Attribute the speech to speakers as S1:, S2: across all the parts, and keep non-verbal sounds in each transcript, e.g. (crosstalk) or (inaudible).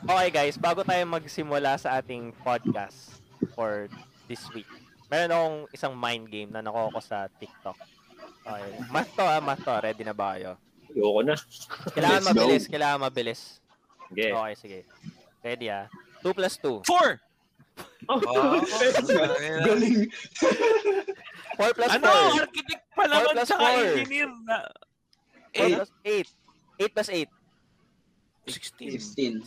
S1: Okay guys, bago tayo magsimula sa ating podcast for this week, meron akong isang mind game na nakuha ko sa TikTok. Okay. Mas to, ah, mas to. Ready na ba kayo?
S2: Ayoko na.
S1: Kailangan
S3: Let's go.
S1: mabilis, kailangan mabilis.
S2: Sige.
S1: Okay, sige. Ready ah. 2 plus 2.
S4: Four!
S2: Oh,
S4: Oh,
S3: Galing.
S1: 4 plus
S4: ano, architect pa naman
S1: plus
S4: tsaka
S1: four.
S4: engineer na...
S1: 4. 4
S4: Eh,
S1: plus 8. 8 plus
S4: 16.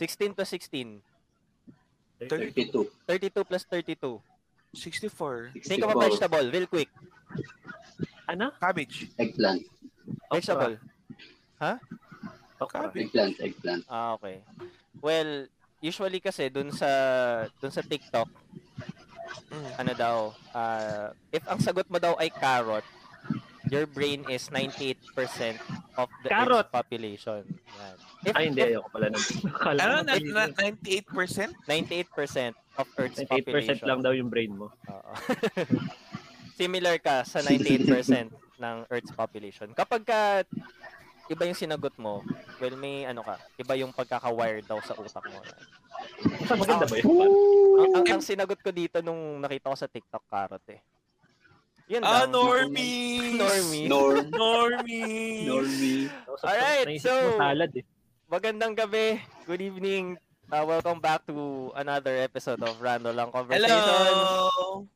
S1: 8.
S3: 16.
S1: 16 plus 16.
S3: 32.
S1: 32 plus 32.
S4: 64.
S1: Think of a
S3: 64.
S1: vegetable, real quick.
S2: (laughs) Ano?
S4: Cabbage.
S3: Eggplant.
S1: Vegetable.
S2: Okay.
S3: Eggplant. Eggplant.
S1: Ah, okay. Well, usually kasi dun sa dun sa TikTok, ano daw, ah, if ang sagot mo daw ay carrot, your brain is 98% of the Earth's
S2: Carrot.
S1: population. Yan. If,
S2: Ay,
S1: if
S2: hindi. Ayoko pala. ng- Akala
S4: Ano,
S2: ko
S4: na, na, 98%?
S1: 98% of Earth's
S2: 98%
S1: population.
S2: lang daw yung brain mo.
S1: Oo. (laughs) Similar ka sa 98% ng Earth's population. Kapag ka iba yung sinagot mo, well may ano ka, iba yung pagkaka-wired daw sa utak mo.
S2: Maganda ba yun?
S1: Ang, ang, ang sinagot ko dito nung nakita ko sa TikTok carrot eh. Yun
S4: Ah,
S1: lang.
S4: normies!
S1: Normies.
S3: Norm.
S4: Normies!
S3: Normie.
S1: Alright,
S2: Naisip
S1: so-
S2: ko salad eh.
S1: Magandang gabi. Good evening. Uh, welcome back to another episode of Random Lang Conversation.
S4: Hello!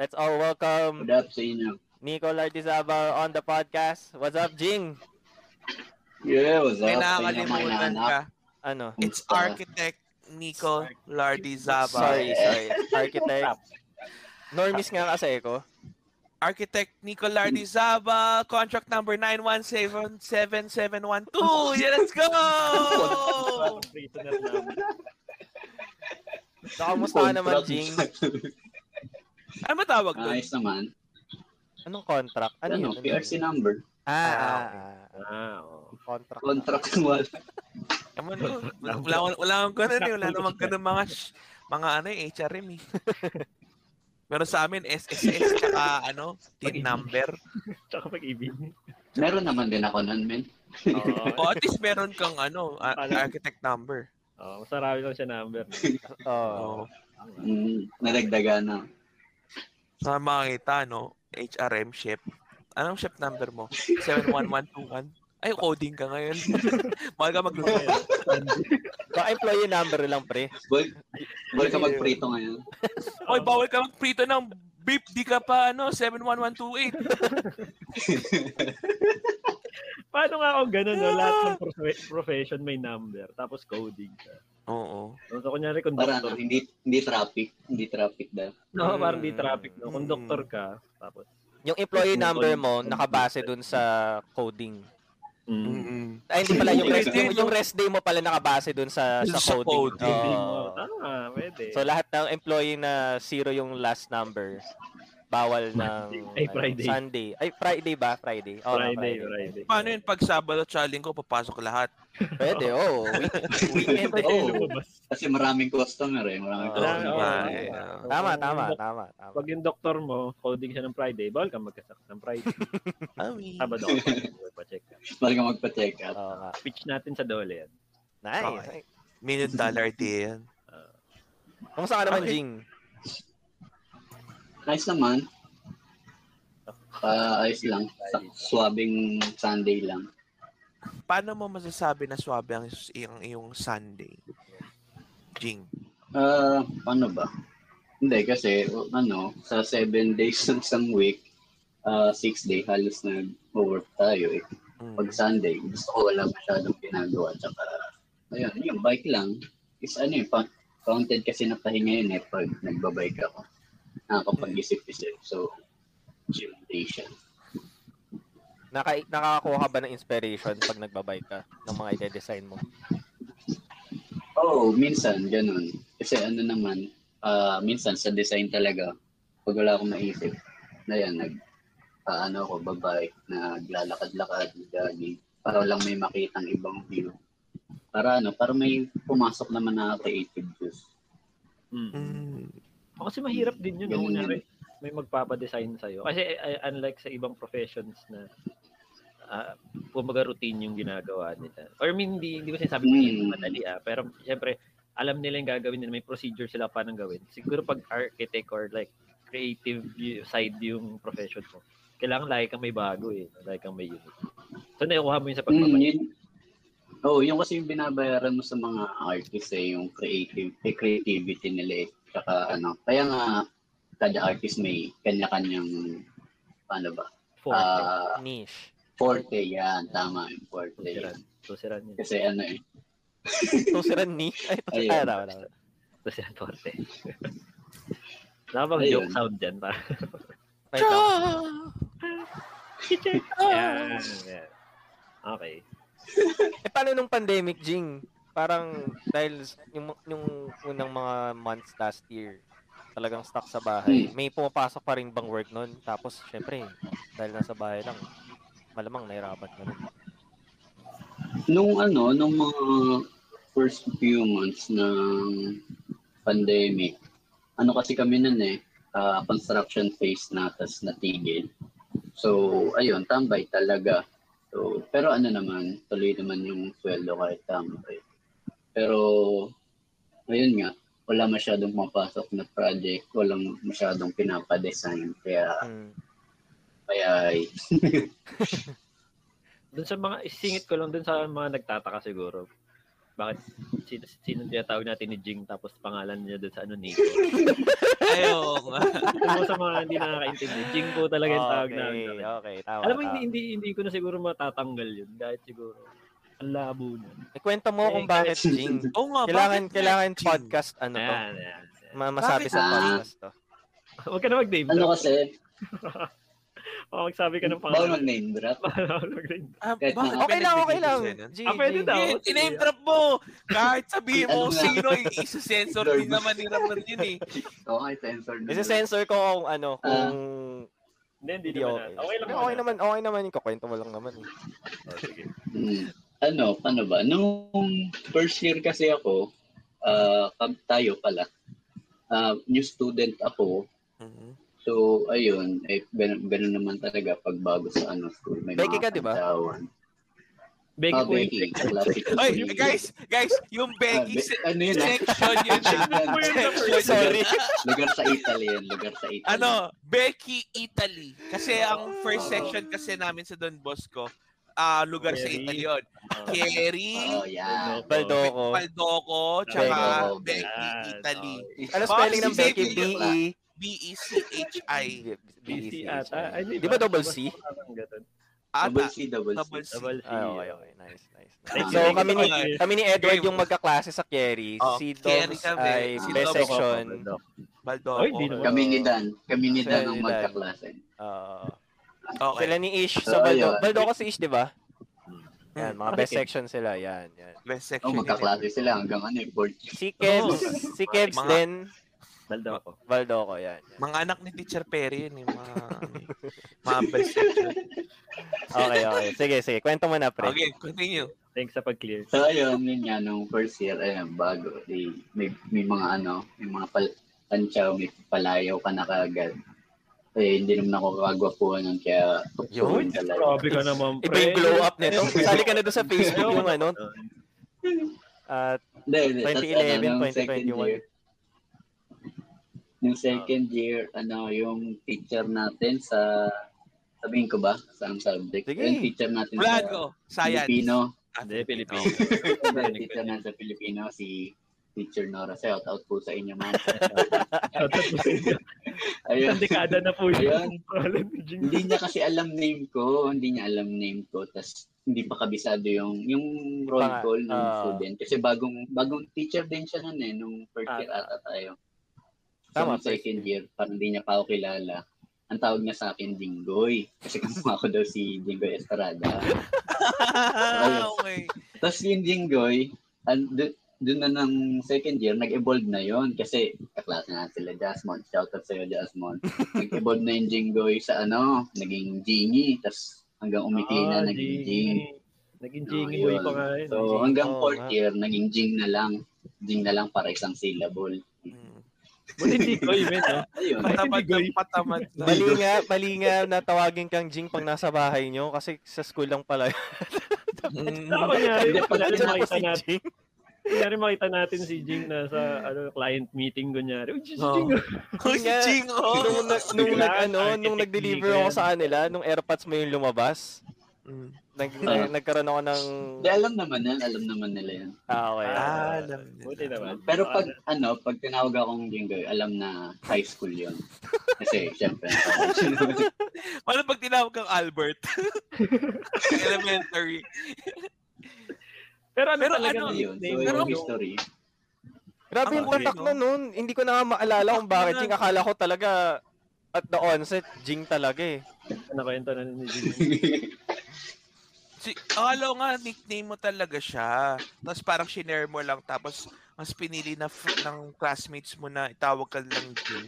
S1: Let's all welcome
S3: What up sa inyo?
S1: Nico Lardizabal on the podcast. What's up, Jing?
S3: Yeah, what's
S4: May
S3: up sa inyo mga
S4: nakakalimutan
S3: nanak?
S4: ka.
S1: Ano?
S4: It's
S3: Kumusta?
S4: Architect Nico Lardizabal.
S1: Sorry, sorry. Architect. Normis nga kasi ko.
S4: Architect Nico Lardizabal, contract number 9177712. Yeah, let's go!
S2: (laughs) Parang prisoner namin.
S1: Nakamusta ka naman,
S3: Contract.
S1: Jing?
S4: ano ba tawag doon?
S3: (laughs) Ayos naman.
S1: Anong contract? Ano
S3: Ano,
S1: yun? Ano yun?
S3: PRC number.
S1: Ah, ah, ah.
S2: Ah, oo.
S1: Contract.
S3: Contract (laughs) wala.
S4: Ewan ko. Wala, wala, wala akong ganun eh. Wala namang ganun mga, sh- mga ano eh, HRM eh. (laughs) Pero sa amin, SSS, tsaka ano, team number.
S2: Tsaka pag-ibig.
S3: Meron naman din ako nun, men.
S2: Oo. (laughs)
S4: O at least meron kang ano, a- architect number.
S2: Oo, mas marami Oh, lang siya number.
S1: Oh.
S4: Oo.
S3: Mm, nadagdagan na.
S4: Sa ano, makita, no, HRM ship. Anong ship number mo? 71121? Ay, coding ka ngayon. (laughs) Mahal ka magluto. (laughs)
S1: Baka employee number lang, pre.
S3: Bawal, bawal ka magprito ngayon.
S4: Oy, bawal ka magprito ng beep, di ka pa, ano, 71128.
S2: Paano nga ako ganun, no? Lahat ng profe- profession may number, tapos coding ka.
S4: Oo.
S2: So, so kunyari,
S3: Para ano,
S2: conductor.
S3: hindi, hindi traffic. Hindi traffic daw.
S2: No,
S1: Mm.
S2: parang di traffic, no? Conductor ka, tapos...
S1: Yung employee number mo, nakabase dun sa coding.
S2: Mm.
S4: Mm-mm.
S1: Ay, hindi pala. Yung
S2: Hindi,
S1: rest,
S2: hindi,
S1: yung, yung rest day mo pala nakabase dun sa, sa
S4: Sa
S1: coding.
S4: coding.
S2: Hindi mo.
S1: Oo.
S2: Ah, pwede.
S1: So, lahat ng employee na zero yung last number, bawal ng
S2: Ay, Friday.
S1: ano, Sunday. Ay, Friday ba? Friday. Oo,
S2: Friday, Friday.
S4: Paano yun? Pag Sabado at ko, papasok lahat.
S1: Pwede, oo.
S2: (laughs)
S3: (laughs)
S1: Weekend.
S3: Pwede.
S1: oo.
S3: Oh. Kasi maraming customer eh. Maraming
S1: Oo.
S3: customer.
S2: Oo.
S4: Diba?
S2: oo.
S4: Yeah.
S1: (laughs) Tama, tama, tama. tama.
S2: Pag yung doktor mo, coding siya ng Friday, bawal kang magkasakit ng
S1: (laughs)
S2: Friday.
S4: Awi.
S2: Sabado ako pa-check.
S3: Bawal ka magpa-check up.
S1: Oo nga.
S2: Pitch natin sa dole yan.
S1: Nice.
S4: Okay. (laughs) Million dollar deal.
S1: Kamusta ka naman,
S2: Okay.
S1: Jing?
S3: Nice naman. Ah, ayos lang. Sa- Swabing Sunday lang.
S4: Paano mo masasabi na swabe ang iyong, iyong Sunday? Jing.
S3: Ah, ano ba? Hindi, kasi, o, ano, sa seven (laughs) days ng isang week, ah, six day, halos nag-work tayo eh.
S4: Mm.
S3: Pag Sunday, gusto ko wala masyadong ginagawa. Tsaka, ayun, yung bike lang. Is ano eh, pa- counted kasi na pahinga yun eh pag nagbabike ako. Nakakapag-isip-isip. So, gym day siya.
S1: Naka, nakakakuha ka ba ng inspiration pag nagbabike ka ng mga ide-design mo?
S3: Oo, oh, minsan, ganun. Kasi ano naman, ah, minsan sa design talaga, pag wala akong maisip, na yan, nag, ah, ano ako, babae, naglalakad-lakad, gagi, para lang may makitang ibang view. Para ano, para may pumasok naman na creative juice.
S1: Hmm.
S2: Mm.
S4: Mm.
S2: O, kasi mahirap din yun. no?
S3: Ganun yun.
S2: Kunyari, may magpapadesign sa'yo. Kasi eh, unlike sa ibang professions na uh, kumbaga routine yung ginagawa nila. Or I mean, hindi, hindi ko sinasabi
S3: Mm.
S2: mm. madali ah. Pero siyempre, alam nila yung gagawin nila, may procedure sila paano gawin. Siguro pag architect or like creative y- side yung profession mo, kailangan lagi kang may bago eh. Lagi kang may unique. So, nakuha mo yun sa
S3: Mm,
S2: pagbabayad.
S3: yun. Oh, yung kasi yung binabayaran mo sa mga artist eh, yung creative, eh, creativity nila eh. Tsaka ano, kaya nga kada artist may kanya-kanyang ano ba?
S2: Four.
S3: Ah,
S1: Niche.
S3: forte yan, tama yung forte yan.
S2: so, siran yun.
S3: Kasi ano eh,
S1: Tusiran niche? Ay,
S3: Ayun.
S1: ay, tama, tama.
S2: So, siran forte. (laughs) Wala bang
S3: Ayun.
S2: joke sound dyan? Parang,
S1: Wait lang.
S2: (laughs) yan, yan. Okay.
S1: Eh, paano nung pandemic, Jing? Parang dahil s- yung, yung unang mga months last year, talagang stuck sa
S4: Hmm.
S1: bahay. May pumapasok pa rin bang work nun? Tapos, syempre, dahil nasa bahay lang, malamang nahirapan ka rin.
S3: nung ano, nung mga first few months ng pandemic, ano kasi kami nun eh, ah, construction phase na, tas natigil. So, ayun, tambay talaga. So, pero ano naman, tuloy naman yung sweldo kahit tambay. Pero, ayun nga, wala masyadong mapasok na project, walang masyadong pinapadesign. Kaya,
S2: Hmm.
S1: Mm.
S3: kaya, ay,
S2: Doon sa mga, isingit ko lang doon sa mga nagtataka siguro. Bakit sino, sino tinatawag natin ni Jing tapos pangalan niya doon sa ano Nico?
S4: Ayaw.
S2: Kung sa mga hindi nakakaintindi, Jing po talaga yung tawag namin.
S1: Ah, okay, okay, tama.
S2: Alam mo,
S1: tama.
S2: hindi, hindi, hindi ko na siguro matatanggal yun. Kahit siguro, ang labo na.
S1: Ikwento mo kung bakit,
S4: (laughs)
S2: Ah,
S1: Jing.
S4: (laughs) Oo nga,
S1: Kailangan,
S4: bakit-
S1: kailangan
S4: Jing?
S1: podcast, ano to?
S2: Ayan, ayan. ayan.
S1: Ma- masabi
S4: Bakit?
S1: sa
S3: Ah.
S1: podcast to.
S2: Huwag ka na mag-name
S3: ano
S2: drop.
S3: kasi,
S2: O, magsabi ka ng
S3: bawal
S2: pangalan.
S3: mag-name drop.
S2: (laughs) Bawal mag-name drop.
S4: Ah,
S3: Kahit
S4: bakit
S1: Okay lang,
S3: mga-
S1: okay
S4: pinagbigay
S1: lang.
S4: ko sa'yo nun?
S1: Jing,
S2: Ah, pwede
S1: Jing.
S2: daw.
S4: Eh, Iname drop mo. Kahit sabihin mo
S3: Ano
S4: kung
S3: nga?
S4: sino, eh, isi-sensor din naman ni Ramon yun eh.
S3: Oo, ay censored na.
S1: Isa-sensor ko kung ano,
S4: Ah.
S1: kung
S2: Hindi, hindi
S1: hindi
S2: naman
S1: okay.
S2: natin. Okay lang.
S1: Okay naman, okay naman. yung Kukwento mo lang
S2: (laughs)
S1: naman.
S2: O, sige.
S3: Hmm. Ano, ano ba? Nung first year kasi ako, ah, kab tayo pala, ah, new student ako.
S4: Mm-hmm.
S3: So, ayun, eh, ganun, ganun naman talaga pag bago sa ano school. May
S1: Becky
S3: mga
S1: ka, di ba?
S3: kantawan.
S2: Becky
S3: Ah,
S2: po yun.
S3: Becky. Classic.
S4: Ay,
S1: eh,
S4: guys, guys, yung
S3: Ah,
S4: Becky,
S3: Be- ano yun? (laughs) ah?
S4: section
S1: (laughs)
S4: yun ah. Section yun.
S1: Sorry.
S3: Lugar sa Italy yan. Lugar sa Italy.
S4: Ano, Becky, Italy. Kasi ang first section kasi namin sa Don Bosco, ah lugar sa
S2: Very-
S4: Italy yun.
S2: Ah,
S4: Kerry,
S3: Oh, yeah.
S1: Baldoco.
S4: Paldoco, tsaka
S3: Becky.
S4: Becky,
S2: Ayan,
S4: Italy. E
S3: Is-
S1: Ano spelling ng
S4: Bakit si
S1: Becky?
S4: Becky?
S1: B-E. (laughs)
S4: B-E-C-H-I.
S1: B-E-C-H-I.
S2: BC ata. Ay,
S1: Di ba double C?
S2: Parang ganun.
S3: Double
S4: Ata,
S3: C, double C.
S4: double C.
S2: Double C.
S1: Ah, okay, okay. Nice, nice. nice.
S3: Thank
S1: So,
S3: you.
S1: kami ni,
S4: Okay.
S1: kami ni Edward
S4: Okay.
S1: yung magkaklase sa Kerry.
S4: Oh,
S1: si
S4: Kerry
S1: Doms
S4: kami.
S1: ay
S3: Si
S1: best
S3: Doms
S2: ako,
S1: section.
S2: Baldoco.
S4: Baldoco.
S2: Ay, di naman.
S3: Kami ni Dan. Kami ni Dan ang
S1: Kami ni Dan.
S3: magkaklase.
S1: Oo.
S4: Okay.
S1: Sila ni Ish
S3: Oh,
S1: sa Baldo.
S3: yeah.
S1: Baldo ko si Ish, di ba? Yan,
S4: Hmm.
S1: mga
S2: Ah,
S1: best
S2: okay.
S1: section sila. Yan, yan.
S4: Best section.
S3: Oh, magkaklase sila hanggang ano, eh, fourth year.
S1: Si Kebs,
S4: Oo.
S1: si Kebs
S4: Mga-
S1: din.
S2: Baldoco.
S1: Baldo ko, yan. yan.
S4: Mga anak ni Teacher Perry yun, yung mga, ano, mga best section.
S1: Okay, okay. Sige, sige. Kwento mo na, pre.
S4: Okay, continue.
S2: Thanks sa pag-clear.
S3: So ayun, yun nga, nung first year, ayun, bago, eh, may, may mga ano, may mga pal tantsaw, may palayaw ka na kagad. Eh, hindi naman ako kagwapuhan nun, kaya
S1: Yun,
S3: tuktuin talaga.
S2: Grabe ka naman,
S1: Iba yung glow up
S2: (laughs)
S1: nito. Sali ka na doon sa Facebook
S2: Ayoko.
S1: yung ano. Ah, At
S3: Hindi, hindi. Tas, ano,
S1: 2011,
S3: nung second
S1: 2021.
S3: year, Yung second year, ano, yung teacher natin sa, sabihin ko ba, sa subject?
S1: Sige.
S3: Yung teacher natin sa
S4: Blanco, science.
S3: Filipino.
S4: Ah,
S2: Hindi, Pilipino.
S1: Oh.
S3: (laughs) Yung teacher natin sa Filipino, si Teacher Nora. Shout out po sa inyo, man. (laughs) Ayun.
S2: Isang dekada na po
S3: Ayun.
S2: (laughs) yun. Alam ni Jing.
S3: hindi niya kasi alam name ko, hindi niya alam name ko, tas hindi pa kabisado yung yung roll
S1: Pang-
S3: call ng
S1: ah.
S3: student kasi bagong bagong teacher din siya noon eh nung first year
S2: Ah.
S3: ata tayo. So,
S1: Tama,
S3: nung
S1: first
S3: second year, parang hindi niya pa ako kilala. Ang tawag niya sa akin, Jinggoy. Kasi kasama ko daw si Jinggoy Estrada.
S4: (laughs) okay.
S3: Tapos yung Jinggoy, and, doon na ng second year, nag-evolve na yon kasi kaklase na sila Jasmine. Shoutout sa'yo,
S2: (laughs)
S3: Jasmine. nag-evolve na yung Jinggoy sa ano, naging Jingy. Tapos hanggang umikli na,
S2: Ah,
S3: naging
S2: Jing.
S3: Jing.
S2: Naging
S3: Oh,
S2: Jing
S3: yun.
S2: boy pa nga yun.
S3: So
S1: Jing,
S3: hanggang
S1: oo
S3: fourth
S1: nga.
S3: year, naging Jing na lang. Jing na lang para isang syllable.
S4: Hmm.
S2: Buti si Koy, men, eh, no?
S3: Ayun.
S4: Patamad
S2: Goy.
S4: ng patamad na.
S1: Mali nga, mali nga na tawagin kang Jing pang nasa bahay nyo kasi sa school lang pala.
S4: Hmm.
S2: Ano ba nangyari?
S3: (laughs) Hindi, pag-
S2: Pag-
S1: Nandiyan
S2: pag-
S1: po
S2: nakita
S1: si
S2: natin-
S1: Jing.
S2: Kunyari makita natin si Jing nasa ano, client meeting kunyari. Uy, si
S4: Oo.
S2: Jing.
S4: Uy, si
S1: Nga.
S4: Ching, oh.
S1: nung, nag, nung
S2: Biglaan,
S1: nag, ano, nung
S2: architect
S1: nag-deliver
S2: Miguel.
S1: ako sa kanila, nung AirPods mo yung lumabas,
S4: Mm.
S1: nag,
S3: Ah.
S1: nagkaroon ako ng...
S3: Hindi,
S2: Ah,
S3: alam naman yan. Alam naman nila yan.
S1: Ah, okay.
S4: Ah, alam nila.
S2: Buti naman.
S3: Pero pag ano, pag tinawag akong jingle, alam na high school yun. Kasi,
S2: (laughs)
S3: syempre.
S4: Paano pag tinawag kang Albert? (laughs) Elementary.
S2: Pero ano
S4: Pero
S2: talaga
S4: ano
S2: yung
S3: yun. So,
S2: name?
S3: yung
S2: Pero
S3: history.
S1: Grabe
S2: Ah,
S4: Ang
S1: yung
S4: weird,
S1: tatak
S4: no?
S1: na nun. Hindi ko na nga maalala kung
S4: Tatak
S1: bakit.
S4: na.
S1: Jing, akala ko talaga at the onset, Jing talaga eh.
S2: nakwento na ni Jing.
S3: Hmm.
S4: Si, akala ko nga, nickname mo talaga siya. Tapos parang shinare mo lang. Tapos, mas pinili na f- ng classmates mo na itawag ka lang din.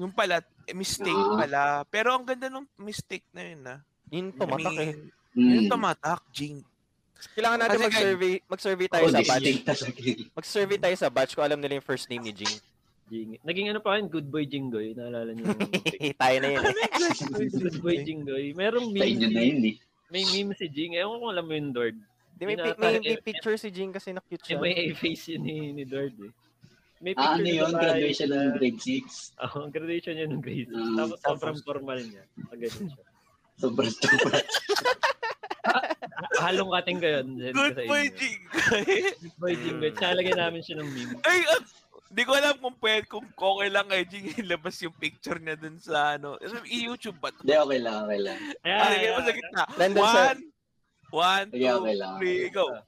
S4: Yung pala, eh, mistake
S3: Ah.
S4: pala. Pero ang ganda ng mistake na yun, ah.
S1: Yun tumatak eh.
S4: Yung
S3: Hmm.
S4: tumatak, Jing.
S1: Kailangan natin
S4: Kasi
S1: mag-survey, mag-survey tayo
S3: Oh,
S1: sa batch.
S3: distinct talaga yun.
S1: Mag-survey tayo sa batch kung alam nila yung first name ni Jing. (laughs)
S2: Jing. Naging ano pa yun, Good Boy Jinggoy. Naalala
S3: (laughs)
S2: niyo yung
S1: tayo na yun eh.
S2: Good Boy Jinggoy. Merong
S3: Sa inyo na
S2: meme.
S3: yun eh.
S2: May meme si Jing. Ewan ko kung alam mo yung Dord.
S1: Di, may,
S2: Yun
S1: pi-
S2: ata
S1: may,
S2: yung
S1: may
S2: M-
S1: picture si Jing kasi na-cute siya.
S2: May may face yun ni, ni Dord eh. May
S3: Ah, ano
S2: picture na
S3: yun?
S2: tayo
S3: Graduation
S2: na-
S3: ng grade 6.
S2: Oo, ang graduation niya ng grade.
S3: Mm,
S2: Tapos
S4: tapos-
S2: sobrang formal niya. Pagganyan siya.
S3: Sobrang
S4: (laughs)
S3: tuwa.
S2: Ha- Halong kating kayo. Jen,
S4: Good
S2: sa inyo.
S4: boy, Jing. (laughs)
S2: Good boy, Jinggoy. Nalagyan namin siya ng meme.
S4: Ay, ah, Hindi ko alam kung pwede, kung okay lang kay Jing (laughs) ilabas yung picture niya dun sa ano. I-YouTube ba? to?
S3: Hindi, okay lang, okay lang.
S2: Ayan,
S4: Ah, sige,
S2: ayan,
S4: sa gitna.
S1: Nandun sa...
S4: One, one,
S3: Sige,
S4: two,
S3: okay lang.
S4: three,
S2: (laughs)
S4: go.
S2: ayan.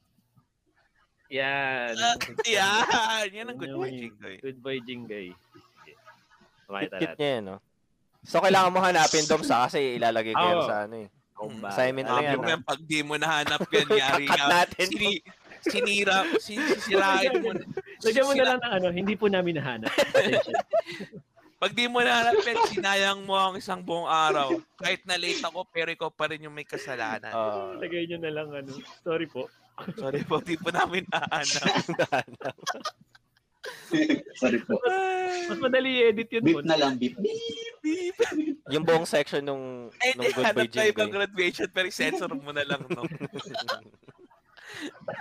S4: Ah, Yan! Yan ang
S2: Yun
S4: good eh.
S2: yung
S4: boy, Jingoy.
S2: Good boy, Jinggoy. Sige. Kumakita
S1: Cute
S2: natin.
S1: niya yun, no? So, kailangan mo hanapin, Dom, sa kasi ilalagay ko yan
S2: Oo.
S1: sa ano eh.
S2: Kumba.
S1: Assignment lang
S4: Hmm. Sabi
S1: yan,
S4: mo
S1: ah.
S4: yan, pag di mo nahanap yan, yari
S1: Kakat
S4: ka.
S1: natin. (laughs)
S4: Sini, sinira, sin, sisirain mo. na-
S2: Lagyan mo na
S4: sisira-
S2: lang ng ano, hindi po namin nahanap. Attention.
S4: Pag di mo nahanap yan, sinayang mo ang isang buong araw. Kahit na late ako, pero ikaw pa rin yung may kasalanan.
S1: Ah.
S2: Lagay niyo na lang ano. Sorry po.
S4: Sorry po, di po namin
S2: (laughs)
S4: nahanap.
S3: Sorry po.
S2: Mas madali i-edit yun
S3: Beep
S2: po.
S3: na lang, beep. Beep.
S1: (laughs) yung buong section nung,
S4: Ay,
S1: nung
S4: di,
S1: Good Boy
S4: hanap tayo
S1: Jingoy.
S4: ng graduation, pero sensor mo na lang,
S1: (laughs)
S4: no?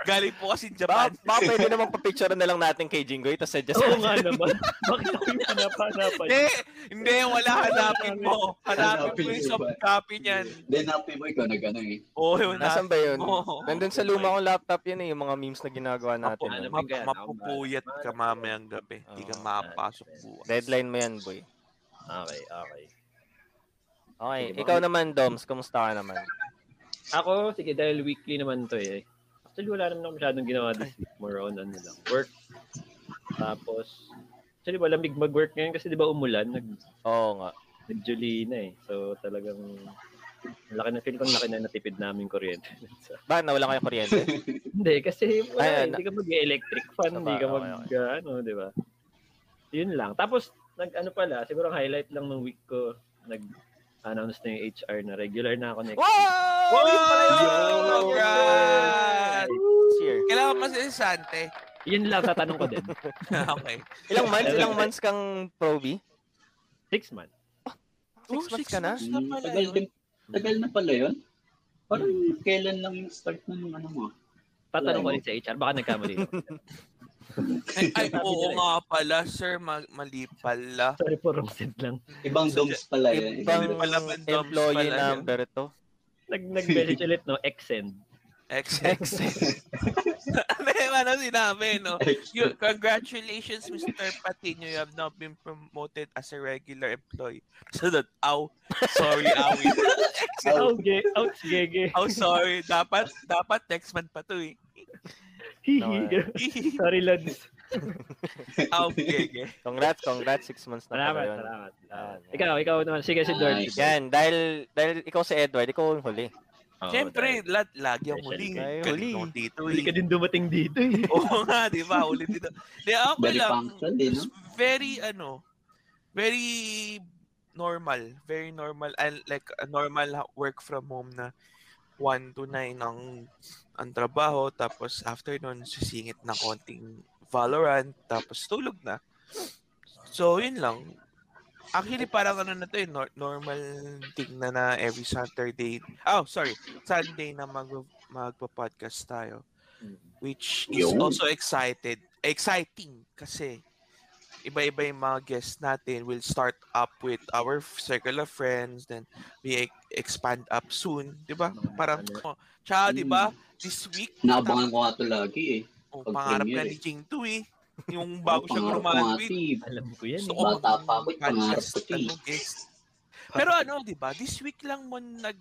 S4: Galing po kasi
S1: Baka,
S4: Japan.
S1: baka pwede namang papicture na lang natin kay Jingoy tapos adjust natin.
S2: Oo nga naman. (laughs) Bakit ako yung hanap-hanapan?
S4: Hindi, hindi, wala hanapin mo. Hanapin
S3: Hanapin mo
S4: mo yung
S3: ba?
S4: soft copy niyan.
S3: Then, happy boy ko, nag-ano eh.
S4: Oo, yun na.
S1: Nasaan ba yun?
S4: Oo.
S1: Nandun sa luma kong laptop yun eh, yung mga memes na ginagawa natin. Oh,
S2: Apo,
S1: nun.
S2: alam mo.
S4: Map,
S2: Kaya
S4: mapupuyat ka mamayang gabi. Hindi ka
S1: Oo.
S4: makapasok bukas.
S1: Deadline mo yan, boy.
S2: Okay, okay.
S1: Okay,
S2: Sige,
S1: ikaw naman, Doms. Kumusta ka naman?
S2: Ako, sige, dahil weekly naman to eh. Actually, wala naman ako masyadong ginawa this week. More on ano lang, work. Tapos, actually, malamig mag-work ngayon kasi di ba umulan, nag
S1: Oo nga.
S2: nagjuli na eh. So, talagang laki na feel kong laki na natipid namin kuryente. (laughs) So,
S1: Bakit nawala kayong kuryente?
S4: (laughs)
S2: hindi, kasi wala, eh.
S1: Ayan,
S2: hindi ka mag-electric fan,
S1: Tama,
S2: hindi ka mag,
S1: okay,
S2: ano, di ba? Yun lang. Tapos, nag, ano pala, siguro ang highlight lang ng week ko, nag-announce na yung HR na regular na ako next week.
S4: Wow!
S2: Wow!
S4: Congrats!
S1: Cheer.
S4: Oh Kailangan mas interesante.
S2: Yun lang, tatanong ko
S1: (laughs)
S2: din.
S4: (laughs) okay.
S1: Ilang months? Ilang months kang proby?
S2: Six months.
S1: Six
S4: Oh,
S1: months ka na?
S4: months pala
S3: Hmm, tagal,
S4: yun.
S3: din, tagal na pala yun. Parang kailan lang yung start na nung ano mo.
S2: Tatanong ko rin sa HR, baka nagkamali
S1: (laughs)
S2: ako.
S4: Ay, (laughs) ay, oo nga pala, sir. Ma- mali pala.
S2: Sorry po, wrong set lang.
S3: Ibang doms pala yun.
S1: Ibang
S4: Hindi pala man, Doms,
S1: employee
S4: pala yun.
S1: number to.
S2: Nag
S1: (laughs)
S2: nag-message ulit no, extend.
S4: Ex.
S1: Exit.
S4: Ano yung ano sinabi, no? You, congratulations, Mr. Patino. You have now been promoted as a regular employee. So that, ow. Sorry, awi.
S2: Oh,
S3: Ow.
S2: ge, out
S1: (laughs)
S2: gege.
S4: Ow, sorry. Dapat, dapat next month pa to eh. (laughs)
S2: Hihi. Sorry, Lods.
S4: Ow, gege.
S1: Congrats, congrats. Six months na
S2: Salamat,
S1: pala yun.
S2: salamat.
S1: Ayan, ayan.
S2: Ikaw, ikaw naman. Sige, si Dord.
S3: Nice.
S1: Yan, dahil, dahil ikaw si Edward, ikaw yung huli.
S2: Oo,
S4: Siyempre,
S2: Oh, dahil
S4: lahat lagi ang
S2: Special
S4: huli.
S1: ka. Ay, huli.
S4: Kanino dito
S2: Hindi ka
S4: eh.
S2: din dumating dito eh.
S4: (laughs) Oo nga, di ba? Huli dito. Di ako
S3: Very
S4: lang.
S3: punctual din, no?
S4: Very, ano, very normal. Very normal. And like, a normal work from home na 1 to 9 ang, ang trabaho. Tapos after nun, sisingit na konting Valorant. Tapos tulog na. So, yun lang. Actually, parang ano na to eh, nor- normal thing na na every Saturday. Oh, sorry. Sunday na mag- magpa-podcast tayo. which is
S3: Yo.
S4: also excited. Exciting kasi iba-iba yung mga guests natin. We'll start up with our f- circle of friends, then we e- expand up soon, di ba? Parang, oh, tsaka, di ba, this week,
S3: Hmm. Naabangan ko nga ito lagi eh.
S4: oh,
S3: pag
S4: pangarap
S3: premiere
S4: na ni
S3: eh.
S4: Jing to eh. Yung bago siya
S3: Pangarap ko nga ito
S4: graduate,
S3: eh.
S2: Alam ko yan. eh.
S4: gusto ko
S3: Bata
S4: mag-
S3: pa ako, eh, pangarap ko
S4: podcast,
S3: ito eh.
S4: ano, guest. Pero ano, di ba, this week lang mo nag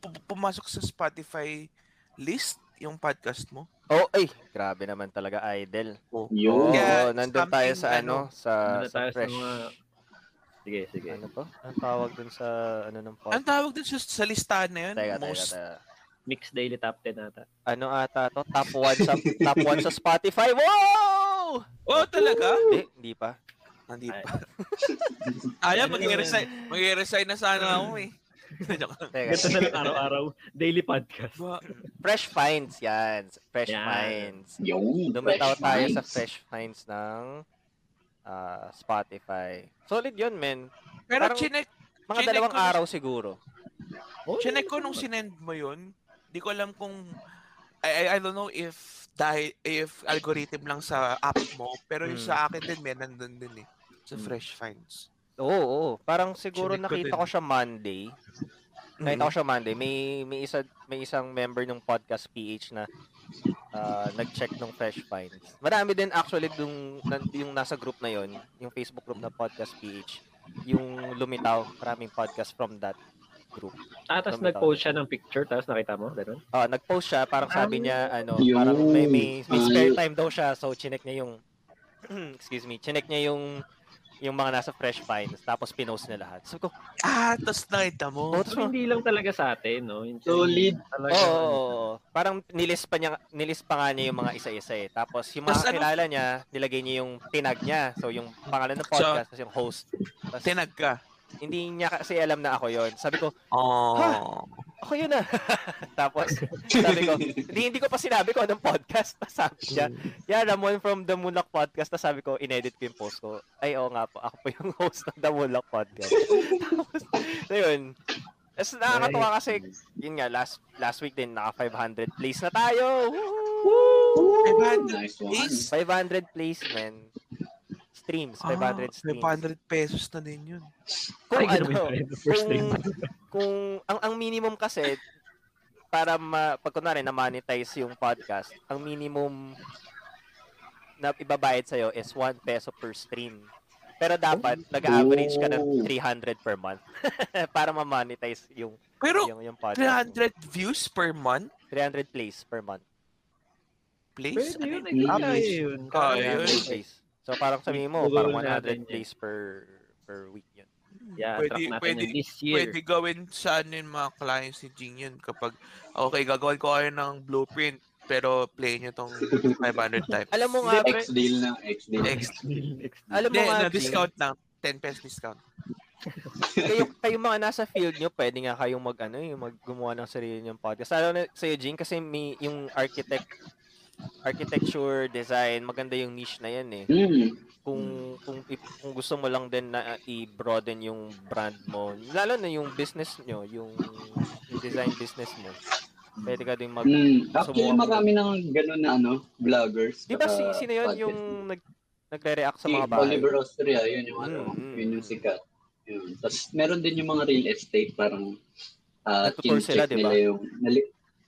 S4: pu- pumasok sa Spotify list yung podcast mo.
S1: Oh, ay, grabe naman talaga idol.
S3: Yun.
S1: Oo,
S4: Yeah,
S1: nandun tayo
S4: something,
S1: sa ano,
S2: Ano
S1: sa,
S2: na tayo
S1: sa
S2: sa
S1: fresh.
S2: mga- eh. Sige, sige.
S1: Ano to? Ang tawag dun sa ano ng
S4: Ang
S1: podcast?
S4: tawag dun sa, sa listahan na yun,
S1: Teka, teka,
S4: most
S1: teka.
S2: Mix Daily Top 10 ata.
S1: Ano ata to? Top 1 sa top 1 sa Spotify. Wow!
S4: Oh, talaga?
S1: Hindi, hindi pa.
S4: Hindi
S2: Ay.
S4: pa. Ayaw, mag-resign. Mag-resign na sana ako eh. Joke lang.
S1: Teka.
S2: Ganito na lang araw-araw. (laughs) Daily podcast.
S4: Ba-
S1: Fresh Finds yan. Fresh
S2: Yan.
S1: Finds.
S3: Yung
S1: Dumitaw
S3: fresh
S1: tayo sa
S3: minds.
S1: Fresh Finds ng ah, Spotify. Solid yun, men.
S4: Pero
S1: Parang-
S4: chinek,
S1: Mga
S4: Chinek
S1: dalawang
S4: ko na-
S1: araw siguro.
S2: Oh,
S4: chinek ko nung sinend mo yun, di ko alam kung, I, I, I don't know if dahil if algorithm lang sa app mo, pero yung
S1: Hmm.
S4: sa akin din, may nandun din eh. Sa
S1: Hmm.
S4: Fresh Finds.
S1: Oo, oo. Parang siguro
S4: Chinek ko
S1: nakita
S4: din.
S1: ko siya Monday.
S2: Hmm.
S1: Nakita ko siya Monday. May may isa may isang member ng podcast PH na ah, nag-check ng Fresh Finds. Marami din actually dung nan- yung nasa group na yon, yung Facebook group na Podcast PH, yung lumitaw, maraming podcast from that group.
S2: Ah, tapos
S1: Dumitaw.
S2: nag-post siag ng picture, tapos nakita mo? Ganun?
S1: Ah, nag-post siya, parang sabi niya ano,
S3: Yun.
S1: parang may may, may
S3: Ay.
S1: spare time daw siya, so chinek niya yung (clears throat) excuse me, chinek niya yung yung mga nasa Fresh Finds tapos pinost niya lahat. So ko,
S4: Ah, tas nakita mo.
S1: oh, tas-
S2: So, hindi lang talaga sa atin, no? Yung-
S3: Solid.
S2: Talaga.
S1: Oo, oo, oo. Parang nilis pa niya, nilis pa nga niya yung mga isa-isa eh. Tapos yung mga
S4: Tas ano-
S1: kilala niya, nilagay niya yung tinag niya. So yung pangalan ng
S4: So-
S1: podcast, tapos yung host. Tas
S4: Tinag ka.
S1: hindi niya kasi alam na ako yon. Sabi ko,
S4: Oh.
S1: ako yun ah. (laughs) tapos sabi ko, hindi, hindi ko pa sinabi ko anong podcast. Tapos sabi niya, yeah, Ramon from The Mulak Podcast. Tapos sabi ko, inedit ko yung post ko. Ay, oo nga po. Ako po yung host ng The Mulak Podcast. (laughs) tapos, so yun. Tapos nakakatawa kasi yun nga, last last week din, naka 500 plays na tayo. Woo!
S4: May
S3: Woo!
S4: band-
S3: Nice one.
S4: Please.
S1: 500 plays, man. Streams, 500
S4: Ah,
S1: streams.
S4: 500 pesos na din yun.
S1: Kung
S2: Ay,
S1: ano,
S2: ganun ba yun? The first
S1: kung,
S2: time.
S1: kung, ang, ang minimum kasi, para ma, pag kunwari na monetize yung podcast, ang minimum na ibabayad sa'yo is 1 peso per stream. Pero dapat,
S2: Oh.
S1: nag-average ka ng 300 per month (laughs) para ma-monetize yung,
S4: Pero
S1: yung, yung podcast.
S4: 300 views per month,
S1: 300 plays per month.
S4: please?
S2: Pwede yun, eh. nakita
S4: Ano yun?
S3: average.
S2: yun.
S4: Ah,
S2: Kaya
S4: yun.
S2: yun.
S1: 300 plays. So parang sabihin mo,
S2: Google
S1: parang
S2: natin
S1: 100
S2: yun.
S1: plays per per week yun.
S2: Yeah,
S4: pwede,
S2: track natin
S4: pwede,
S2: yun this year.
S4: pwede gawin sa ano yung mga clients ni Jing yun kapag, okay, gagawin ko kayo ng blueprint, pero play nyo tong
S1: (laughs)
S4: 500 times.
S1: Alam mo nga, pre,
S3: X deal na, X deal.
S4: Next.
S1: alam mo
S4: Hindi,
S1: nga,
S4: na
S1: Jing,
S4: discount lang. 10 pesos discount.
S1: kayo, kayo mga nasa field nyo, pwede nga kayong mag, ano, yung maggumawa ng sarili nyong podcast. Alam na sa'yo, Jing, kasi may, yung architect, architecture, design, maganda yung niche na yan eh.
S3: Hmm.
S1: Kung, kung, if- kung gusto mo lang din na uh, i-broaden yung brand mo, lalo na yung business nyo, yung, yung design business mo, pwede ka din mag...
S3: Hmm. Actually,
S1: Sumuha.
S3: marami ng gano'n na ano, vloggers.
S1: Di ba si,
S3: saka
S1: sino yun
S3: podcast.
S1: yung nag, nagre-react sa
S3: Si
S1: mga bahay?
S3: Oliver Austria, yun yung ano,
S1: Mm, mm,
S3: yun yung
S1: mm.
S3: sikat. Yun. Tapos meron din yung mga real estate, parang uh,
S1: Nagtutour sila, di ba?
S3: nila yung, nali,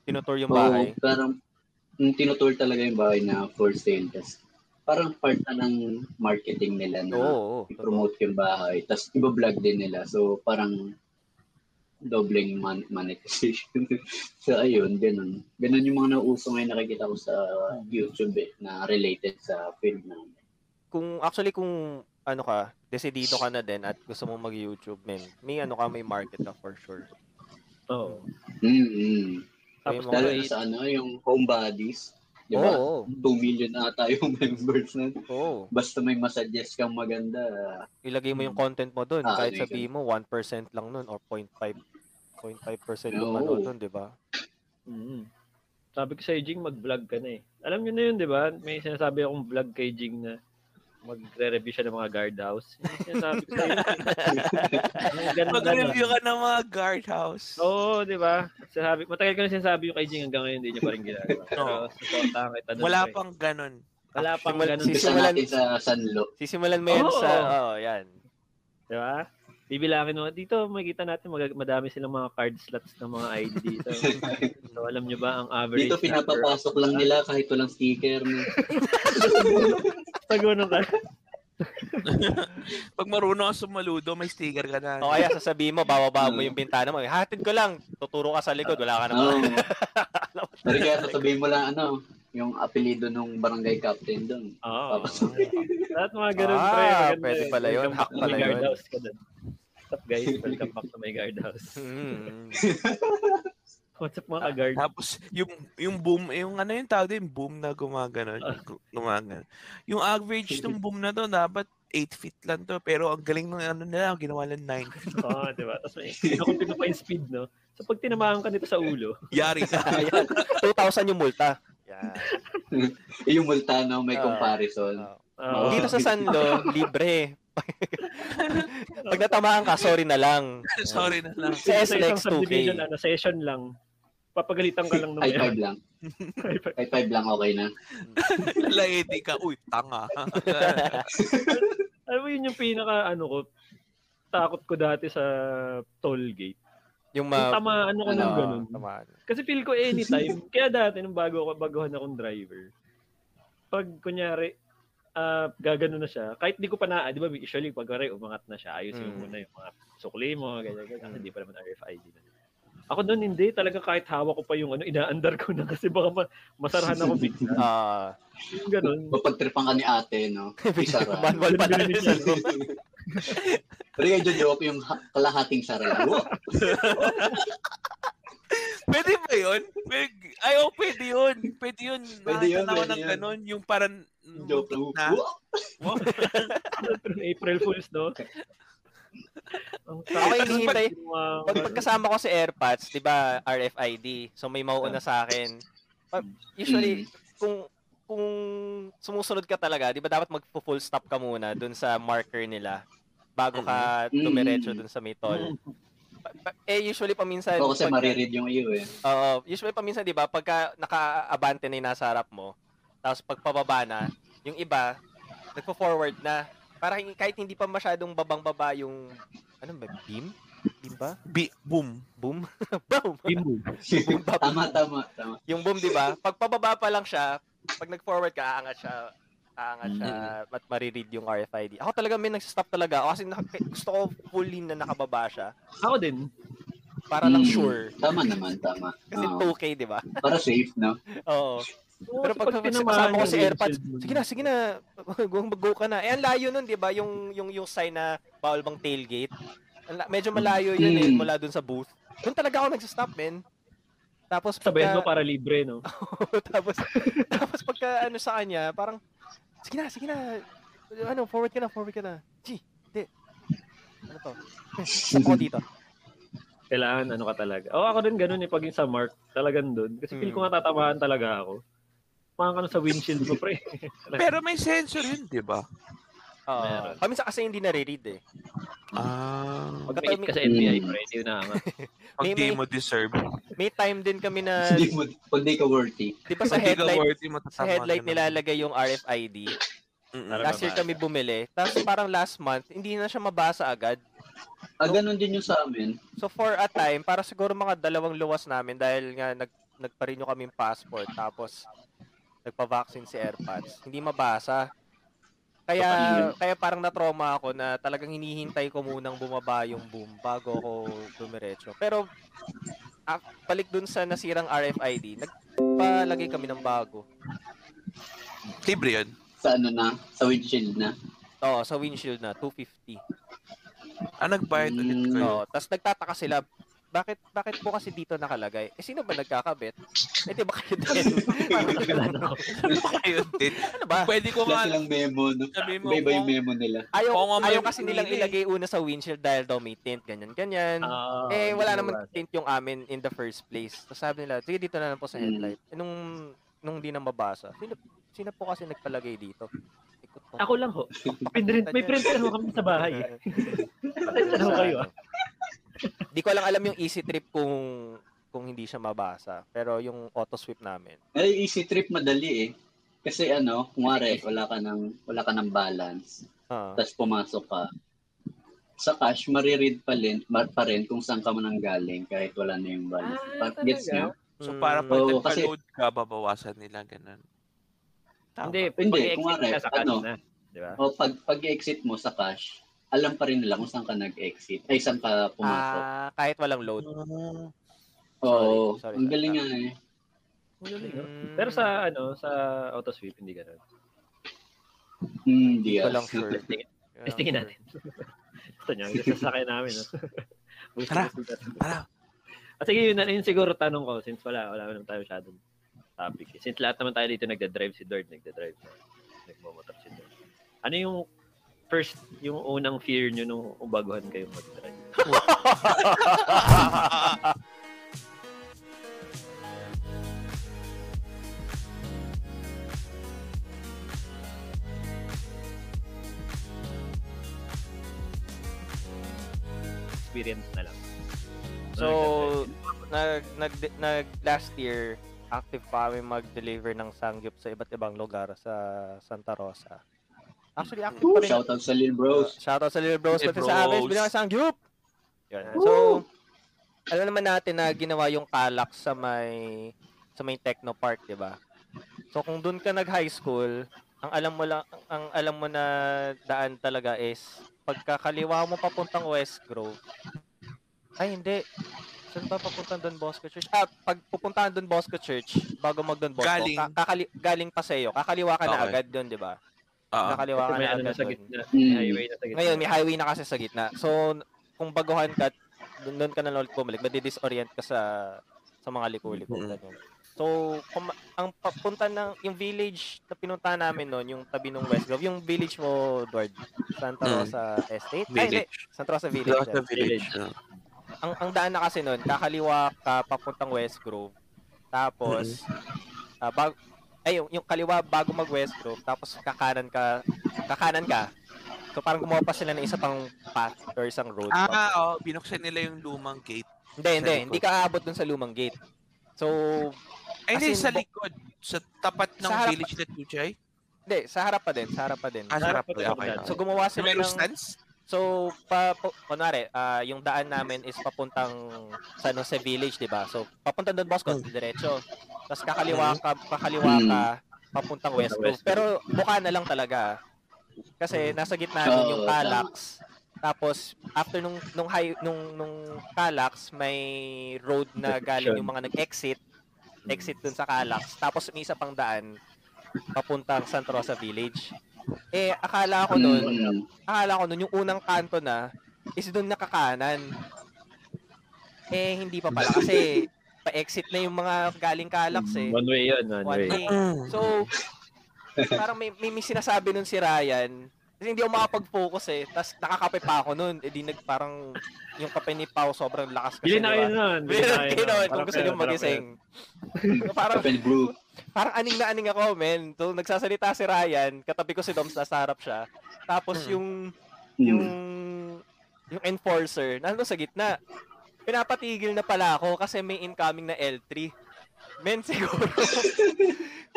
S1: Tinutur yung bahay.
S3: Oo, parang mm, tinutour talaga yung bahay na for sale. Tapos parang part na ng marketing nila na
S1: Oo. oo.
S3: i-promote yung bahay. Tapos iba-vlog din nila. So parang doubling mon- monetization. (laughs) so ayun, ganun. Ganun yung mga nauso ngayon nakikita ko sa YouTube eh, na related sa film namin.
S1: kung actually kung ano ka, desidido ka na din at gusto mo mag-YouTube, men, may ano ka, may market ka for sure.
S2: Oo.
S3: Mm-hmm.
S1: May
S2: Tapos
S1: mga-
S3: Lalo
S2: Okay.
S3: na sa ano, yung homebodies. Di ba?
S1: Oo,
S3: 2 million ata yung (laughs) members na.
S1: oo, oo.
S3: Basta may masuggest kang maganda.
S1: Ilagay mo
S2: Mm.
S1: yung content mo doon.
S3: Ah,
S1: kahit
S3: there you
S1: sabihin mo, 1% lang nun or 0.5 0.5% yung
S3: Oo.
S1: manood doon, di ba?
S2: Mm. Sabi ko sa'yo, Jing, mag-vlog ka na eh. Alam niyo na yun, di ba? May sinasabi akong vlog kay Jing na magre-review siya ng mga guardhouse. Yung sinasabi ko sa'yo. Yung ganun-
S4: Mag-review ka ng mga guardhouse.
S2: Oo, di ba? Sabi, matagal ko na sinasabi yung kay Jing hanggang ngayon, hindi niya pa rin ginagawa. Pero,
S4: (laughs) Oo.
S2: suporta kita eh. dun,
S4: Wala
S1: eh.
S2: pre.
S4: pang ganun.
S2: Wala pang
S1: Simula-
S2: ganun.
S1: Sis-
S3: Isa
S1: Sisimulan-
S3: natin sa Sanlo.
S1: Sisimulan mo yan
S2: Oo.
S1: sa... Oo, yan.
S2: Di ba? Bibilangin mo, dito makikita natin mag- madami silang mga card slots ng mga ID
S4: (laughs)
S2: dito. so, alam nyo ba ang average
S3: Dito
S2: number of-
S3: pinapapasok lang nila kahit walang sticker. no?
S2: Tagunong ka.
S4: Pag marunong ka sumaludo, may sticker ka na.
S1: O kaya sasabihin mo, bababa mo yung bintana mo. Hatid ko lang. Tuturo ka sa likod. Wala ka naman.
S3: Mm. Oo. Oh. Pero
S1: (laughs)
S3: kaya sasabihin mo lang ano, yung apelido nung barangay captain doon.
S2: Oo.
S1: (laughs)
S3: Papasok.
S2: Lahat mga ganun,
S1: Ah,
S2: pre. Maganda
S1: pwede
S2: eh.
S1: pala yun.
S2: Welcome
S1: Hack
S2: back
S1: pala
S2: to my
S1: yun.
S2: guardhouse ka dun. What's up, guys? Welcome back to my
S1: (laughs)
S2: guardhouse.
S1: (laughs) Mm.
S2: What's up, mga
S1: (laughs)
S2: guard?
S4: Tapos, yung, yung boom, yung ano yung tawag din, boom na gumagano.
S2: Ah.
S4: Gumagano. Yung
S1: (laughs)
S4: average ng boom na to, dapat 8 feet lang to. Pero ang galing ng ano nila, ginawa lang 9 feet.
S2: Oo, di ba? Tapos may, ako pinapa yung speed, no? So, pag tinamaan ka nito sa ulo,
S4: Yari
S1: (laughs)
S4: ka.
S1: Ayan. 2,000 yung multa. Yan.
S3: Eh, Yung Multano, may
S1: Ah.
S3: comparison.
S1: Oo.
S2: ah,
S1: Dito sa Sanlo, libre. Pag natamaan ka, sorry na lang.
S4: (laughs) Sorry na lang.
S1: Sa
S2: isang
S1: SLEX 2K.
S2: subdivision, ano, session lang. Papagalitan ka
S1: Ah.
S2: lang ng
S3: High
S2: mayroon.
S3: five lang. High five lang, okay na.
S4: Laiti ka. Uy,
S1: (laughs)
S4: tanga.
S2: (laughs) Alam mo, yun yung pinaka, ano ko, takot ko dati sa toll gate.
S1: Yung
S2: Yung
S1: ma... Ah.
S2: tamaan ako ng
S3: ano,
S2: ganun.
S1: tamaan.
S2: Kasi feel ko anytime. Kaya dati, nung bago ako, baguhan akong driver, pag kunyari, ah gagano na siya, kahit di ko pa na, di ba, usually, pag kunyari, umangat na siya, ayusin
S1: Mm.
S2: mo muna yung mga sukli mo, ganyan, ganyan, kasi di pa naman RFID na. Ako doon hindi, talaga kahit hawak ko pa yung ano, inaandar ko na kasi baka ma- masarahan
S1: ano
S2: ako bigla.
S1: Ah,
S2: Yung ganun.
S3: (laughs) Mapagtripan ka ni ate,
S1: (laughs)
S3: no? Isara.
S1: manual pa tayo sa Sanlo.
S3: (laughs) Pero yung joke, yung ha- kalahating
S1: (laughs)
S3: sara. Wow!
S4: Pwede ba yun? Pwede, ay, oh, pwede yun. Pwede yun.
S3: Pwede yun,
S4: Nakakatawa
S3: pwede
S4: ng
S3: yun.
S4: ganun. Yung parang...
S3: Joke lang.
S4: Na.
S3: Wow!
S2: April Fools, no? Ang
S1: Okay,
S2: sakit.
S1: hinihintay.
S2: Wow.
S1: Pag pagkasama ko sa AirPods, 'di ba, RFID. So may mauuna sa akin. Pa-
S3: Hmm.
S1: Usually kung kung sumusunod ka talaga, 'di ba dapat mag-full stop ka muna dun sa marker nila bago ka
S3: Mhm.
S1: dumiretso dun sa may toll.
S2: Mm.
S1: Pa- pa- Eh usually paminsan
S3: Oo, kasi
S1: pagka-
S3: mariread yung iyo eh. (laughs)
S1: Oo, usually paminsan 'di ba pagka nakaabante na yung nasa harap mo, tapos pagpababa na, yung iba nagpo-forward na para hin- kahit hindi pa masyadong babang-baba yung ano ba beam? Beam ba?
S4: Bi- boom.
S1: Boom. (laughs) Boom.
S2: Bimbo.
S3: tama, tama, tama.
S1: Yung boom, di ba? Pag pababa pa lang siya, pag nag-forward ka, aangat siya, aangat siya, at mariread yung RFID. Ako talaga, may nagsistop talaga. Ako kasi nak- gusto ko fully na nakababa siya.
S2: Ako din.
S1: Para lang
S3: Hmm.
S1: sure.
S3: Tama naman, tama.
S1: Kasi
S3: Oo.
S1: 2K, di ba? (laughs)
S3: Para safe, no?
S1: Oo. Pero
S2: Kasi
S1: pag,
S2: tinamaan
S1: kasama ko
S2: yung
S1: si AirPods,
S2: windshield mo.
S1: sige na, sige na, mag-go ka na. Eh, ang layo nun, di ba? Yung, yung, yung sign na bawal bang tailgate. Ang la- Medyo malayo yun eh,
S3: Hmm.
S1: mula dun sa booth. Doon talaga ako nagsistop, men. Tapos
S2: Sabihin
S1: pagka-
S2: mo para libre, no?
S1: (laughs) tapos tapos pagka ano sa kanya, parang sige na, sige na. Ano, forward ka na, forward ka na. G, hindi. Ano to? Stop ako dito.
S2: Kailangan ano ka talaga. Oo, ako din ganun eh. Pag yung sa mark, talagang doon. Kasi feel ko nga tatamaan talaga ako. Mga ka na sa windshield mo, (laughs) pre.
S4: Pero may sensor yun, di ba?
S1: Oo.
S2: Meron.
S1: Paminsan kasi hindi nare-read eh.
S4: Ah,
S2: Pag may ka sa NBI, pre. Hindi na nga.
S4: pag
S1: May-
S4: di
S1: may-
S4: mo deserve.
S1: May time din kami na,
S3: Hindi mo, pag di ka worthy.
S1: di ba sa
S4: Pag di ka
S1: headlight,
S4: worthy, matatama
S1: sa headlight
S4: ka na.
S1: nilalagay yung RFID.
S4: Mm-mm. Ah,
S2: Para
S1: Last year
S2: mabasa.
S1: kami bumili. Tapos parang last month, hindi na siya mabasa agad.
S3: Ah, ganun din yung sa amin.
S1: So for a time, para siguro mga dalawang luwas namin dahil nga nag nagpa-renew kami yung passport tapos nagpa-vaccine si AirPods. Hindi mabasa. Kaya kaya parang na-trauma ako na talagang hinihintay ko munang bumaba yung boom bago ako dumiretso. Pero ah, balik dun sa nasirang RFID, nagpalagay kami ng bago.
S4: Libre yun.
S3: Sa ano na, sa windshield na.
S1: Oo, sa windshield na 250.
S4: Ah, nagbayad ulit
S3: Mm,
S4: kayo.
S1: Oo, tapos nagtataka sila, bakit bakit po kasi dito nakalagay? Eh sino ba nagkakabit? Eh di ba kayo din?
S4: (laughs)
S2: (laughs)
S4: Ayun din.
S1: ano ba?
S4: Pwede ko
S3: Wala
S4: nga
S3: silang memo, no?
S4: sabi mo,
S3: Iba-iba yung
S4: kung
S3: memo nila.
S1: Ayaw,
S4: Oo nga,
S1: ayaw
S4: may-
S1: kasi nilang
S4: may-
S1: ilagay una sa windshield dahil daw may tint, ganyan, ganyan.
S2: Ah,
S1: eh, wala naman tint yung amin in the first place. Tapos sabi nila, sige, dito na lang po sa
S3: Mm.
S1: headlight. Eh, nung, nung di na mabasa, sino, sino po kasi nagpalagay dito? Eh,
S2: Ako lang ho. Pinrint, may printer ho kami sa bahay.
S1: (laughs)
S2: eh. Printer ho kayo ah.
S1: ano. Di ko lang alam yung easy trip kung kung hindi siya mabasa. Pero yung auto sweep namin.
S3: Ay, easy trip madali eh. Kasi ano, kumare, wala ka ng, wala ka ng balance.
S1: Ah.
S3: Tapos pumasok ka. Sa cash, mariread pa rin, mar- pa rin kung saan ka man galing kahit wala na yung balance.
S2: Ah,
S3: But gets
S2: talaga?
S3: nga.
S4: So, para
S1: Mm,
S4: pag
S3: Oo, kasi-
S4: nagpa-load ka, babawasan nila, ganun. Tama.
S2: Hindi,
S3: Hindi,
S2: pag-exit
S3: kumare,
S2: ka sa cash
S3: ano?
S2: na. Di ba?
S3: O pag, pag exit mo sa cash, alam pa rin nila kung saan ka nag-exit. Ay, saan ka pumasok.
S1: Ah, kahit walang load.
S4: Ah,
S3: Oo.
S1: sorry, sorry,
S3: ang
S1: sorry.
S3: galing nga eh.
S1: Mm,
S2: Pero sa ano, sa auto sweep hindi ganun.
S3: Hmm, Hindi
S1: Di ko
S3: ah.
S1: lang sure. Di ko lang
S2: Testingin
S1: sure.
S2: natin. (laughs) Gusto niyo, yung sasakay namin. (laughs) No? Busy,
S4: Tara.
S2: busy natin.
S4: Tara.
S2: At Ah, sige, yun, na- yun siguro tanong ko since wala, wala naman tayo masyadong topic. eh. Since lahat naman tayo dito nagda-drive si Dirt, nagda-drive na, nagmamotor si Dirt. Ano yung first, yung unang fear nyo nung umbaguhan kayo mag-drive? (laughs) Experience na lang.
S1: So, nag, nag, nag, last year, active pa kami mag-deliver ng sangyup sa iba't ibang lugar sa Santa Rosa. Actually, active pa rin.
S3: (laughs) Shoutout sa Lil Bros.
S1: Shoutout sa Little Bros.
S4: Little
S1: Pati sa amin,
S4: Bros.
S1: bilang isang group. Yun. So, alam naman natin na ginawa yung Kalak sa may sa may Techno Park, 'di ba? So kung doon ka nag high school, ang alam mo lang ang alam mo na daan talaga is pagkakaliwa mo papuntang West Grove. Ay hindi. Saan ba papuntang Don Bosco Church? Ah, pag pupuntahan Don Bosco Church, bago mag Don Bosco,
S4: Galing.
S1: ka- kakali- galing Paseo. Kakaliwa ka na
S4: Okay.
S1: agad doon, 'di ba?
S4: ah,
S1: Kakaliwa ka
S2: Kasi may
S1: na
S2: ano na
S1: agad
S2: sa
S1: doon.
S2: gitna.
S3: Mm.
S2: May highway na sa gitna.
S1: Ngayon, may highway na kasi sa gitna. So, n- kung baguhan ka, dun dun ka na ulit bumalik, madi-disorient ka sa sa mga liko-liko.
S4: Mm.
S1: ganun. So, kung, ma- ang papunta ng, yung village na pinunta namin noon, yung tabi ng West Grove, yung village mo, Edward, Santa
S4: Mm.
S1: Rosa Estate? Ay, hindi,
S4: village.
S1: Santa Rosa Village.
S4: Lost the
S1: yan.
S4: village. ah.
S1: Ang, ang daan na kasi noon, kakaliwa ka papuntang West Grove. Tapos, ah, bag- ay, yung, yung kaliwa bago mag West Grove, tapos kakanan ka, kakanan ka. So parang gumawa pa sila ng isa pang path or isang road.
S4: Ah, oh, binuksan nila yung lumang gate.
S1: Hindi, hindi.
S4: likod.
S1: Hindi ka aabot dun sa lumang gate. So, As
S4: Ay, hindi,
S1: in,
S4: sa
S1: bu-
S4: likod. Sa tapat ng
S1: Sa harap-
S4: village na Tuchay.
S1: hindi, sa harap pa din, sa harap pa din.
S4: Ah, sa harap.
S2: Sa
S4: Okay,
S2: harap.
S4: okay.
S1: So gumawa
S4: Sa
S1: sila
S4: may
S1: ng
S4: stands?
S1: So, pa, pu- kunwari, ah, yung daan namin is papuntang San Jose Village, di ba? So, papunta doon Bosco,
S4: Mm.
S1: diretso. Tapos kakaliwa ka, kakaliwa ka, papuntang West Coast. Pero buka na lang talaga. Kasi nasa gitna nun yung
S3: Oo,
S1: Calax. Tapos, after nung, nung, high, nung, nung Calax, may road na galing yung mga nag-exit. Exit dun sa Calax. Tapos, may isa pang daan papuntang Santa Rosa Village. Eh, akala ko nun,
S3: Mm.
S1: akala ko nun, yung unang kanto na, is doon nakakanan. Eh, hindi pa pala. Kasi, pa-exit na yung mga galing kalaks eh.
S2: One way yun, one,
S1: One
S2: way.
S1: way. So, parang may, may, may sinasabi nun si Ryan. Kasi hindi ako makapag-focus eh. Tapos nakakape pa ako nun. Eh di nag parang yung kape ni Pao sobrang lakas kasi.
S2: Bili
S1: di
S2: na kayo
S1: ba?
S2: nun.
S1: Bili na kayo nun kung
S2: Parang
S1: gusto
S2: kayo,
S1: nyo
S2: parang
S1: magising.
S2: kayo.
S1: So, parang
S3: Open group.
S1: parang aning na aning ako, men. So, nagsasalita si Ryan, katabi ko si Doms, nasa harap siya. Tapos
S4: Mm.
S1: yung yung
S3: Mm.
S1: yung enforcer nandun sa gitna pinapatigil na pala ako kasi may incoming na L3 men (laughs) siguro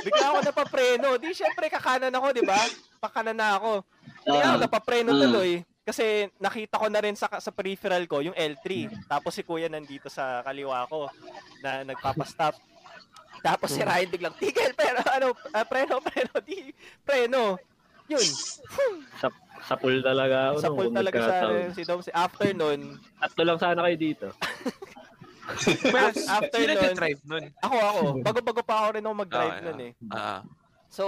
S1: bigla ako napapreno di syempre kakanan ako di ba pakanan na ako kaya ako
S3: Ah,
S1: napapreno
S3: ah.
S1: tuloy kasi nakita ko na rin sa, sa peripheral ko yung L3 tapos si kuya nandito sa kaliwa ko na nagpapastop tapos
S3: Hmm.
S1: si Ryan biglang tigil pero ano ah, preno preno di preno yun
S2: Sa pool talaga ako.
S1: sa
S2: nung
S1: pool talaga sa
S2: nagkataon.
S1: si Dom si after nun,
S2: Tatlo lang sana kayo dito.
S4: Pero
S1: after
S4: sila
S1: nun-
S4: drive nun.
S1: ako ako, bago-bago pa ako rin ako mag-drive
S4: Ah, yeah.
S1: nun eh.
S4: Ah,
S1: So,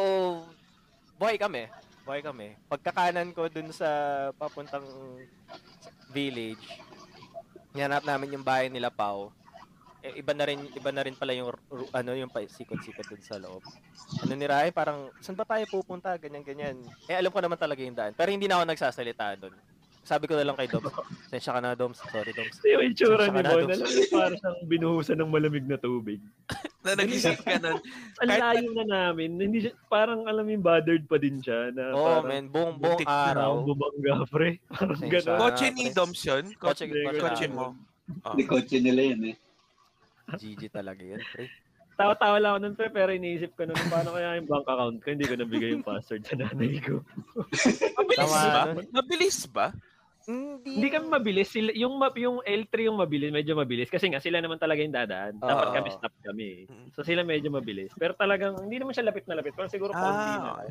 S1: buhay kami. Buhay kami. Pagkakanan ko dun sa papuntang village, hinanap namin yung bahay nila Pau. Eh, iba na rin iba na rin pala yung ru- ano yung pasikot-sikot dun sa loob. Ano ni Rai, parang saan ba tayo pupunta ganyan ganyan. Eh alam ko naman talaga yung daan, pero hindi na ako nagsasalita doon. Sabi ko na lang kay Doms, sensya ka na Doms, sorry Doms.
S2: Yung itsura ni
S1: Sarado.
S2: Bon, alam mo, parang siyang binuhusan ng malamig na tubig.
S1: (laughs)
S4: na nag-isip ka nun.
S2: Ang
S4: Kahit-
S2: layo na namin. Hindi siya, parang alam mo yung bothered pa din siya. Na
S1: Oo,
S2: parang,
S1: man. Oh, Buong buong
S4: Muntik na
S1: araw.
S2: Bumangga, pre. (laughs) Parang
S1: Pasensya
S2: gano'n.
S1: na.
S4: Kotse ni Doms yun. Kotse,
S1: Ah, Kotse, kotse,
S4: kotse
S1: namin.
S4: mo. Oh.
S3: Hindi kotse nila yun eh.
S1: GG talaga yun, pre.
S2: Tawa-tawa lang ako nun, pre. Pero iniisip ko nun, paano kaya yung bank account ko? Hindi ko nabigay yung password sa nanay ko.
S4: Mabilis
S1: Tama,
S4: ba?
S1: ano?
S4: Mabilis ba?
S1: Hindi.
S2: Hindi kami mabilis. Sila, yung, map, yung L3 yung mabilis, medyo mabilis. Kasi nga, sila naman talaga yung dadaan. Dapat
S1: Oo.
S2: kami stop kami.
S4: Mm.
S2: So sila medyo mabilis. Pero talagang, hindi naman siya lapit na lapit. Parang siguro konti
S4: Ah,
S2: na.
S4: okay.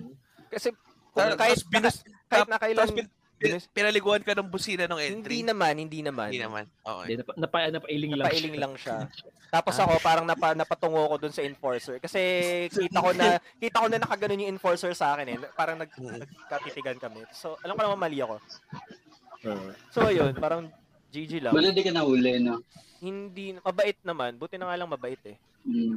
S1: Kasi
S4: Tapos
S1: kung kahit,
S4: binus,
S1: kahit na
S4: tapos
S1: kailan,
S4: bin- bin- pinaliguan ka ng busina ng entry.
S1: hindi naman, hindi naman.
S4: Hindi naman. Okay.
S2: Hindi, napa, napa, napailing lang.
S1: Napailing lang siya. Tapos ako parang napa, napatungo ko dun sa enforcer kasi kita ko na kita ko na nakaganon yung enforcer sa akin eh. Parang nag,
S4: Mm.
S1: nagkatitigan kami. So alam ko naman mali ako.
S2: (laughs) Oo.
S1: So ayun, parang GG lang.
S3: Wala di ka nahuli, no?
S1: Hindi mabait naman. Buti na nga lang mabait eh.
S3: Mm.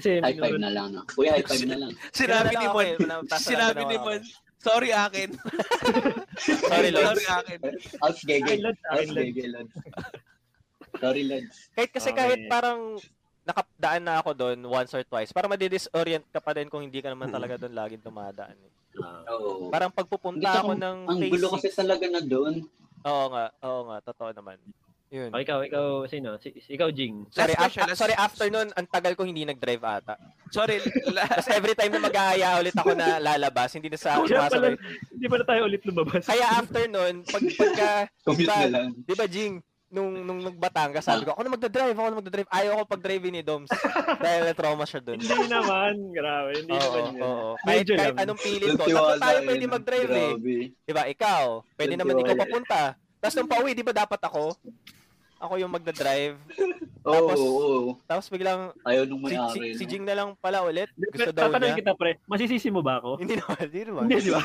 S2: Kasi,
S3: High five na lang, no? Uy, high five na lang.
S4: Sinabi
S1: Kilala
S4: ni
S1: ako
S4: Mon,
S1: eh, wala- taas na
S4: sinabi
S1: lang
S4: ni
S1: ako.
S4: Mon, sorry akin.
S1: Sorry, Lord.
S4: Sorry akin.
S3: Outs
S2: Ay,
S3: gege.
S2: Lord, ay,
S3: Outs
S2: Lord.
S3: gege, Lord. Sorry, Lods.
S1: Kahit kasi
S2: Okay.
S1: kahit parang nakapdaan na ako doon once or twice. Parang madidisorient ka pa din kung hindi ka naman talaga doon lagi dumadaan. Eh.
S2: Ah.
S3: Oo.
S1: Parang
S3: Hindi,
S1: pagpupunta
S3: tsaka
S1: ako ng
S3: Ang
S1: phase
S3: gulo
S1: six-
S3: kasi talaga na doon.
S1: Oo nga, oo nga, totoo naman. Yun.
S2: Oh, ikaw, ikaw, sino? Si, ikaw, Jing.
S1: Sorry,
S4: Last question,
S1: af-
S4: last-
S1: sorry, after nun, ang tagal ko hindi nag-drive ata.
S4: Sorry. (laughs) la-
S1: Tapos every time na mag-aaya ulit ako na lalabas, hindi na sa ako
S2: Kaya
S1: sumasabay.
S2: pala, hindi pala tayo ulit lumabas.
S1: Kaya after nun, pag, pagka,
S3: Commute
S1: Diba?
S3: na lang.
S1: di ba Jing, nung, nung nagbatanga, sabi ko, ako na magdadrive, ako na magdadrive. Ayaw ko pag-drive ni Doms. (laughs) dahil na trauma siya dun.
S2: (laughs) hindi naman, grabe, hindi
S1: Oo,
S2: naman yun.
S1: oo, kahit,
S2: Medyo
S1: kahit
S2: lang.
S1: anong pilit ko, tatlo tayo pwede mag-drive eh. Di ba, ikaw, pwede
S3: Yung
S1: naman ikaw
S3: tiwala.
S1: papunta. Tapos nung pauwi, di ba dapat ako? Ako yung magdadrive.
S3: Oo,
S1: Tapos,
S3: oo, oo.
S1: Tapos biglang,
S3: Ayaw nung
S1: si, si,
S3: may-ari.
S1: si
S3: no?
S1: Jing na lang pala
S2: (laughs)
S1: ulit. Gusto
S2: Pero
S1: daw niya.
S2: tatanungin kita, pre. Masisisi mo ba ako?
S1: Hindi naman, hindi naman.
S2: (laughs) Hindi, di ba?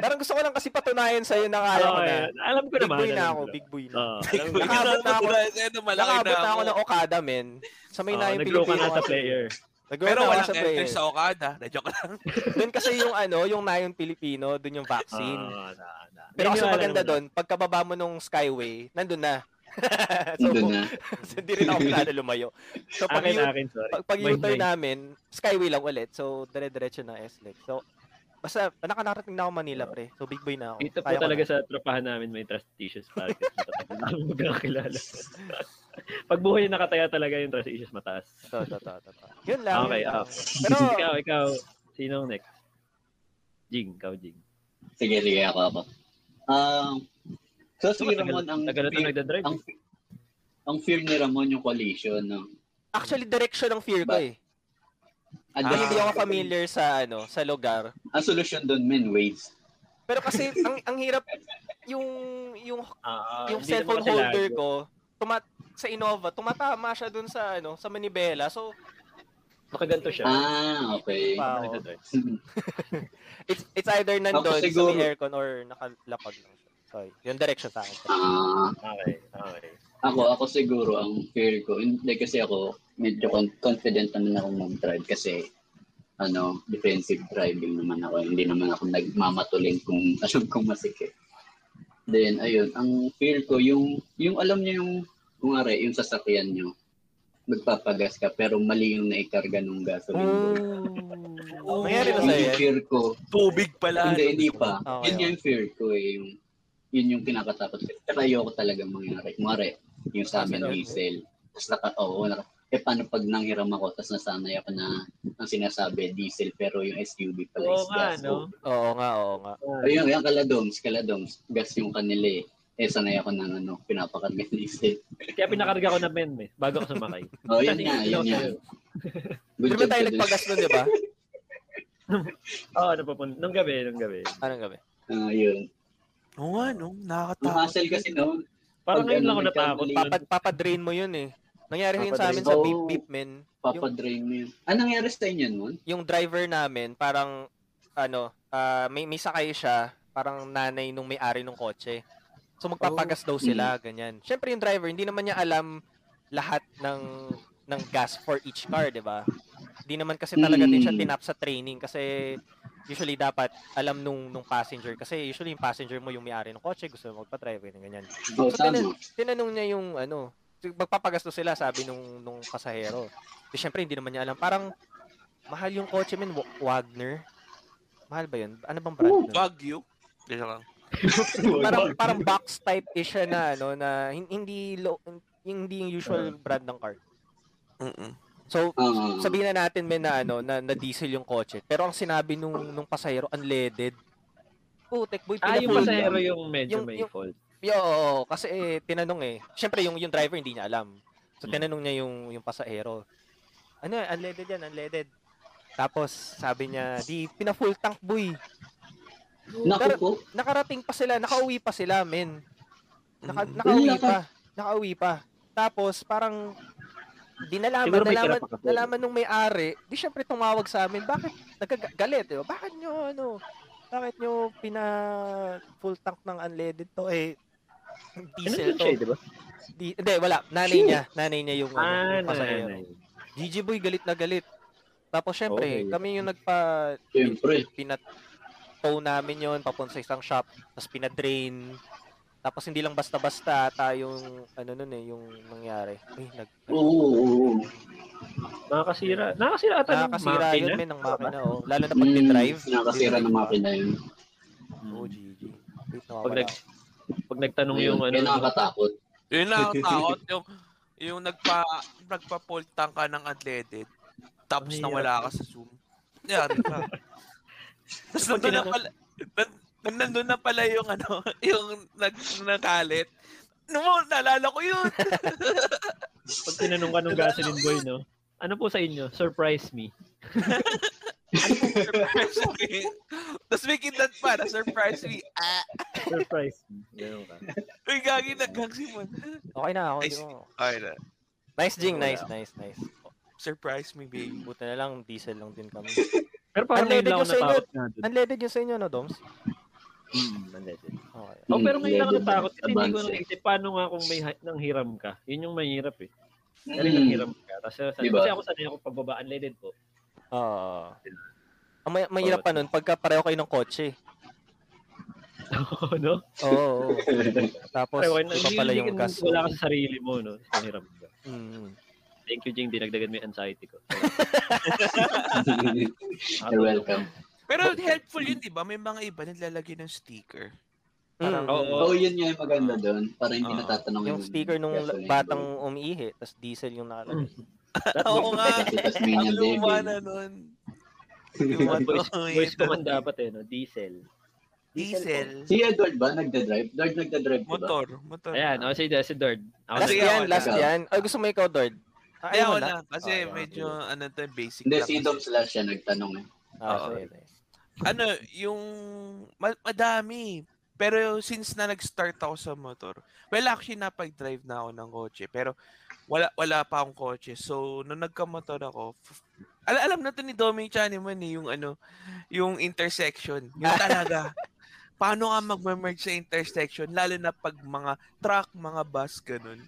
S1: Parang gusto ko lang kasi patunayan sa'yo na kaya ko
S2: Oo,
S1: na.
S2: eh. Alam ko
S1: Big
S2: naman.
S1: boy na
S2: alam
S1: ako,
S2: ko
S1: big boy na.
S2: Oo, alam ko.
S1: Nakabot na ako-
S4: Ito, eh, malaki
S1: Nakabot na ako
S4: na
S1: ng Okada, men. Sa may
S2: Oo,
S1: na yung
S2: Ah, nag-grow ka na
S1: Pilipino
S2: sa
S1: kasi.
S2: player.
S1: Nag-grow
S4: Pero
S1: na ako
S4: walang
S1: sa player.
S4: entry sa Okada. (laughs) Na-joke lang.
S1: Doon kasi yung ano, yung Nayon Pilipino, doon yung vaccine.
S2: Oo, na, na.
S1: Pero kasi
S2: Naniniwala
S1: maganda
S2: naman ako.
S1: doon, pagkababa mo nung Skyway, nandun na. (laughs) so,
S3: Nandun na.
S1: hindi rin ako plano lumayo. So, pag,
S2: Akin,
S1: u-
S2: akin, sorry.
S1: pag, pag
S2: Mine,
S1: U-turn
S2: mine.
S1: namin, Skyway lang ulit. So, dire-diretso na SLEC. So, basta, nakanarating na ako Manila, pre. So, big boy na ako.
S2: Dito po
S1: Oh, Kaya ko
S2: talaga
S1: na.
S2: sa tropahan namin may trust issues para Ang magkakilala. (laughs) Pag buhay na nakataya talaga yung trust issues mataas.
S1: Totoo, totoo, totoo. Yun lang.
S2: Okay,
S1: yun lang.
S2: okay.
S1: Pero,
S2: (laughs) ikaw, ikaw, sinong next? Jing, ikaw, Jing.
S3: Sige, sige, ako ako. Um, so, si Ramon, ang,
S2: Tagal na
S3: fear,
S2: nagdadrive.
S3: ang, ang fear ni Ramon yung coalition. No?
S1: actually, direction ng fear ko eh.
S3: At
S1: Dahil
S4: Ah.
S3: dahil
S1: hindi ako familiar sa ano, sa lugar.
S3: Ang solusyon doon, men, waves.
S1: Pero kasi ang ang hirap yung yung
S2: Ah,
S1: yung
S2: hindi naman
S1: cellphone
S2: kasi
S1: holder
S2: lago.
S1: ko tumat sa Innova, tumatama siya dun sa ano, sa Manibela. So,
S2: Nakaganto siya.
S3: Ah, okay.
S1: pa ako.
S2: Nagdadrive.
S1: It's it's either nandoon sa
S3: siguro-
S1: may aircon or nakalapag lang siya. Sorry. Yung direction sa akin.
S3: Ah,
S2: Okay, okay.
S3: ako, ako siguro, ang fear ko, hindi kasi ako, medyo con- confident naman ako mag-drive kasi, ano, defensive driving naman ako. Hindi naman ako nagmamatuling kung (laughs) alam kong masikip. Then, ayun, ang fear ko, yung, yung alam niyo yung, kumare, yung sasakyan niyo, magpapagas ka, pero mali yung naikarga nung gasoline.
S1: Oh. Nangyari na
S3: Yun
S1: Hmm. sa'yo
S3: yung
S1: yan?
S3: fear ko.
S4: Tubig pala.
S3: Hindi, hindi pa.
S1: Okay,
S3: yun
S1: okay.
S3: yung fear ko eh. Yung, yun yung kinakatakot ko. Pero ayoko talaga mangyari. Kumari, yung sa amin
S1: Nasa loob.
S3: diesel. Tapos naka, oo, naka, eh paano pag nanghiram ako, tapos nasanay ako na ang sinasabi, diesel, pero yung SUV pala
S2: Oo
S3: is
S2: nga,
S3: gas.
S2: no?
S1: Oo nga, oo nga.
S3: Ayun, yung kaladoms, kaladoms, gas yung kanila eh. Eh, sanay ako ng ano, pinapakarga ng diesel.
S2: Kaya pinakarga ko na men, eh, bago ako sumakay.
S1: (laughs)
S3: Oh, yun nga, yun nga. Good
S1: Di ba tayo
S3: job ka dun.
S1: nagpagas nun, di ba?
S2: Oo, oh, napapun- nung gabi, nung gabi.
S1: Anong gabi?
S3: Ah, yun.
S4: Oo nga, no?
S3: Ang
S4: Nakakatakot.
S3: hassle kasi noon,
S2: Parang
S3: Pag
S2: ngayon lang ako
S3: ano, may
S2: natakot.
S3: gambling,
S2: Papad-
S1: Papad, papadrain mo yun eh. Nangyari yun sa amin sa
S3: Papadrain.
S1: beep
S3: Oo.
S1: beep, men.
S3: papadrain mo yun. Anong nangyari sa inyo noon?
S1: yung driver namin parang ano, ah, may may sakay siya, parang nanay nung may-ari ng kotse. So magpapagas daw sila, ganyan. Syempre yung driver hindi naman niya alam lahat ng ng gas for each car, 'di ba? Hindi naman kasi talaga din siya
S3: Mm.
S1: tinap sa training kasi usually dapat alam nung nung passenger kasi usually yung passenger mo yung may-ari ng kotse, gusto mo magpa-drive ganyan.
S3: Oh,
S1: So, tinan-
S3: tama.
S1: tinanong niya yung ano, magpapagasto sila sabi nung nung pasahero. Di syempre hindi naman niya alam. Parang mahal yung kotse min Wa- Wagner. Mahal ba 'yun? Ano bang brand? nun?
S4: Wagyu. Dito lang.
S1: parang parang box type is siya na ano na hin- hindi low, hindi yung usual brand ng car.
S4: Mm-mm.
S1: So
S3: Ah.
S1: sabihin na natin men na ano na, na diesel yung kotse. Pero ang sinabi nung nung pasahero unleaded. Putek boy
S2: Ah, yung
S1: pinapul-
S2: pasahero yung medyo
S1: Yung-
S2: may
S1: yung-
S2: fault.
S1: Yo, oo, kasi eh, tinanong eh. Siyempre yung yung driver hindi niya alam. So
S2: Mm.
S1: tinanong niya yung yung pasahero. Ano, eh, unleaded yan, unleaded. Tapos sabi niya, di pina full tank boy.
S3: Naku
S1: Pero-
S3: po.
S1: Nakarating pa sila, nakauwi pa sila, men. Naka,
S4: Mm-mm.
S1: Nakauwi
S3: Wala ka.
S1: pa. Nakauwi pa. Tapos parang dinalaman,
S2: Siguro may
S1: nalaman,
S2: tira pa kasi.
S1: nalaman nung may-ari, di syempre tumawag sa amin, bakit nagagalit? Diba? Bakit nyo, ano, bakit nyo pina full tank ng unleaded to? Eh,
S2: Ano
S1: diesel
S2: yun
S1: to.
S2: siya, di ba?
S1: Di, hindi, wala. Nanay niya. Nanay niya yung, ano,
S2: Ah,
S1: yung pasahero.
S2: nanay.
S1: GG Boy, galit na galit. Tapos syempre,
S2: Okay.
S1: kami yung nagpa
S3: Siyempre.
S1: pinatow namin yon papunta sa isang shop, tapos pinadrain. Tapos hindi lang basta-basta tayong ano nun eh, yung nangyari. Uy, nag
S3: Oo, oo, oo.
S2: Nakakasira. Nakakasira ata ng
S1: nakakasira
S2: makina.
S1: yun men ng makina oh. Lalo na pag
S3: Mm,
S1: drive
S3: nakasira ng makina yun.
S2: Mm.
S1: Oh, GG. Wait,
S2: Pag,
S1: nawawala.
S2: nag, pag nagtanong
S3: Ayun,
S2: yung ano,
S3: Kaya nakakatakot.
S4: Yun
S3: (laughs)
S4: lang ang takot yung yung nagpa nagpa-full tank ka ng unleaded tapos
S2: Ang hirap.
S4: nawala ka sa Zoom. Nangyari
S1: (laughs)
S4: ka. tapos nandun na pala nan- nan- nandun na pala yung ano, (laughs) yung nag nakalit. Ano mo, naalala ko yun.
S2: pag tinanong ka ng gasoline boy, no? Ano po sa inyo? Surprise me.
S4: tapos may kidnat pa, na surprise me. Ah,
S2: Surprise me. Ganun ka.
S4: may gagi naghagsiman.
S1: Okay na ako.
S4: I
S1: di
S4: see.
S1: mo-
S4: Okay na.
S1: Nice Jing,
S2: Wala.
S1: nice, nice, nice.
S4: Surprise me, baby.
S1: Buti na lang diesel lang din kami. (laughs)
S2: Pero parang
S1: Unleaded
S2: ngayon lang ako
S1: yung sa inyo.
S2: natakot nga dun.
S1: Unleaded yung sa inyo no, Doms?
S2: Mm, unleaded.
S1: Okay.
S2: Oh, pero ngayon lang ako
S3: Unleaded.
S2: natakot. Kasi hindi ko
S3: Advance, eh.
S2: naisip paano nga kung may hi- nang hiram ka. Yun yung mahirap eh. Dali
S3: Mm.
S2: nang hiram ka. Kasi,
S3: Diba?
S2: kasi ako sanay ako pababa unleaded po.
S1: Oo. Ang may, mahirap pa nun, pagka pareho kayo ng kotse.
S2: (laughs) no?
S1: Oo.
S2: (laughs)
S1: oo.
S3: Mm.
S1: Tapos,
S2: Pero
S1: iba pala yung gas.
S2: Wala ka sa sarili mo, no? Ang hiram ka.
S1: Mm.
S2: Thank you, Jing. Dinagdagan mo yung anxiety ko.
S3: (laughs) You're welcome.
S4: Pero helpful yun, di ba? May mga iba naglalagay ng sticker. Parang-
S1: Mm.
S2: Oo.
S3: Oo, Oh, yun nga yung maganda doon. Para hindi
S4: Oo.
S3: natatanong
S1: Yung sticker nung
S3: gasoline.
S1: batang umiihi, tas diesel yung nakalagay.
S4: Oo
S3: (laughs)
S4: nga.
S3: Kasi tas may
S4: Ang
S3: niya,
S4: luma na
S3: David.
S4: nun. Luma
S2: Boys,
S4: to.
S2: boys command dapat eh, no? Diesel.
S4: Diesel.
S3: Si Edward ba nagda-drive? Edward nagda-drive ba?
S4: Motor. Motor.
S2: Ayan, oh. o
S4: na.
S2: si si Dord. Oh,
S1: Last
S2: Ako
S4: Kasi
S2: na-
S1: yan,
S4: wala.
S1: last yan. Ay, gusto mo ikaw, Dord? Ah,
S4: Ay,
S1: ayaw
S4: ako
S1: na.
S4: na. Kasi
S1: Oh, ayaw
S4: medyo, ano to, basic
S3: Hindi,
S4: lang
S3: si
S4: kasi.
S3: Dom Slash siya nagtanong. eh.
S1: Ah,
S4: Oo.
S1: sige, sige.
S4: Ano, yung, ma- madami. Pero since na nag-start ako sa motor, well, actually, napag-drive na ako ng kotse. Pero, wala wala pa akong kotse. So, nung nagka-motor ako, f- al- alam na to ni Domi Chaniman eh, yung ano, yung intersection. Yung talaga. paano ka mag-merge sa intersection, lalo na pag mga truck, mga bus, ganun.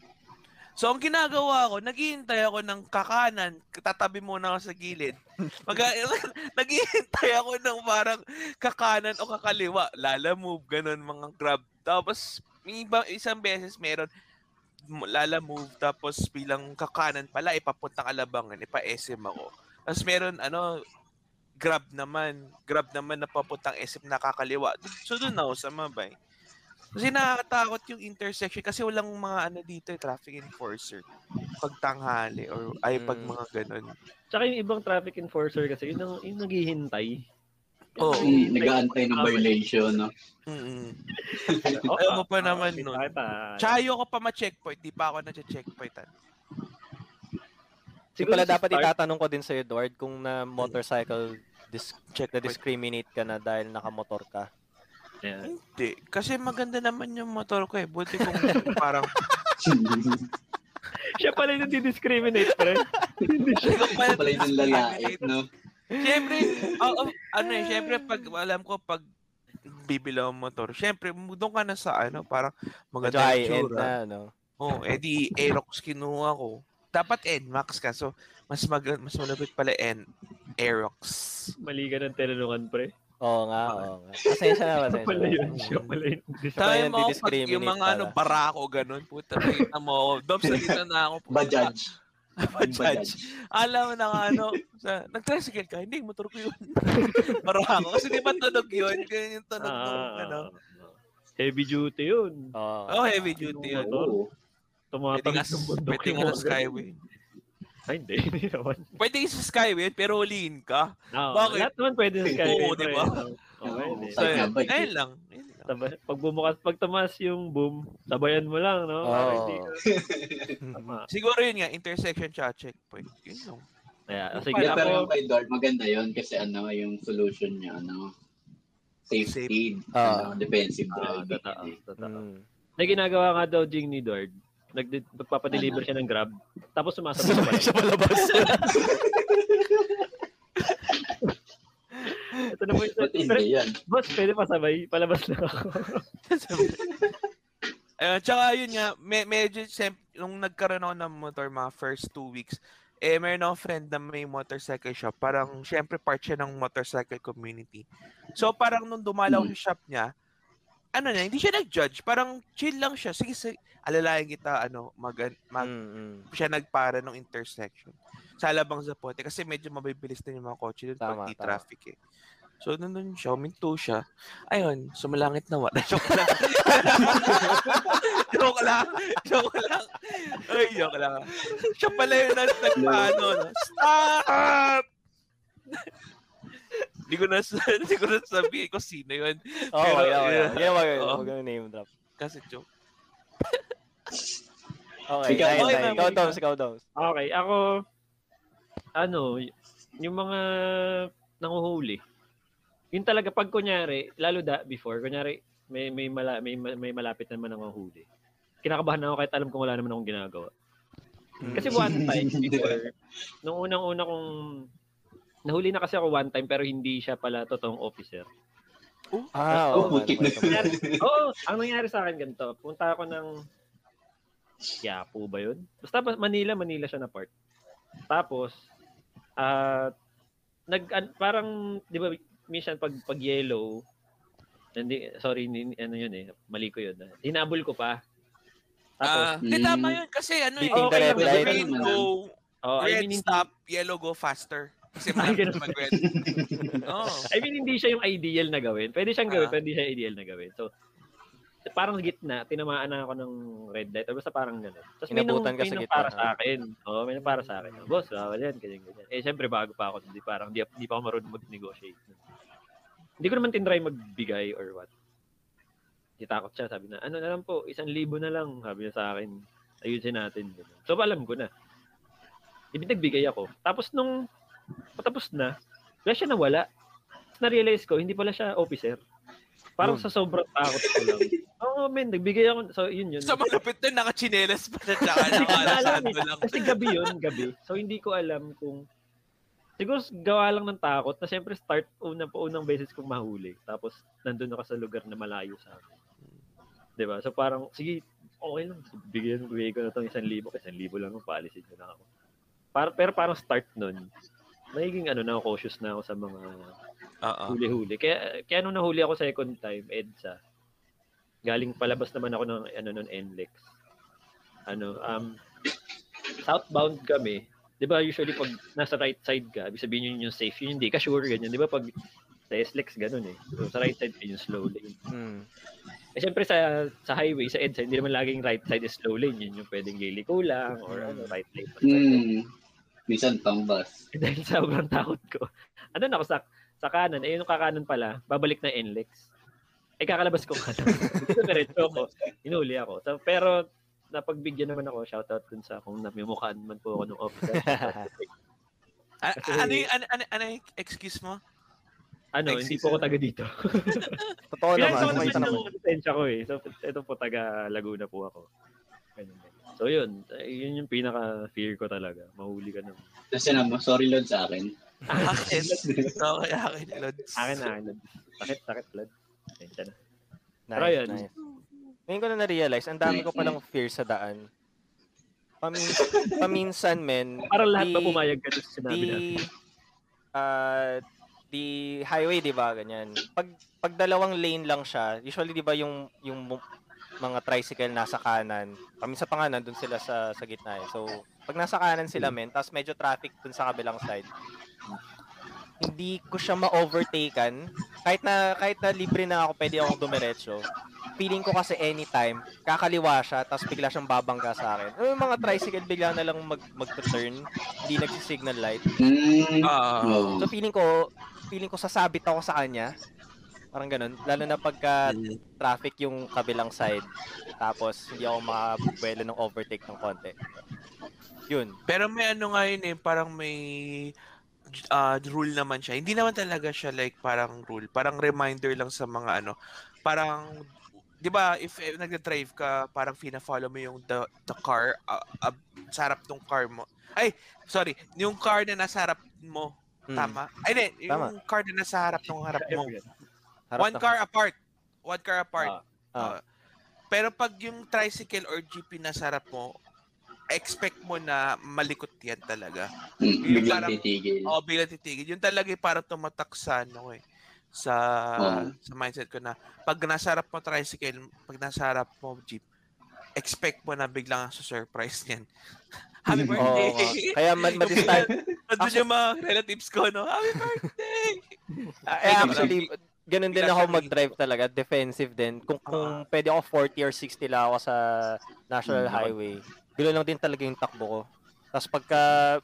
S4: So, ang ginagawa ko, naghihintay ako ng kakanan, tatabi muna ako sa gilid. Mag- (laughs) naghihintay ako ng parang kakanan o kakaliwa, lala move, ganun, mga grab. Tapos, may iba, isang beses meron, m- lala move, tapos bilang kakanan pala, ipapunta kalabangan, ipa-SM ako. Tapos meron, ano, grab naman, grab naman na papuntang SM nakakaliwa. So doon ako sa Mabay. Kasi nakakatakot yung intersection kasi walang mga ano dito, eh, traffic enforcer. Pag tanghali or ay pag
S1: Mm.
S4: mga ganun.
S2: Tsaka yung ibang traffic enforcer kasi, yun ang yung naghihintay.
S4: Oo.
S2: Yung
S3: Mm,
S2: naghihintay.
S3: Nag-aantay ng violation, no?
S4: Mm-mm.
S2: Oo,
S4: Ayaw mo pa
S2: oo,
S4: naman
S2: oo,
S4: nun.
S2: kita,
S4: Tsaka ayoko pa ma-checkpoint, di pa ako na-checkpointan.
S1: Yung pala
S2: sa
S1: dapat
S2: start,
S1: itatanong ko din sa'yo, Dord, kung na motorcycle dis na
S4: Checkpoint.
S1: discriminate ka na dahil nakamotor ka.
S2: ayan.
S4: Hindi. Kasi maganda naman yung motor ko eh. Buti kung (laughs) parang,
S3: (laughs)
S2: Siya pala yung discriminate pre.
S4: buti kung
S3: Ito pala yung lalait, no?
S4: Siyempre, oo, ano eh, siyempre pag alam ko pag bibilaw ang motor, siyempre doon ka na sa ano, parang
S1: Medyo
S4: maganda yung
S1: high-end
S4: tsura.
S1: na, no?
S4: Oo, eh edi Aerox kinuha ko. Dapat NMAX ka, so mas mag mas malapit pala N Aerox.
S2: Mali ka ng tinanungan, pre.
S1: Oo nga, oo nga. Pasensya na,
S2: Siya
S1: pasensya
S2: pala
S1: na.
S2: yun. Siya pala yun.
S1: pa
S4: Tayo
S1: yung
S4: mo pag
S1: didiscriminate
S4: yung mga ano,
S1: pala.
S4: barako, ganun. Puta, nakita mo. Dob, salita na ako. puta.
S3: Bajaj. (laughs)
S4: Bajaj. Alam mo na nga, ano, sa, nag-tricycle ka, hindi, motor ko yun. (laughs) barako. Kasi di ba tunog yun? Ganyan yung tunog ng, (laughs) ano.
S2: Ah, Heavy duty yun.
S1: Oo.
S4: Oh, heavy duty yun.
S3: Oo.
S4: Pwede nga,
S2: Tumatangis ng bundok.
S4: pwede
S2: yung
S4: nga
S2: mga
S4: sa skyway.
S2: ganun. Ay, hindi. Hindi naman.
S4: Pwede nga sa skyway, pero huliin ka.
S2: Oo,
S4: Bakit?
S2: Lahat naman pwede sa skyway.
S4: Oo, di ba?
S2: Okay, hindi.
S4: So,
S3: Bike na, bike.
S4: ayun lang. Ayun lang.
S2: Sabay- pag bumukas, pag tumaas yung boom, sabayan mo lang, no? Para
S1: Oo.
S2: hindi ka- Tama.
S4: Siguro yun nga, intersection tsaka checkpoint. Yun lang.
S2: Kaya,
S4: Yung
S2: sige
S4: pala,
S3: Yeah, pero
S2: ako, ah,
S3: yung kay Dart, maganda yun kasi ano, yung solution niya, ano, safe
S4: Safe.
S3: speed,
S1: Ah.
S3: ano, defensive
S2: Ah,
S3: driving.
S2: totoo, totoo.
S1: Mm.
S2: Na ginagawa nga daw Jing ni Dord, nagde- nagpapadeliver siya ng grab, tapos sumasabi siya
S1: (laughs)
S2: pala.
S1: Sa palabas.
S2: Ito na po yung
S3: But hindi yan.
S2: Boss, pwede pa sabay, palabas lang ako.
S4: (laughs) Ayun, Eh, tsaka yun nga, me- medyo sem- nung nagkaroon ako ng motor mga first two weeks, eh meron akong friend na may motorcycle shop. Parang syempre part siya ng motorcycle community. So parang nung dumalaw
S3: Mm.
S4: yung shop niya, ano na, hindi siya nag-judge. Parang chill lang siya. Sige, sige alalayan kita, ano, mag, mag
S1: Mm, mm.
S4: siya nagpara ng intersection. Sa Alabang Zapote. Kasi medyo mabibilis din yung mga kotse doon pag
S1: Tama,
S4: di
S1: tama.
S4: traffic eh. So, nandun siya, huminto siya. Ayun, sumalangit na wala. (laughs) Joke lang. joke lang. Joke lang. Ay, joke lang. Siya pala yung nag- nagpaano. No? Stop! Hindi ko na hindi ko na sabihin kung sino yun
S1: Oo,
S4: Pero,
S1: wag na, wag na.
S4: yeah.
S1: Yeah, wag na,
S4: Oo.
S1: wag na name drop.
S4: kasi joke.
S1: Okay,
S3: Ikaw,
S1: dahil-
S4: okay,
S1: dahil-
S4: ma'am.
S1: ikaw, Toms, ikaw, Toms.
S2: Okay, ako, ano, y- yung mga nanguhuli, yun talaga pag kunyari, lalo da before, kunyari, may may mala, may, ma- may malapit naman nanguhuli. Kinakabahan na ako kahit alam kong wala naman akong ginagawa. Kasi
S3: (laughs)
S2: one time (laughs) before, nung unang-una kong nahuli na kasi ako one time pero hindi siya pala totoong officer.
S1: Ah,
S3: Oh,
S1: oo,
S3: putik
S1: ano, (laughs)
S3: na.
S1: ano, ano.
S2: Oo, ang nangyari sa akin ganito, punta ako ng Quiapo ba yun? Basta ba- Manila, Manila siya na part. Tapos, ah nag, an- parang, di ba, minsan pag, pag yellow, hindi, sorry, ni- ano yun eh, mali ko yun. Hinabol ko pa. Tapos,
S4: Ah, hindi,
S3: Mm.
S4: tama yun kasi ano eh.
S1: Beating the Ah,
S2: okay
S1: red
S2: lang,
S1: light.
S4: Green
S3: naman.
S4: go,
S2: oh, I,
S4: Red
S2: mean, hindi-
S4: stop, yellow go faster. Kasi
S2: (laughs) Ay,
S4: marami
S2: ganun.
S4: mag-red. Oo.
S2: I mean, hindi siya yung ideal na gawin. Pwede siyang gawin,
S4: Ah.
S2: pero hindi siya ideal na gawin. So, parang sa gitna, tinamaan na ako ng red light. Or basta parang gano'n. Tapos may nang,
S1: Inabutan ka
S2: may
S1: sa
S2: nang
S1: gitna,
S2: para
S1: ah.
S2: sa akin. Oo, may nang para sa akin. Oh, Boss, bawal yan, ganyan, ganyan. Eh, syempre, bago pa ako. Hindi, parang, hindi, hindi pa ako marunong mag-negotiate. Hindi ko naman tinry magbigay or what. Kitakot siya. Sabi na, ano na lang po, isang libo na lang. Sabi niya sa akin, ayusin natin. Ganun. So, alam ko na. Ibig nagbigay ako. Tapos nung patapos na, wala siya nawala. Tapos na-realize ko, hindi pala siya officer. Parang
S1: Yun.
S2: sa sobrang takot ko lang. Oo, men, nagbigay ako. So, yun yun.
S4: Sa malapit na nakachinelas pa siya
S2: (laughs)
S4: tsaka nakalasado lang.
S2: Kasi gabi yun, gabi. So, hindi ko alam kung... Siguro gawa lang ng takot na siyempre start una po unang beses kong mahuli. Tapos nandun ako sa lugar na malayo sa akin. 'Di ba? So parang, sige, okay lang. Bigyan bigay ko na itong isang libo. Isang libo lang, paalisin ko na ako. Par pero parang start nun. Nagiging ano na ako, cautious na ako sa mga
S4: Oo.
S2: huli-huli. Kaya, kaya nung nahuli ako second time, EDSA, galing palabas naman ako ng ano nun, NLEX. Ano, um, southbound kami. Di ba usually pag nasa right side ka, ibig sabihin yun yung safe, yun hindi ka sure ganyan. Di ba pag sa SLEX ganun eh. So, sa right side yun yung slow lane.
S1: Mm.
S2: Eh, syempre sa, sa highway, sa EDSA, hindi naman laging right side is slow lane. Yun yung pwedeng liliko lang or ano, right lane. right lane.
S3: Hmm. Minsan pang bus.
S2: (laughs) dahil sobrang takot ko. Ano na ako sa, sa kanan, eh yung kakanan pala, babalik na NLEX. Eh kakalabas ko (laughs) kanan. Diretso ako, inuli ako. So, pero napagbigyan naman ako, shoutout dun sa kung namimukhaan man po ako ng (laughs) officer.
S4: A-
S2: Kasi-
S4: Ano yung, ano, ano, ano yung excuse
S2: (laughs)
S4: mo?
S2: ano,
S4: Next
S2: hindi po ako taga dito.
S1: Totoo
S2: Kaya
S1: naman,
S2: so,
S1: makita
S2: naman
S1: naman.
S2: yung potensya ko eh. So, ito po taga Laguna po ako. Ganun, ganun. So yun, Eh, yun yung pinaka-fear ko talaga. Mahuli ka ng
S3: Tapos sinabi mo, sorry Lord sa akin.
S4: Akin. Okay, akin, Lods.
S2: (laughs) akin na akin. Sakit, sakit, blood. Tensya na.
S1: Nice,
S2: Pero yun.
S1: nice. Ngayon ko na na-realize, ang dami ko palang fear sa daan.
S3: (laughs)
S1: Pamin, paminsan, men,
S2: Parang lahat
S1: di-
S2: ba pumayag ka dun sa sinabi natin?
S1: di, ah the highway, 'di ba? Ganyan. Pag pag dalawang lane lang siya, usually 'di ba yung yung mu- mga tricycle nasa kanan. Ah, Kami sa panganan doon sila sa sa gitna. eh. So, pag nasa kanan sila men, tapos medyo traffic dun sa kabilang side. Hindi ko siya ma-overtaken. Kahit na kahit na libre na ako, pwede akong dumiretso. Feeling ko kasi anytime, kakaliwa siya, tapos bigla siyang babangga sa akin. Ano Yung mga tricycle bigla na lang mag mag-turn, hindi nagsi-signal light.
S3: Mm,
S4: Ah.
S3: oo.
S1: So feeling ko, feeling ko sasabit ako sa kanya. Parang ganun. Lalo na pagka traffic yung kabilang side. Tapos hindi ako makapwela ng overtake ng konti. Yun.
S4: Pero may ano nga yun eh, parang may uh, rule naman siya. Hindi naman talaga siya like parang rule. Parang reminder lang sa mga ano. Parang, di ba, if eh, nagda-drive ka, parang fina-follow mo yung the, the car, uh, uh, sa harap ng car mo. Ay, sorry, yung car na nasa harap mo.
S1: Mm.
S4: Tama. Ay, di,
S1: Tama.
S4: yung car na nasa harap ng harap mo.
S1: Harap
S4: One
S1: na-
S4: car apart. One car apart.
S1: Ah.
S4: Oo. Pero pag yung tricycle or GP na sarap mo, expect mo na malikot yan talaga.
S3: Mm,
S4: Yung
S3: biglang
S4: parang- oh,
S3: titigil.
S4: O bigla titigil. Yun talaga eh, parang tumatak sa ano eh, sa,
S3: Oo.
S4: sa mindset ko na pag nasa harap mo tricycle, pag nasa harap mo jeep, expect mo na biglang surprise niyan. (laughs) Happy
S1: Hmm. Oo,
S3: Oo,
S4: birthday!
S1: nga. kaya
S4: (laughs)
S1: ma- ma-disturb.
S4: Nandun yung mga relatives ko, no? Happy birthday!
S1: (laughs)
S2: Ah,
S1: eh, actually, ganun din
S4: Bigla
S1: ako
S4: siya
S1: mag-drive talaga. Defensive din. Kung,
S2: Ah.
S1: kung pwede ako 40 or 60 lang ako sa national
S2: Hmm,
S3: Mm.
S1: highway, ganoon lang din talaga yung takbo ko. Tapos pagka,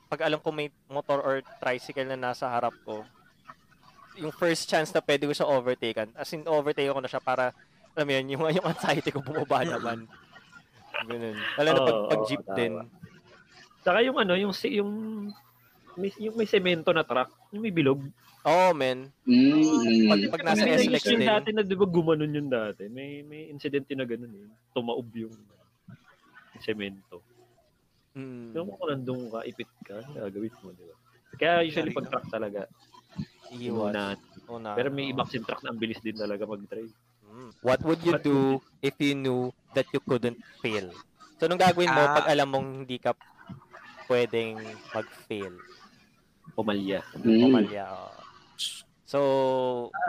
S1: pag alam ko may motor or tricycle na nasa harap ko, yung first chance na pwede ko siya overtaken, as in overtake ko na siya para, alam mo yun, yung, (laughs) yung anxiety ko
S2: (laughs)
S1: bumaba naman. Ganun. Lalo na pag,
S2: Oo,
S1: pag jeep
S2: tama.
S1: din.
S2: Saka yung ano, yung, si- yung, may, yung may semento na truck, yung may bilog.
S1: Oo, oh, men.
S3: Mm,
S1: Pag- pag nasa
S2: May
S1: SLEX
S2: nag yung
S1: din.
S2: dati na, di ba gumanon yun dati? May, may incident yun na ganun eh. Tumaob yung semento.
S1: Mm.
S4: Hmm.
S2: Yung kung nandun ka, ipit ka, gagawin mo, di ba? Kaya usually
S4: ah.
S2: pag truck talaga,
S1: Iwas.
S2: inunahan.
S1: Una.
S2: Pero
S4: Ah.
S2: may
S1: Oo.
S2: ibang truck na ang bilis din talaga mag-drive.
S1: What would you
S2: What
S1: do if you knew that you couldn't fail? So, anong gagawin mo
S4: Ah.
S1: pag alam mong hindi ka pwedeng mag-fail?
S2: Pumalya.
S3: mm,
S4: Hmm.
S1: Pumalya. oo. So,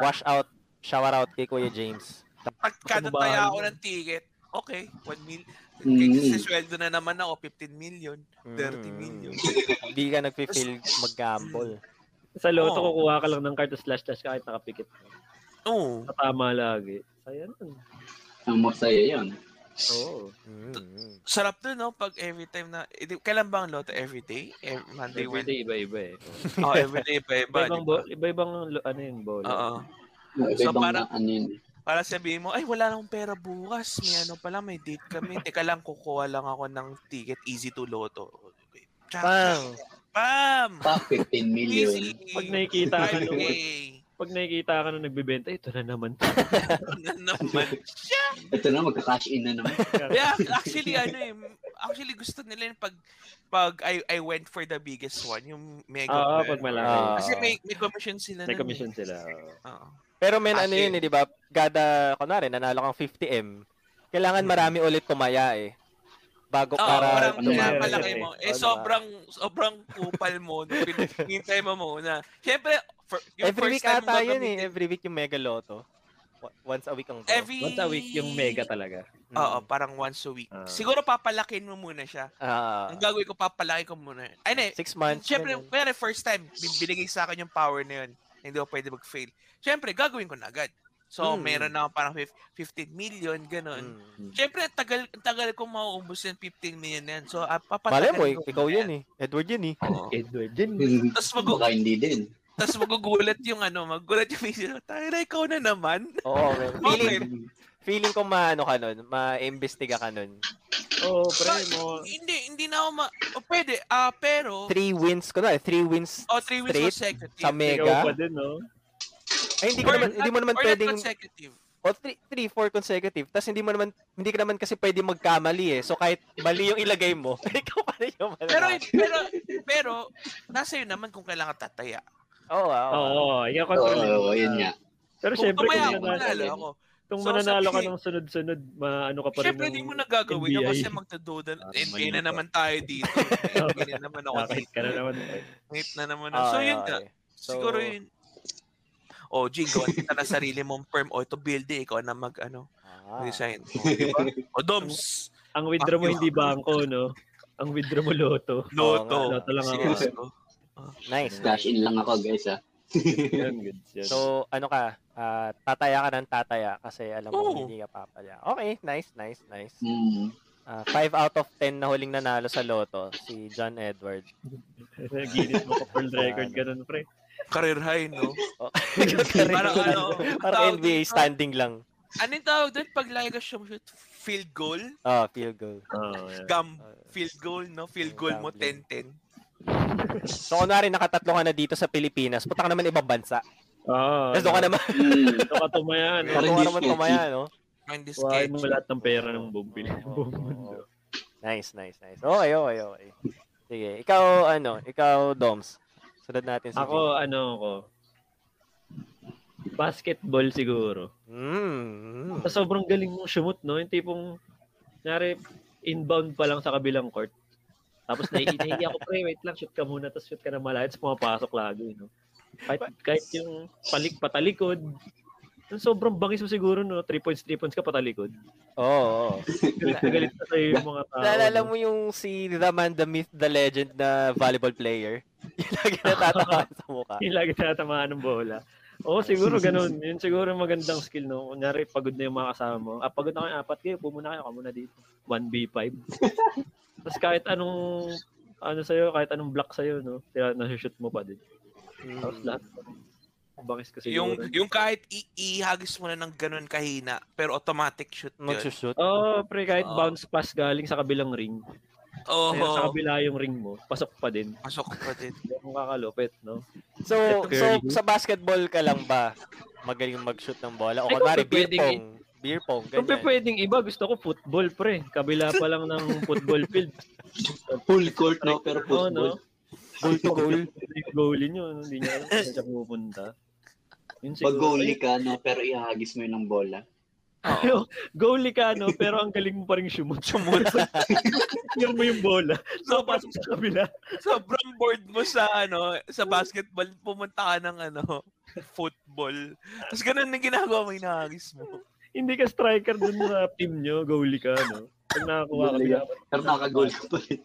S1: wash out, shower out kay Kuya James.
S4: Pag
S2: Baka
S4: katataya
S2: mabahan
S4: ako
S2: mo.
S4: ng ticket, okay, 1 million.
S3: Mm.
S4: Kasi sweldo na naman ako, 15 million, 30
S1: Mm.
S4: million.
S1: Hindi ka nag-fail mag-gamble.
S2: Sa loto,
S4: Oo.
S2: kukuha ka lang ng card slash slash kahit nakapikit ka.
S4: Oo.
S2: Tatama lagi. Kaya nun.
S3: Mm. ang masaya yun.
S2: Oo.
S1: Mm.
S4: Sarap dun, no? Pag every time na... Eh, di- Kailan ba ang loto? Every day? Ev- Monday,
S2: Every
S4: Wednesday?
S2: day iba-iba eh.
S4: Oh, every day (laughs) pa (laughs) iba.
S2: Iba-ibang,
S4: di ba?
S2: bo- iba-ibang lo- ano yun, bola.
S4: Oo. So,
S3: So, parang,
S4: parang-
S3: ano yun.
S4: Para sabihin mo, ay, wala akong pera bukas. May ano pala, may date kami. Teka lang, kukuha lang ako ng ticket. Easy to loto. Okay. Tsak,
S1: Pang!
S4: Bam!
S3: Pa, 15 million.
S4: Easy!
S2: Pag nakikita ka
S4: (laughs)
S2: nung, (laughs)
S4: 5K!
S2: pag nakikita ka nung nagbebenta, ito na
S4: (laughs)
S2: naman.
S4: Ano naman siya?
S3: Ito na, magka-cash in na naman.
S4: Yeah, actually ano eh, actually gusto nila yung pag pag I I went for the biggest one, yung mega.
S2: Oo,
S4: one.
S2: pag
S1: Ah.
S2: malaki.
S4: Kasi may may commission sila.
S2: May
S4: nun eh.
S2: commission sila.
S4: Oo.
S1: Pero men,
S4: As
S1: ano yun, eh,
S4: in-
S1: di ba? Kada, kunwari, nanalo kang 50M. Kailangan marami ulit kumaya eh. Bago
S4: Hmm. Oo,
S1: para ano
S4: parang
S2: tumama.
S4: kaya
S1: dumami.
S4: malaki mo. Eh,
S1: Oo, diba?
S4: sobrang, sobrang kupal mo. nung pin- Hintay mo muna. Siyempre, for, yung
S1: Every
S4: first
S1: week
S4: time mo
S1: ata yun eh.
S4: gagamitin-
S1: Every week yung Mega Lotto. Wa- Once a week ang draw.
S4: Every...
S2: Once a week yung mega talaga.
S1: Mm.
S4: Oo, parang once a week.
S2: Ah.
S4: Siguro papalakin mo muna siya.
S1: Ah,
S4: Ang gagawin ko, papalaki ko muna. Ay, ne,
S1: six months.
S4: Siyempre,
S1: ganun.
S4: kaya first time, bin- binigay sa akin yung power na yun. na Hindi ako pwede mag-fail. Siyempre, gagawin ko na agad. So,
S1: Mm.
S4: meron na ako parang fif- 15 million, ganun.
S1: Mm.
S4: Siyempre, ang tagal, ang tagal ko mauubos yung 15 million na yan. So, uh,
S1: Malay
S4: papatagal
S1: mo, eh, ikaw yun eh. Edward yun eh.
S2: Edward din.
S4: Tapos mag-
S3: Baka hindi din.
S4: Tapos magugulat yung ano, magugulat yung face nila. Tayo na, ikaw na naman.
S1: Oo, man. Feeling,
S4: Okay.
S1: feeling ko maano ka nun, ma-imbestiga ka nun.
S2: Oo, pre mo.
S4: Hindi, hindi na ako ma... O, pwede. Ah, pero...
S1: Three wins ko na, eh. three wins.
S4: O, oh, three weeks
S1: straight
S4: consecutive.
S1: sa mega.
S2: Ikaw pa din, no?
S1: Ay, hindi, ko
S4: Or
S1: naman,
S4: not-
S1: hindi mo naman
S4: or not
S1: pwedeng,
S4: consecutive.
S1: o three, three, four consecutive, tapos hindi mo naman, hindi ka naman kasi pwede magkamali eh. So kahit mali yung ilagay mo, (laughs) ikaw pa rin yung mananalo.
S4: Pero, pero, pero, nasa yun naman kung kailangan tataya.
S1: oo, oo.
S2: Oo, ikaw
S3: Oo,
S2: control.
S3: oo, yun nga.
S2: Pero
S4: Kung
S2: syempre,
S4: tumaya
S2: kung
S4: ako,
S3: nanalo-
S4: manalo
S2: mananalo,
S4: ako.
S2: kung
S4: So,
S2: mananalo ka
S4: sabi-
S2: ng sunod-sunod, maano ka pa rin.
S4: Siyempre,
S2: ng-
S4: hindi mo na gagawin yun
S2: NBI.
S4: kasi magdududa.
S2: Ah,
S4: NBA
S2: mali
S4: na
S2: pa.
S4: naman tayo
S1: (laughs)
S4: dito. NBA na naman ako
S2: Nakakahit
S4: dito. (laughs)
S2: ka na naman. pre.
S4: Wait na naman.
S1: Ah,
S4: So, yun
S1: okay,
S4: na.
S1: okay. So,
S4: Siguro yun. O, Jingo, kita na sarili mong firm. O, ito building, ikaw na mag, ano,
S1: Ah. (laughs)
S4: design. O, diba? o Doms,
S2: Ang withdraw mo
S4: Fuck you.
S2: hindi bangko, no? Ang withdraw mo
S1: (laughs)
S2: loto.
S1: Oo
S4: Loto.
S1: nga,
S2: Loto lang ako.
S4: CS ko.
S1: Nice.
S3: Cash in lang ako, guys, ah. ha?
S2: Yan, good. Yan.
S1: So, ano ka? ah, tataya ka ng tataya kasi alam mo
S4: Oo.
S1: hindi ka papalya. Okay, nice, nice, nice.
S3: Hmm.
S1: Ah, five out of 10 na huling nanalo sa loto, si John Edward.
S2: (laughs) Guinness mo ka world record, ganun, pre.
S4: Career high, no?
S1: (laughs) Oh.
S4: Parang ano,
S1: Parang
S4: tawag
S1: NBA
S4: dito?
S1: standing lang.
S4: Ano yung tawag doon? Pag laga siya, shoot, field goal?
S1: Ah, field goal.
S2: Oh, yeah.
S4: Gam, field goal, no? Field goal mo,
S1: Uh, Gambling.
S4: 10-10.
S1: So, kunwari nakatatlo ka na dito sa Pilipinas, puta ka naman ibang bansa.
S2: Oh,
S1: Tapos doon ka naman,
S3: Hmm.
S2: Ito ka tumaya, no?
S1: doon ka naman tumaya, no?
S4: Ang this
S2: Wahin mo
S4: sketch.
S2: lahat ng pera ng buong Pilipinas.
S1: Oo,
S2: buong
S1: oo,
S2: mundo.
S1: oo. Nice, nice, nice. Okay, okay, okay. Sige, ikaw, ano, ikaw, Doms. Sunod natin si
S2: Ako, ano ako? Basketball siguro.
S1: Mm.
S2: Sa sobrang galing mong shumot, no? Yung tipong, nari, inbound pa lang sa kabilang court. Tapos
S1: (laughs)
S2: naihinahili ako, pre, wait lang, shoot ka muna, tapos shoot ka na malayo, tapos pumapasok lagi, no? Kahit, kahit yung palik patalikod, yung sobrang bangis mo siguro, no? 3 points, 3 points ka
S1: (laughs)
S2: patalikod.
S1: Oo. Oh,
S2: Galit na galit na sa'yo yung mga tao.
S1: Naalala
S2: no?
S1: mo yung si The Man, The Myth, The Legend na volleyball player? (laughs) Yung lagi natatamaan sa mukha.
S2: Yung lagi tinatamaan ng bola. Oo, siguro ganun. Yun siguro yung magandang skill, no? Kunyari, pagod na yung mga kasama mo. Ah, pagod na kayo, apat kayo, pumuna kayo, ako muna dito. 1v5. Tapos kahit anong, ano sa'yo, kahit anong block sa'yo, no? Tira, nasushoot mo pa din. Tapos
S1: Mm.
S2: lahat. Bangis kasi
S4: Yung, yung kahit i- ihagis mo na ng ganun kahina, pero automatic shoot yun.
S1: Magsushoot.
S2: Oo, oh, pre, kahit
S4: Oo.
S2: bounce pass galing sa kabilang ring.
S4: Ah. Oo,
S2: Pero sa kabila yung ring mo, pasok pa din.
S4: pasok pa din. (laughs)
S2: Hindi mo kakalupit, no?
S1: So,
S2: Ito,
S1: so
S2: girl.
S1: sa basketball ka lang ba magaling mag-shoot ng bola? O
S2: Ay,
S1: kunwari,
S2: kung
S1: beer
S2: pwedeng
S1: pong. Beer pong,
S2: Kung
S1: ganyan.
S2: pwedeng iba, gusto ko football, pre. Kabila pa lang ng football field.
S3: Full court, no? Pero
S2: Oo, oh, no?
S3: football.
S1: Goal to goal.
S2: (laughs) Yung goalie nyo, ano, hindi niya alam kung saan siya pupunta. Yun
S3: Pag
S2: siguro.
S3: goalie ka, no? Pero ihagis mo yun ng bola.
S2: Pero, goalie ka, no? Pero ang galing mo pa rin shumot.
S4: Sumut.
S2: Tingnan mo yung bola. So,
S4: Sobrang,
S2: pasok sa kabila.
S4: sobrang bored mo sa ano, sa basketball, pumunta ka ng ano, football. Tapos ganun na ginagawa mo, hinahagis mo.
S2: Hindi ka striker dun sa team nyo, goalie ka, no? Pag nakakuha ka,
S3: Goalie ka.
S2: dapat-
S3: Pero nakagol ka pa rin.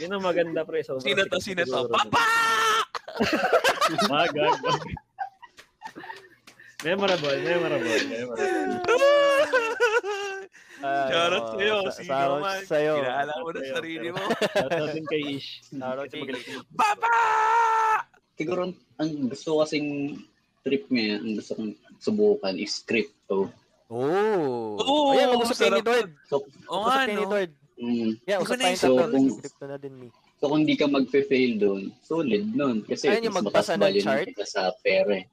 S2: Yun ang maganda, pre. Sobrang
S4: Sino to,
S2: sikat
S4: sino to?
S2: siguro. ano.
S4: Papa!
S2: Magag. Memorable, memorable, memorable.
S4: (laughs)
S1: Ay,
S4: Shoutout
S1: oo.
S4: sa'yo,
S1: Sa-
S4: sino
S1: shoutout
S4: man.
S1: Sa'yo.
S4: Kilala mo na
S2: Sa'yo.
S4: sarili mo.
S2: Shoutout din kay Ish.
S1: Shoutout
S2: Kasi
S1: kay
S2: magaling
S1: (laughs)
S4: Papa!
S3: Siguro, ang gusto kasing trip niya, ang gusto kong subukan is crypto.
S1: Oh.
S4: Oo,
S1: Ayan, mag-usap kayo ni
S4: sarap.
S1: Dord.
S4: Oo
S1: Mag-usap
S4: nga,
S1: kayo ni
S4: no?
S1: Dord.
S3: Mm.
S1: Yeah,
S4: Hindi ko
S1: usap tayo
S4: naisip.
S1: sa Dord.
S3: So,
S1: Crypto na din me.
S3: So kung di ka mag-fail doon, solid nun. Kasi
S1: Ayun yung
S3: mas
S1: magbasa
S3: mataas
S1: ng
S3: value
S1: chart.
S3: nun kita sa pera eh.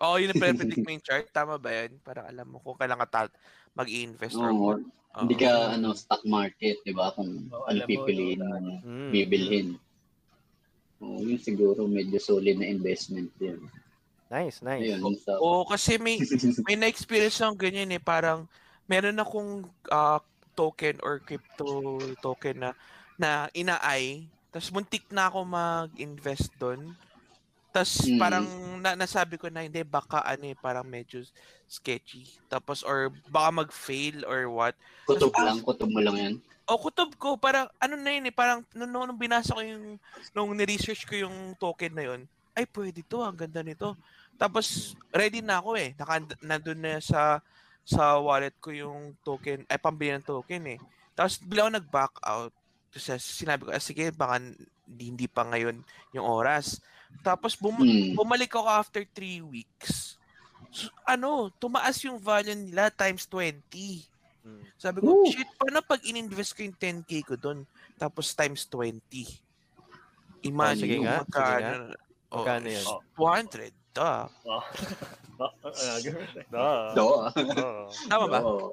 S4: Oo, yun ang pre-predict mo yung chart. Tama ba yan? Para alam mo kung kailan ka ta- mag-i-invest or
S3: Oo.
S4: what. Oo.
S3: Hindi ka ano stock market, 'di ba? Kung
S2: Oo,
S3: ano
S2: alam mo,
S3: pipiliin
S2: no?
S3: mo,
S1: Mm.
S3: bibilhin. Oo, yun siguro medyo solid na investment yun.
S1: Nice, nice.
S3: Ayun, sa
S4: Oo, kasi may, may na-experience lang ganyan eh. Parang meron akong ah, token or crypto token na na inaay. Tapos muntik na ako mag-invest doon. Tapos
S3: Mm.
S4: parang na- nasabi ko na hindi baka ano eh, parang medyo sketchy. Tapos or baka mag-fail or what.
S3: (laughs) kutob lang, kutob mo lang yan.
S4: O kutob ko, parang ano na yun eh, parang nung, nung, nung binasa ko yung, nung niresearch ko yung token na yun, ay pwede to, ang ganda nito. Tapos ready na ako eh, Naka, nandun na sa sa wallet ko yung token, ay pambili ng token eh. Tapos bigla ako nag-back out. Tapos sinabi ko, ah, sige, baka hindi, hindi pa ngayon yung oras. Tapos bum-
S3: Hmm.
S4: bumalik ako after 3 weeks. So, ano, tumaas yung value nila times 20.
S1: Mm.
S4: Sabi ko,
S3: Woo!
S4: shit, paano pag in-invest ko yung 10k ko doon, tapos times 20? Imagine
S1: Oh, sige
S4: kung
S1: nga, sige
S4: magkano. Oh,
S1: Magkano yun?
S4: 200. Duh.
S2: Oh. Oh, oh, ah, ganun.
S3: Do.
S4: Tama ba?
S3: Oo.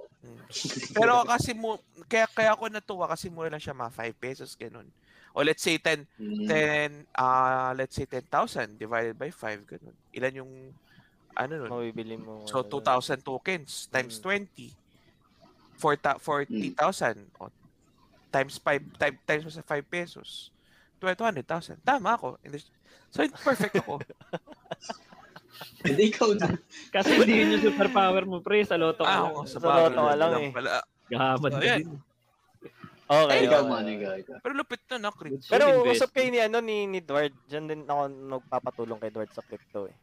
S4: Pero kasi mo, kaya, kaya ako natuwa kasi mura lang siya mga 5 pesos, ganun. O let's say 10,
S1: Hmm.
S3: Mm.
S4: 10 ah let's say 10,000 divided by 5, ganun. Ilan yung, ano nun?
S1: Mabibili mo.
S4: So,
S1: ano,
S4: 2,000 tokens times
S1: Mm.
S4: 20. Four ta- 40,000. O, times 5, time, times mo sa 5
S1: (laughs)
S4: pesos. 200,000. Tama ako. In the- So, perfect ako.
S3: Hindi ikaw na.
S2: Kasi hindi yun yung superpower mo, pre. Sa loto ka.
S4: Ah,
S2: lang.
S4: oo, sa
S1: Sa
S4: bagay,
S1: totoo
S4: yun
S1: lang eh.
S4: pala.
S2: Gahamad
S4: So,
S2: ka
S4: yan.
S2: din.
S1: Okay.
S3: Ikaw
S1: okay.
S3: man, ikaw. ikaw.
S4: Pero lupit na, no, Chris?
S2: Good
S1: Pero
S2: invest.
S1: usap kayo ni ano ni, ni Dward, diyan din ako nagpapatulong kay Dward sa crypto eh.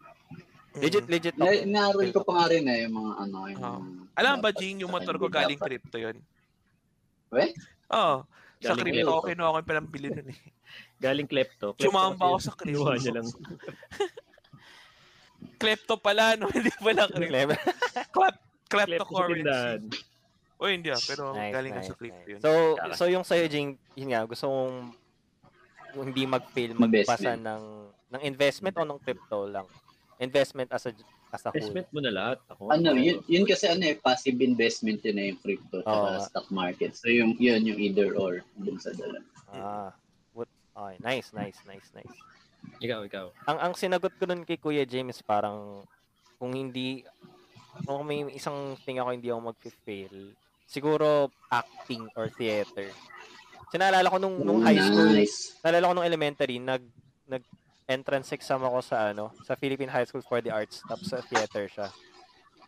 S1: Legit legit
S3: Na,
S1: ako.
S3: naaral ko pa nga rin eh, yung mga ano, yung...
S4: Oo. Alam ba, Jing, yung motor ko galing crypto yun?
S3: Weh?
S4: Oo. Sa
S2: Galing
S4: crypto,
S2: crypto.
S4: ako kinuha ko yung pinambili nun eh.
S2: Galing klepto. Klepto
S4: Sumamba
S2: kasi yun.
S4: ako sa
S2: (laughs) Kinuha niya
S4: crypto.
S2: lang.
S4: Klepto pala, no? (laughs) Hindi pala crypto.
S1: Clever.
S2: Klepto sa tindahan.
S4: Kleptocurrency. O, hindi ah. Pero
S1: Nice,
S4: galing
S1: nice,
S4: ko sa crypto
S1: nice.
S4: yun.
S1: So,
S2: Tara.
S1: so yung sa'yo, Jing, yun nga, gusto kong hindi mag-fail,
S3: Investment.
S1: magpasa ng, ng investment o ng crypto lang. Investment as a, as a whole.
S2: Investment mo na lahat. Ako, Ah,
S3: Ano,
S2: ako.
S3: yun, yun kasi ano eh, passive investment yun eh, yung crypto
S1: Oo.
S3: sa stock market. So yung, yun yung either or dun sa dalawa.
S1: Ah, what, okay, nice, nice, nice, nice.
S2: Ikaw, ikaw.
S1: Ang, ang sinagot ko nun kay Kuya James, parang kung hindi, kung may isang thing ako hindi ako mag-fail, siguro acting or theater. Kasi naalala ko nung, nung high school,
S3: Nice.
S1: naalala ko nung elementary, nag, nag entrance exam ako sa ano, sa Philippine High School for the Arts, tapos sa theater siya.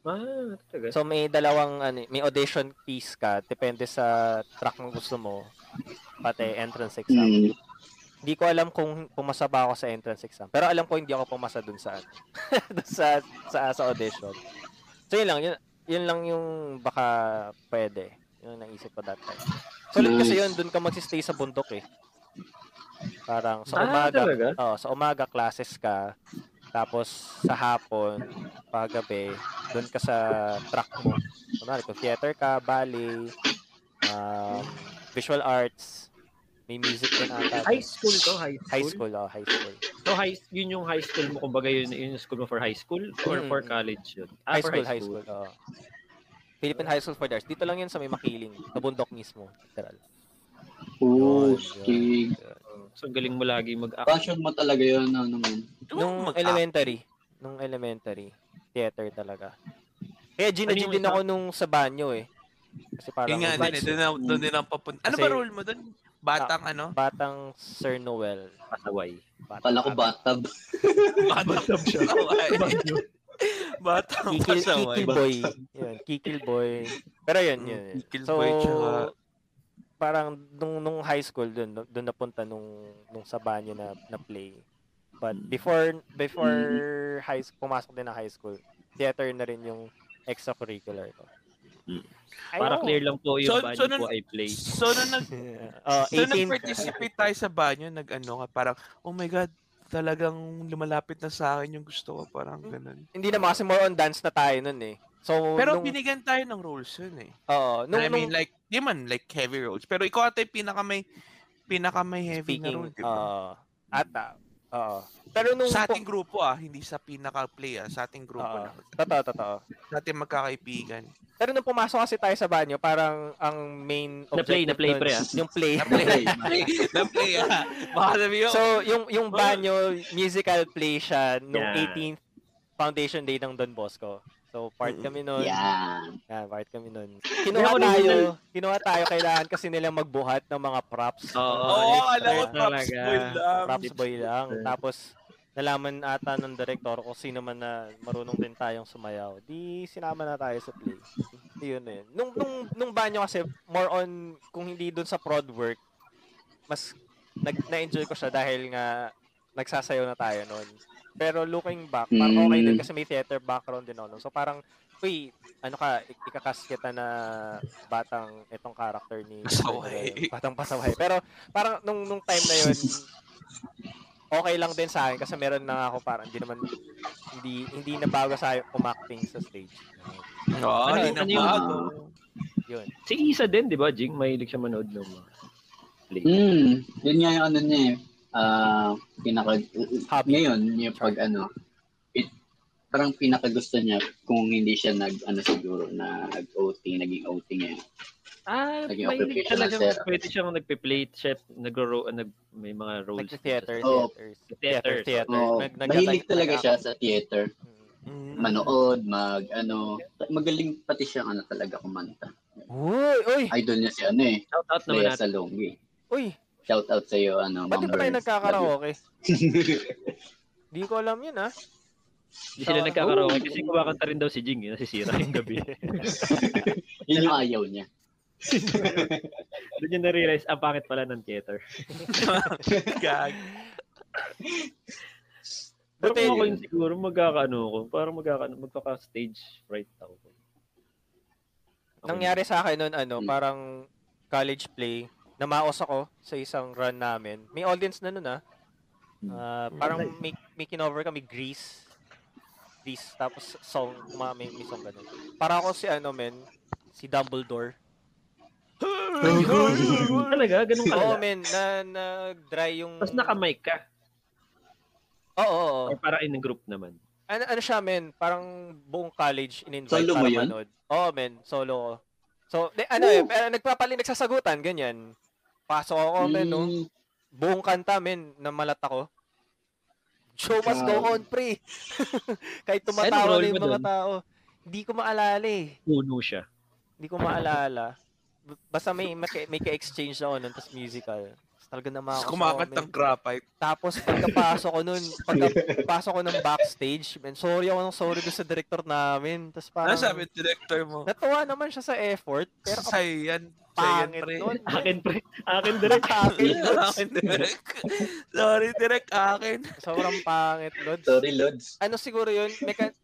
S2: Ah, talaga.
S1: So may dalawang ano, may audition piece ka, depende sa track na gusto mo, pati entrance exam.
S3: Mm.
S1: Hindi ko alam kung pumasa ba ako sa entrance exam, pero alam ko hindi ako pumasa dun sa ano, (laughs) dun sa, sa sa audition. So yun lang, yun, yun lang yung baka pwede. Yun ang naisip ko that time. So
S3: Nice.
S1: kasi yun, dun ka magsistay sa bundok eh. Parang sa
S2: ah,
S1: umaga,
S2: talaga?
S1: Oh, sa umaga classes ka, tapos sa hapon, paggabi, doon ka sa track mo. Kunwari, kung theater ka, ballet, um, visual arts, may music din ata.
S2: High school to, high school.
S1: High school, oh, high school.
S2: So high, yun yung high school mo, kumbaga yun, yun yung school mo for high school or
S1: Mm.
S2: for college yun? Ah,
S1: High
S2: for
S1: school, high school, oh. Philippine High School for the Arts. Dito lang yun sa may makiling, sa bundok mismo. Literal.
S3: Oh,
S1: Yun, yun,
S3: sige.
S1: yun.
S2: So galing mo lagi mag-act.
S3: Passion mo talaga yun, ano naman.
S1: Nung
S4: mag-
S1: elementary. Nung elementary. Theater talaga. Kaya
S2: Ano
S1: ginajin
S2: yung
S1: din
S2: isa?
S1: ako nung sa banyo eh. Kasi parang
S4: Yun nga din eh. Doon na- Doon din ang papunta. Ano
S1: Kasi-
S4: ba role mo doon? Batang ano?
S1: batang Sir Noel.
S2: Pasaway.
S1: Batang,
S3: Kala
S4: Ah.
S3: ko
S4: (laughs)
S3: bathtub.
S4: (laughs) Batang pasaway. Batang
S1: Kikil,
S4: pasaway.
S1: Kikil Boy. Yun, Kikil Boy. Pero yun, yun. yun.
S4: Kikil
S1: So,
S4: boy, tsaka-
S1: parang nung, nung high school, dun, dun napunta nung, nung sa banyo na, na play. But
S2: Hmm.
S1: before before high school, pumasok din na high school, theater na rin yung extracurricular ko.
S2: Mm.
S1: Ayaw.
S2: Para clear lang po yung
S4: So-
S2: banyo
S4: so nun-
S2: po ay play.
S4: So, nung nag
S1: Oh,
S4: So,
S1: 18.
S4: nag-participate tayo sa banyo, nag-ano ka, parang, oh my God, talagang lumalapit na sa akin yung gusto ko, parang
S1: Hmm.
S4: ganun.
S1: Hindi naman kasi more on dance na tayo nun eh. So,
S4: Pero
S1: nung,
S4: binigyan tayo ng roles yun eh.
S1: oo, nung,
S4: I mean,
S1: nung
S4: like, di man, like, heavy roles. Pero ikaw ata yung pinaka may, pinaka may heavy na role,
S1: speaking, ah.
S4: di ba?
S1: oo, ata, oo. Pero nung,
S4: sa ating grupo ah, hindi sa pinaka-play ah, sa ating grupo
S1: Oo.
S4: lang.
S1: totoo, totoo.
S4: Sa ating magkakaibigan.
S1: Pero nung pumasok kasi tayo sa banyo, parang ang main
S2: Na play,
S1: objective
S2: na play,
S1: nun,
S2: pre, ah.
S1: (laughs) Yung play.
S4: Na-play, na-play ah. Baka sabi yun,
S1: so, yung yung banyo, musical play siya nung
S2: Yeah.
S1: 18th foundation day ng Don Bosco. So, part kami nun.
S3: Yeah.
S1: Yeah, part kami nun.
S2: Hindi
S1: Kinuha
S2: ako
S1: tayo,
S2: original.
S1: kinuha tayo, kailangan kasi nila magbuhat ng mga props.
S2: Oo,
S4: oo,
S2: expert
S4: oh, alam ko,
S2: talaga.
S4: props ah. boy lang.
S1: props boy lang. Tapos, nalaman ata ng director kung sino man na marunong din tayong sumayaw. Di sinama na tayo sa play. Yun na yun. Nung, nung, nung banyo kasi, more on, kung hindi dun sa prod work, mas nag, na-enjoy ko siya dahil nga nagsasayaw na tayo noon. Pero looking back, parang okay din kasi may theater background din ako. nun. So parang, uy, ano ka, ik- ikakast kita na batang itong character ni eh,
S4: Pasaway.
S1: Batang pasaway. Pero parang nung nung time na yun, okay lang din sa akin kasi meron na ako parang hindi naman hindi hindi na bago sa akin umacting sa stage.
S4: Oo, hindi na
S2: Ano yun?
S4: bago.
S1: Yun.
S2: Si Isa din, di ba, Jing? Mahilig siya manood ng mga play.
S3: Hmm. Yun nga yung ano niya eh. Ah, pinaka...
S1: Hobby.
S3: Ngayon, yung pag ano, it, parang pinaka gusto niya kung hindi siya nag, ano siguro, nag-OT, naging OT ngayon.
S2: Ah,
S3: Naging
S2: mahilig
S3: occupation
S2: talaga.
S3: ng sir.
S2: Pwede siyang nagpe-play, chef, nagro nag, may mga roles.
S1: Nag-theater,
S3: Oo.
S1: theaters.
S2: Theater.
S1: theater.
S3: Oo.
S1: Nag- nagtatag-
S3: mahilig talaga
S1: nag-act.
S3: siya sa theater.
S1: Mm.
S4: Mm.
S3: Manood, mag, ano, magaling pati siya ano talaga kumanta.
S1: Uy, uy,
S3: Idol niya si ano eh,
S2: Shout out naman
S3: Lea
S2: natin.
S3: Salongi.
S1: uy.
S3: Shout out sa iyo ano,
S1: Ba't di
S3: Ma'am (laughs)
S1: ba tayo
S3: Burns.
S1: nagkakaraoke? Di ko alam yun, ah.
S2: Hindi sila
S5: Tama.
S2: nagkakaroon.
S3: Oo.
S2: Kasi kumakanta rin daw si Jing. Eh, nasisira yung gabi.
S3: Yun yung ayaw niya.
S2: Doon niya na-realize, ang pangit pala ng theater.
S4: (laughs) Gag.
S2: Pero
S1: Hotel.
S2: kung ako yun siguro, magkakaano ako. Parang magkakaano, magpaka-stage fright ako. Ako
S1: nangyari sa akin noon ano,
S3: Hmm.
S1: parang college play, namaos ako sa isang run namin. May audience na noon ah. Ah, parang may, may kinover kami Grease. Grease tapos song mga may, may song ganun. Para ako si ano men, si Dumbledore.
S2: yun. Talaga, ganun ka.
S1: Oo
S2: (laughs) Oh,
S1: men, na nag-dry yung
S2: Tapos nakamike ka.
S1: Oo, oo, oo.
S2: Or para in a group naman.
S1: Ano, ano siya, men? Parang buong college in-invite
S3: Solo
S1: para
S3: mo yun?
S1: manood. Oo, men. Solo ko. So, di, ano eh, pero nagpapaling nagsasagutan, ganyan. Pasok ako, men, no?
S3: Mm,
S1: Buong kanta, men, namalat ako. Show must go
S3: Grabe.
S1: on, pre. (laughs) Kahit
S2: Anong
S1: tumatawa
S2: role
S1: na yung
S2: mo
S1: mga
S2: dun?
S1: tao. Hindi ko maalala eh.
S2: Puno siya.
S1: Hindi ko maalala. B- Basta may, may, ka- may ka-exchange ako nun, tapos musical. Tapos Talaga na
S4: Tapos
S1: mga
S4: kumakantang graphite. Ano
S1: tapos pagkapasok ko nun, pagkapasok ko ng backstage, man, sorry ako ng sorry doon sa director namin. Tapos parang,
S4: Ano sabi director mo?
S1: natuwa naman siya sa effort, pero ang
S4: Sayan. Sayan,
S1: pangit
S4: pre.
S1: nun.
S2: Akin, pre. Akin direct.
S1: Akin nun.
S4: (laughs) Akin, Direk. Sorry, Direk. Akin.
S1: Sobrang pangit nun.
S3: Sorry, Lods.
S1: Ano siguro yun, mecha-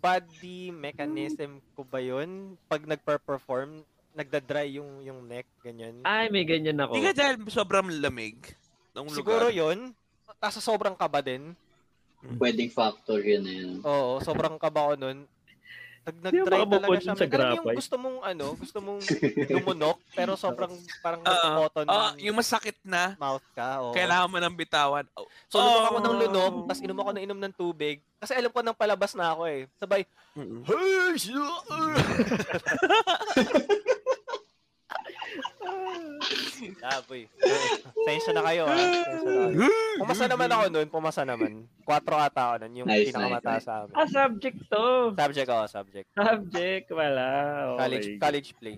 S1: body mechanism ko ba yun? Pag nagpa-perform, nagda-dry yung, yung neck, ganyan.
S2: Ay, may ganyan ako.
S4: Hindi ka dahil sobrang lamig ng lugar.
S1: siguro yun. Tapos sobrang kaba din.
S3: Pwedeng factor yun eh. na yun.
S1: Oo, sobrang kaba ko nun. Pag
S2: Hindi ako
S1: nag-try talaga
S2: makabukod
S1: siya,
S2: sa
S1: may alam mo
S2: grapay.
S1: yung gusto mong ano, gusto
S3: (laughs)
S1: mong lumunok, pero sobrang parang
S4: Ah,
S1: nagpo-cotton
S4: Ah, yung masakit na,
S1: mouth ka. oo.
S4: kailangan mo nang bitawan. Oh,
S1: So, lumok ako ng
S4: Oh.
S1: lunok, tapos inom ako ng inom ng tubig. Kasi alam ko nang palabas na ako eh. Sabay, "Hey,
S4: (laughs)
S1: sure." Laboy. Tensya na kayo ah. Tensya na kayo. Pumasa naman ako nun, pumasa naman. 4 ata ako nun, yung
S3: Nice,
S1: pinakamataas
S3: nice,
S1: sa amin.
S2: Ah, subject to.
S1: Subject ako, subject.
S2: Subject, wala. Okay.
S1: College, college play.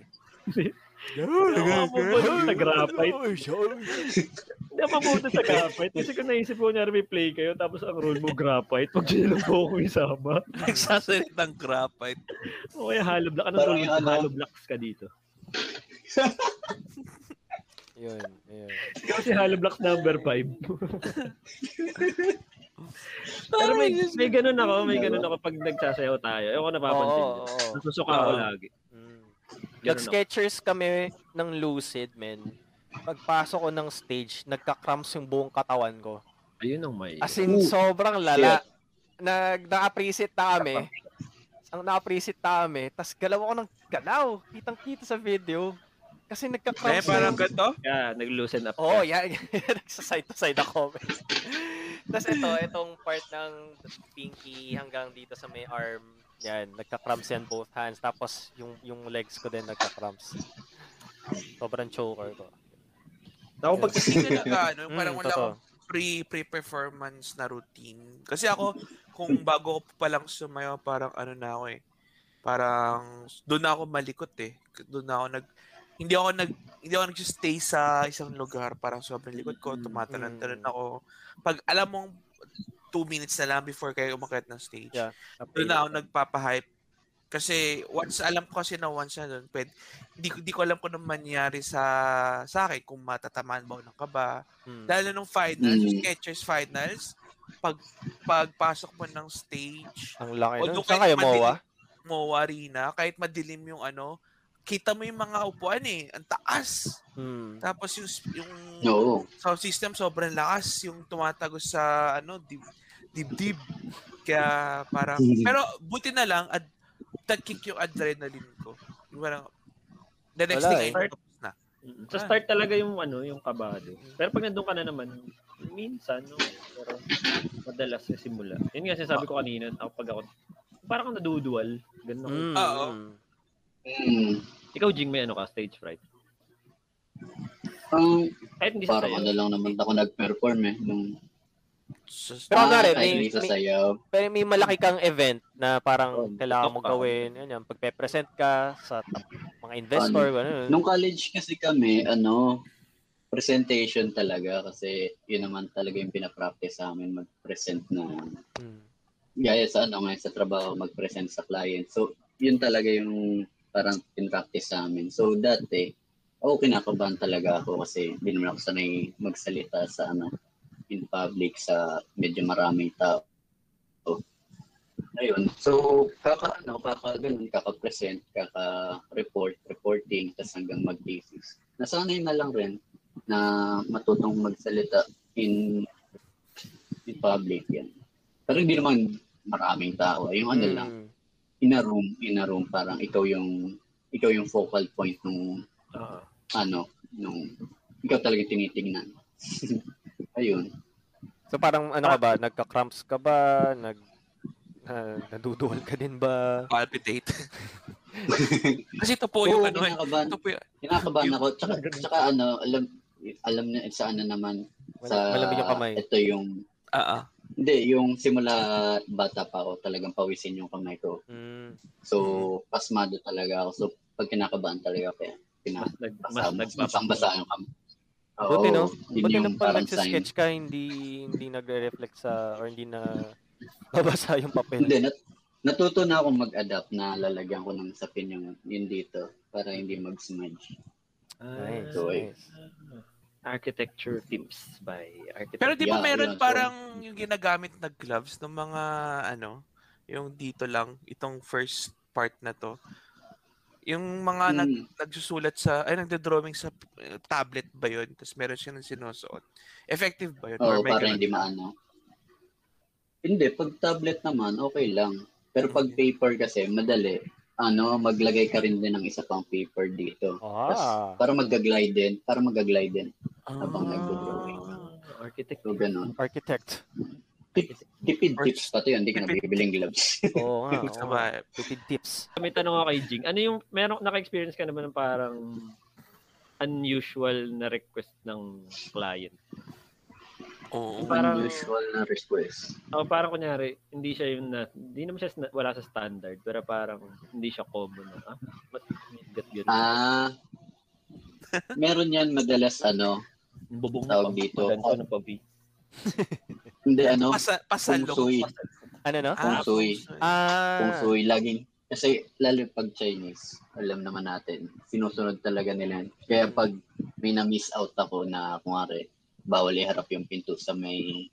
S2: Hindi ako mabubunod sa graphite. Hindi ako mabubunod sa graphite. Kasi kung naisip ko, kunyari may play kayo, tapos ang role mo graphite, pag sinilabo ko isama.
S4: Nagsasalit ng graphite.
S2: O kaya hollow block. Anong
S3: Parang
S2: role mo?
S3: yung ano?
S2: Hollow blocks ka dito.
S1: Yun, yun.
S2: Kasi hollow blocks number
S1: (laughs)
S2: 5. Pero may, may ganun ako, may ganun ako pag nagsasayaw tayo. Ewan ko napapansin.
S1: Oo,
S2: Oh,
S1: oo, oo.
S2: Nasusuka ako
S4: Oo.
S2: lagi.
S1: Mm.
S2: Ganun ako.
S1: Nag-sketchers kami ng lucid, men. Pagpasok ko ng stage, nagka-cramps yung buong katawan ko.
S2: Ayun ang may.
S1: As in,
S3: Ooh.
S1: sobrang lala. Nag, naka-preset na kami. Ang naka-preset na kami. Tapos galaw ako ng galaw. Kitang-kita sa video. Kasi
S4: Eh,
S1: nagka-cramps.
S4: parang
S1: na-
S4: ganito?
S2: Yeah, nag-loosen up.
S1: Oo, oh,
S2: ka.
S1: yan. (laughs) Sa side to side ako. (laughs) Tapos ito, itong part ng pinky hanggang dito sa may arm. Yan, nagka-cramps yan both hands. Tapos yung yung legs ko din nagka-cramps. Sobrang choker ko.
S2: Ako pag
S4: Hindi ka nag-ano, ano, yung parang
S1: Mm,
S4: wala
S1: totoo.
S4: akong pre pre-performance na routine. Kasi ako kung bago ko pa lang sumayo parang ano na ako eh. Parang doon na ako malikot eh. Doon na ako nag hindi ako nag hindi ako nag-stay sa isang lugar, parang sobrang likot ko, tumatalon-talon
S1: Mm.
S4: ako. Pag alam mong two minutes na lang before kayo umakyat ng stage.
S1: Yeah.
S4: Doon na ako nagpapahype. Kasi once alam ko kasi na once na doon, pwede, hindi, ko- hindi ko alam kung ano mangyari sa sa akin kung matatamaan ba ako ng kaba.
S1: Hmm.
S4: Lalo nung finals,
S3: Mm.
S4: Skechers finals, pag pagpasok mo ng stage,
S1: Ang laki
S4: O,
S1: nun.
S4: doon
S1: Saan kayo,
S4: kahit
S1: Moa?
S4: mo arena, kahit madilim yung ano, kita mo yung mga upuan eh, ang taas.
S1: Hmm.
S4: Tapos yung yung
S3: Oo.
S4: sound system sobrang lakas, yung tumatagos sa ano, dib, dibdib. Kaya parang pero buti na lang at tagkick yung adrenaline ko. Yung Parang the next
S1: Wala
S4: thing
S1: eh.
S4: I know, tapos na.
S2: Mm, Sa start talaga yung ano, yung kabado. Pero pag nandun ka na naman, minsan, no? pero madalas sa simula. Yun nga sinasabi ko kanina, ako pag ako, parang ako nadudual. Ganun ako.
S1: Hmm.
S4: Oo.
S3: Mm.
S2: Ikaw, Jing, may ano ka, stage fright.
S3: Ang
S2: Kahit hindi sa
S3: parang ano
S2: sayo.
S3: lang naman ako nag-perform eh. Nung
S4: Sus-
S1: Pero nga rin,
S3: kahit
S1: may-
S3: hindi sa
S1: may-
S3: sayaw.
S1: Pero may malaki kang event na parang
S2: Oh,
S1: kailangan mo
S2: tutok ka.
S1: gawin. Yan, yan. Pagpe-present ka sa ta- mga investor, gano'n.
S3: Nung college kasi kami, ano, presentation talaga kasi yun naman talaga yung pinapractice sa amin mag-present na
S1: Hmm.
S3: gaya sa ano nga sa trabaho mag-present sa client. So, yun talaga yung parang in-practice sa amin. So, dati, oo, kinakabahan talaga ako kasi di naman ako sanay magsalita sa ano, in public sa medyo maraming tao. Ayun. So, kaka, ano, kaka, ganun, kaka-present, kaka-report, reporting, tas hanggang mag-thesis. Nasanay na lang rin na matutong magsalita in, in public yan. Pero hindi naman maraming tao. Yung ano lang,
S1: Mm.
S3: in a room, in a room, parang ikaw yung, ikaw yung focal point nung,
S2: Oo.
S3: ano, nung, ikaw talaga tinitingnan. (laughs) Ayun.
S1: So parang ano ka ba, nagka-cramps ka ba, nag ah, naduduwal ka din ba?
S3: (laughs)
S4: Palpitate. Kasi ito po yung
S3: Oo,
S4: ano eh.
S3: kinakabahan.
S4: Ito po yung,
S3: Kinakabahan ako. Tsaka, tsaka ano, alam, alam na sa ano naman.
S1: Mal-
S3: sa,
S1: malamig yung kamay.
S3: Ito yung,
S4: ah, ah.
S3: hindi, yung simula bata pa ako, talagang pawisin yung kamay ko.
S1: Mm.
S3: So, pasmado talaga ako. So, pag kinakabahan talaga ako, kaya
S2: Mas,
S3: pinabasa,
S2: nag, mas
S3: basang-basa
S2: nagpapakita.
S3: yung kamay.
S1: Buti no,
S3: yun
S1: buti
S3: yung
S1: no pag
S3: parang sign.
S1: nagsisketch ka, hindi hindi nagre-reflect sa, or hindi na babasa yung papel.
S3: Hindi, nat natuto na akong mag-adapt na lalagyan ko ng sapin yung yun dito para hindi mag-smudge.
S2: Ah,
S1: Nice,
S3: So, eh.
S1: nice.
S2: architecture tips by architect.
S4: Pero di ba
S3: Yeah,
S4: meron
S3: yeah,
S4: parang yung ginagamit na gloves ng mga ano, yung dito lang, itong first part na to. Yung mga nag,
S3: Mm,
S4: nagsusulat sa, ay nagdodrawing sa eh, tablet ba yun? Tapos meron siya ng sinusuot. Effective ba yun?
S3: Oo,
S4: may
S3: para
S4: ganun?
S3: hindi maano. Hindi, pag tablet naman, okay lang. Pero pag paper kasi, madali. Ano, maglagay ka rin din ng isa pang paper dito. Tapos,
S1: Ah,
S3: para mag-glide din, para mag-glide din. habang
S4: Ah.
S3: nagdo-drawing.
S2: Ah, architect.
S3: So, ganun.
S1: architect.
S3: Tipid
S4: Or-
S3: tips pa to yun, hindi ka na
S4: tipid
S3: bibiling gloves.
S1: Oo nga, oo nga.
S4: Sabay.
S1: Tipid tips.
S2: May tanong ako kay Jing. Ano yung, meron, naka-experience ka naman ng parang unusual na request ng client?
S4: Oo.
S2: Parang-
S3: Unusual na request.
S2: O Oh, parang kunyari, hindi siya yung, na, hindi naman siya sna- wala sa standard, pero parang hindi siya common. Na, ah, ba't gat gat
S3: Ah, meron yan madalas ano,
S2: Bubong
S3: tawag
S2: pabi.
S3: dito. oh.
S2: Ganito na pabi.
S3: hindi ano,
S4: Pasa, pasalok.
S3: pungsoy.
S1: Ano no?
S4: Ah,
S3: Pungsoy. Kung
S1: Ah,
S3: so, laging, kasi lalo pag Chinese, alam naman natin, sinusunod talaga nila. yan. Kaya pag may na-miss out ako na, kumare, bawal iharap yung pinto sa may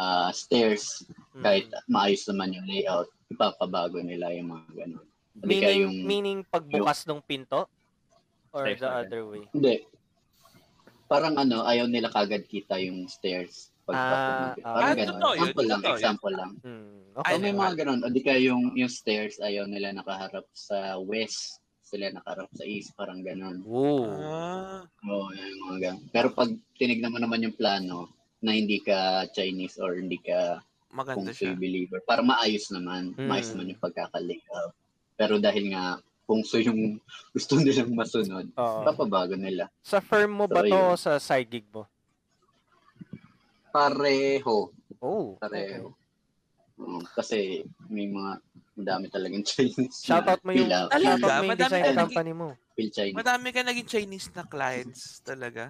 S3: ah, stairs,
S1: mm.
S4: Hmm.
S3: kahit ano maayos naman yung layout, ipapabago nila yung mga ganun. Hindi kaya
S1: meaning,
S3: yung,
S1: meaning pagbukas ng pinto? Or
S2: Stairs
S1: the
S2: na rin.
S1: other way?
S3: hindi. Parang ano, ayaw nila kagad kita yung stairs. Pag
S1: Ah, ah.
S3: parang
S4: Ah,
S3: ganun.
S4: totoo yun,
S3: Example lang,
S4: totoo yun.
S3: example lang.
S1: Hmm.
S3: Ay,
S1: Okay.
S3: may mga ganun. O di kaya yung, yung stairs, ayaw nila nakaharap sa west, sila nakaharap sa east, parang ganun.
S1: Woo.
S4: Ah.
S3: Oo, yun, yung mga ganun. Pero pag tinignan mo naman yung plano, na hindi ka Chinese or hindi ka kung
S4: Maganda
S3: sui
S4: siya.
S3: believer, para maayos naman,
S1: Hmm.
S3: maayos naman yung pagkakalikab. Pero dahil nga, kung so yung (laughs) gusto nilang masunod,
S1: Oo.
S3: papabago nila.
S1: Sa firm mo ba
S3: So,
S1: to o
S3: ayun.
S1: sa side gig mo?
S3: Pareho,
S1: Oh.
S3: pareho. Oo, kasi may mga madami talagang (laughs) Chinese. na
S1: Shoutout mo yung
S3: pilaw-
S1: shoutout mo
S4: Talaga?
S1: yung
S4: Madami
S1: design
S4: talaga.
S1: company mo.
S3: pil- Chinese.
S4: Madami ka naging Chinese na clients talaga.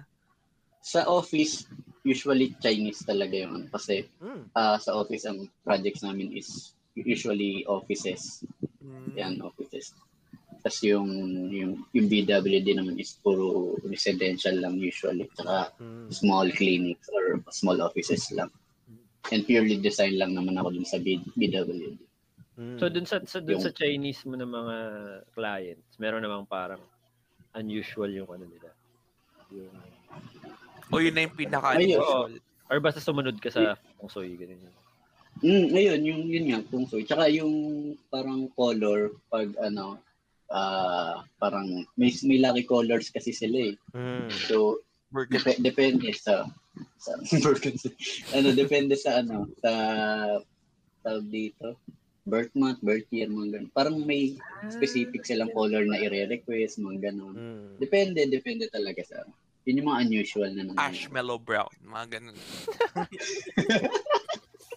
S3: sa office, usually Chinese talaga yun. Kasi
S1: Hmm.
S3: ah, sa office, ang projects namin is usually offices.
S4: Mm.
S3: Yan, offices. Tapos yung, yung, yung BWD naman is puro residential lang usually. Tsaka
S1: Hmm.
S3: small clinics or small offices lang. And purely design lang naman ako dun sa B- BWD.
S1: Hmm.
S2: So dun sa, sa dun
S3: Yung-
S2: sa Chinese mo ng mga clients, meron namang parang unusual yung ano nila. Yung,
S4: O yun na yung ano,
S3: Ay,
S4: pinaka-unusual.
S2: or basta sumunod ka sa feng shui ganun yun.
S3: Mm, ayun, yung yun nga, kung so. Tsaka yung parang color pag ano, ah parang may, may lucky colors kasi sila eh.
S1: Hmm.
S3: So,
S4: Burger.
S3: Dep- depende sa sa Burgundy. ano depende sa ano sa tawag dito birth month, birth year, mga ganun. Parang may specific silang color na i-request, mga ganun.
S1: Hmm.
S3: Depende, depende talaga sa yun yung mga unusual na naman.
S4: Ash Mellow Brown. Mga ganun.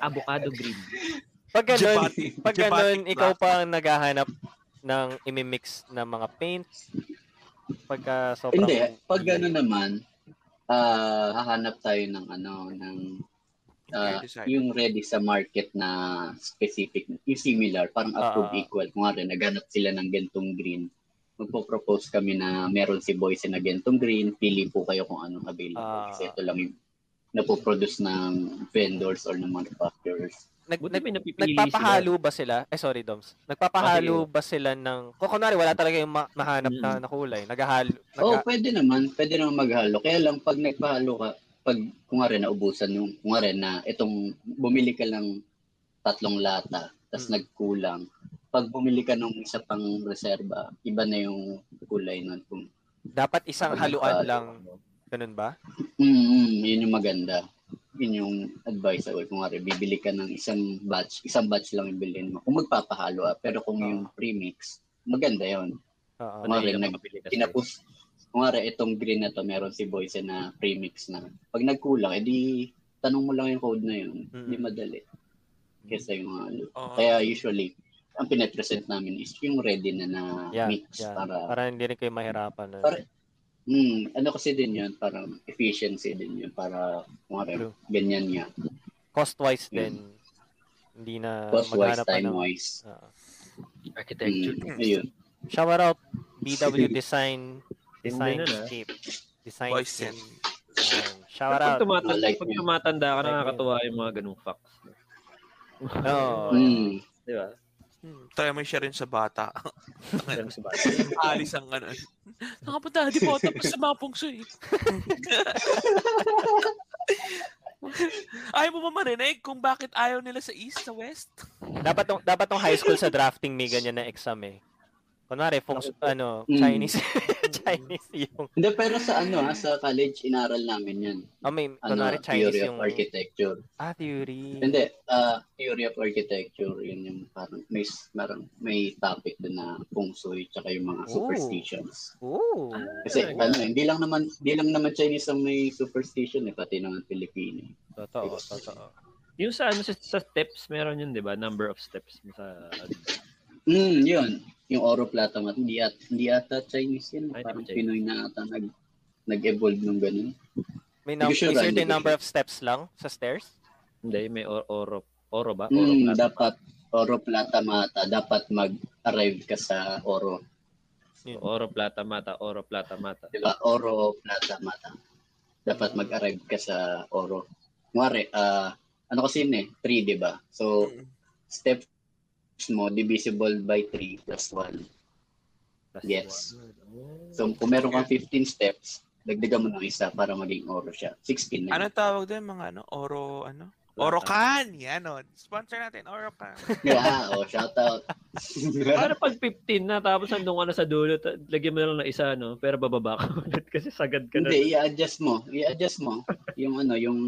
S2: Avocado green.
S1: Pag ganun,
S4: Chapati.
S1: pag
S4: Chapati
S1: ganun,
S4: class.
S1: ikaw pa ang naghahanap ng imimix na mga paint pagka sobrang
S3: Hindi, pag gano'n naman, ah hahanap tayo ng ano, ng
S4: Interior
S3: Ah,
S4: design.
S3: yung ready sa market na specific, yung similar, parang approved
S1: Ah.
S3: equal. Kung nga naghanap sila ng gentong green, magpo-propose kami na meron si Boise na gentong green, pili po kayo kung anong available.
S1: Ah.
S3: Kasi ito lang yung napoproduce ng vendors or ng manufacturers.
S1: Nag,
S2: Buti
S1: nag,
S2: may napipili sila.
S1: nagpapahalo ba sila? Eh, sorry, Doms. Nagpapahalo ba sila ng... Kung kunwari, wala talaga yung ma- mahanap na, na kulay. Naghahalo.
S3: Oo, oh,
S1: nagha-
S3: pwede naman. Pwede naman maghalo. Kaya lang, pag nagpahalo ka, pag kung nga rin naubusan yung, kung nga rin na itong bumili ka ng tatlong lata, tapos
S1: Hmm.
S3: nagkulang, pag bumili ka ng isa pang reserba, iba na yung kulay nun. Kung,
S1: Dapat isang haluan lang. Ganun ba?
S3: mm, mm, yun yung maganda. Yun yung advice ako. Kung nga rin, bibili ka ng isang batch, isang batch lang yung bilhin mo. Kung magpapahalo ah, pero kung yung premix, maganda yon
S2: Ano
S1: Oo.
S3: Mga rin Tinapos, kumari itong green na to, meron si Boyce na premix na. Pag nagkulang, edi tanong mo lang yung code na yun.
S1: Mm.
S3: Hindi madali. Kesa yung mga ano.
S1: Ah.
S4: Oo.
S3: Kaya usually, ang pinapresent namin is yung ready na na
S1: Yeah,
S3: mix
S1: yeah.
S3: para
S1: Para hindi rin kayo mahirapan.
S3: Para- Hmm, ano kasi din yun, parang efficiency din yun para kumari
S1: True.
S3: ganyan nga.
S1: Cost-wise din. Hindi na
S3: Hmm. Cost-wise,
S1: Ah, maghanap pa ng...
S3: time-wise.
S1: Oo.
S2: Architecture.
S3: Hmm, ayun.
S1: Shout out BW Design Design
S2: Hindi na na.
S1: Escape. Design
S4: Boys and
S1: Escape. Ayan. Shout
S2: Pag
S1: out.
S2: tumatanda,
S3: Like
S2: pag
S3: yun.
S2: tumatanda ka,
S1: Like yun.
S2: nakakatuwa yung mga ganung facts.
S1: Oo.
S3: Hmm.
S2: Di ba?
S4: Hmm, try mo siya rin sa bata.
S2: Ganun sa bata.
S4: Alis ang ano. (laughs) Nakapunta, di po, tapos sa mga pungso eh. (laughs) ayaw mo ba marinig kung bakit ayaw nila sa east, sa
S3: (laughs)
S4: west?
S1: Dapat tong dapat tong high school sa drafting may ganyan na exam eh. Kunwari, feng, shui- ano,
S3: Mm.
S1: Chinese, (laughs) Chinese yung,
S3: Hindi, pero sa ano ha, sa college, inaral namin yan.
S1: oh, may,
S3: Ano,
S1: kunwari, Chinese
S3: theory
S1: yung,
S3: of architecture.
S1: ah, theory.
S3: Hindi, uh, theory of architecture, yun yung parang may, parang may topic doon na feng shui tsaka yung mga
S1: Oh.
S3: superstitions.
S1: Ooh.
S3: Kasi
S2: Ah,
S3: ano, hindi lang naman hindi lang naman Chinese ang may superstition eh, pati naman Pilipino. eh.
S1: Totoo, totoo.
S2: Yung sa ano sa, sa steps meron yun, 'di ba? Number of steps mo sa ano,
S3: Mm, yun. Yung Oro Plata mat, hindi, at, hindi ata Chinese yun. eh.
S2: Ay, hindi
S3: parang
S2: ba Chinese?
S3: Pinoy na ata nag, nag-evolve nung ganun.
S1: May, num-
S3: Hindi ko sure,
S1: may certain
S3: hindi ko
S1: number of steps lang sa stairs?
S2: hindi may or, oro oro ba? Oro
S3: Mm,
S2: plata.
S3: dapat Oro Plata Mata, dapat mag-arrive ka sa Oro.
S2: Oro plata mata, oro plata mata.
S3: Di ba? Ah, Oro, plata, mata. Dapat mag-arrive ka sa oro. Kumari, ah, ano kasi yun eh? 3, di ba? So, steps mo divisible by 3 plus 1.
S2: Plus
S3: Yes.
S2: one. Oh.
S3: So, kung meron kang 15 steps, dagdagan mo ng isa para maging oro siya. 16 na.
S4: Ano
S3: yun.
S4: tawag doon? Mga ano? Oro, ano?
S2: Plata.
S4: Orokan! Yan o. Sponsor natin, Orokan.
S3: (laughs) Yeah, oh, shout out.
S2: Para pag 15 na tapos andun ka na sa dulo, ta- lagyan mo na lang na isa no, pero bababa ka (laughs) ulit kasi sagad ka na.
S3: (laughs) Hindi, i-adjust mo. I-adjust mo yung ano, yung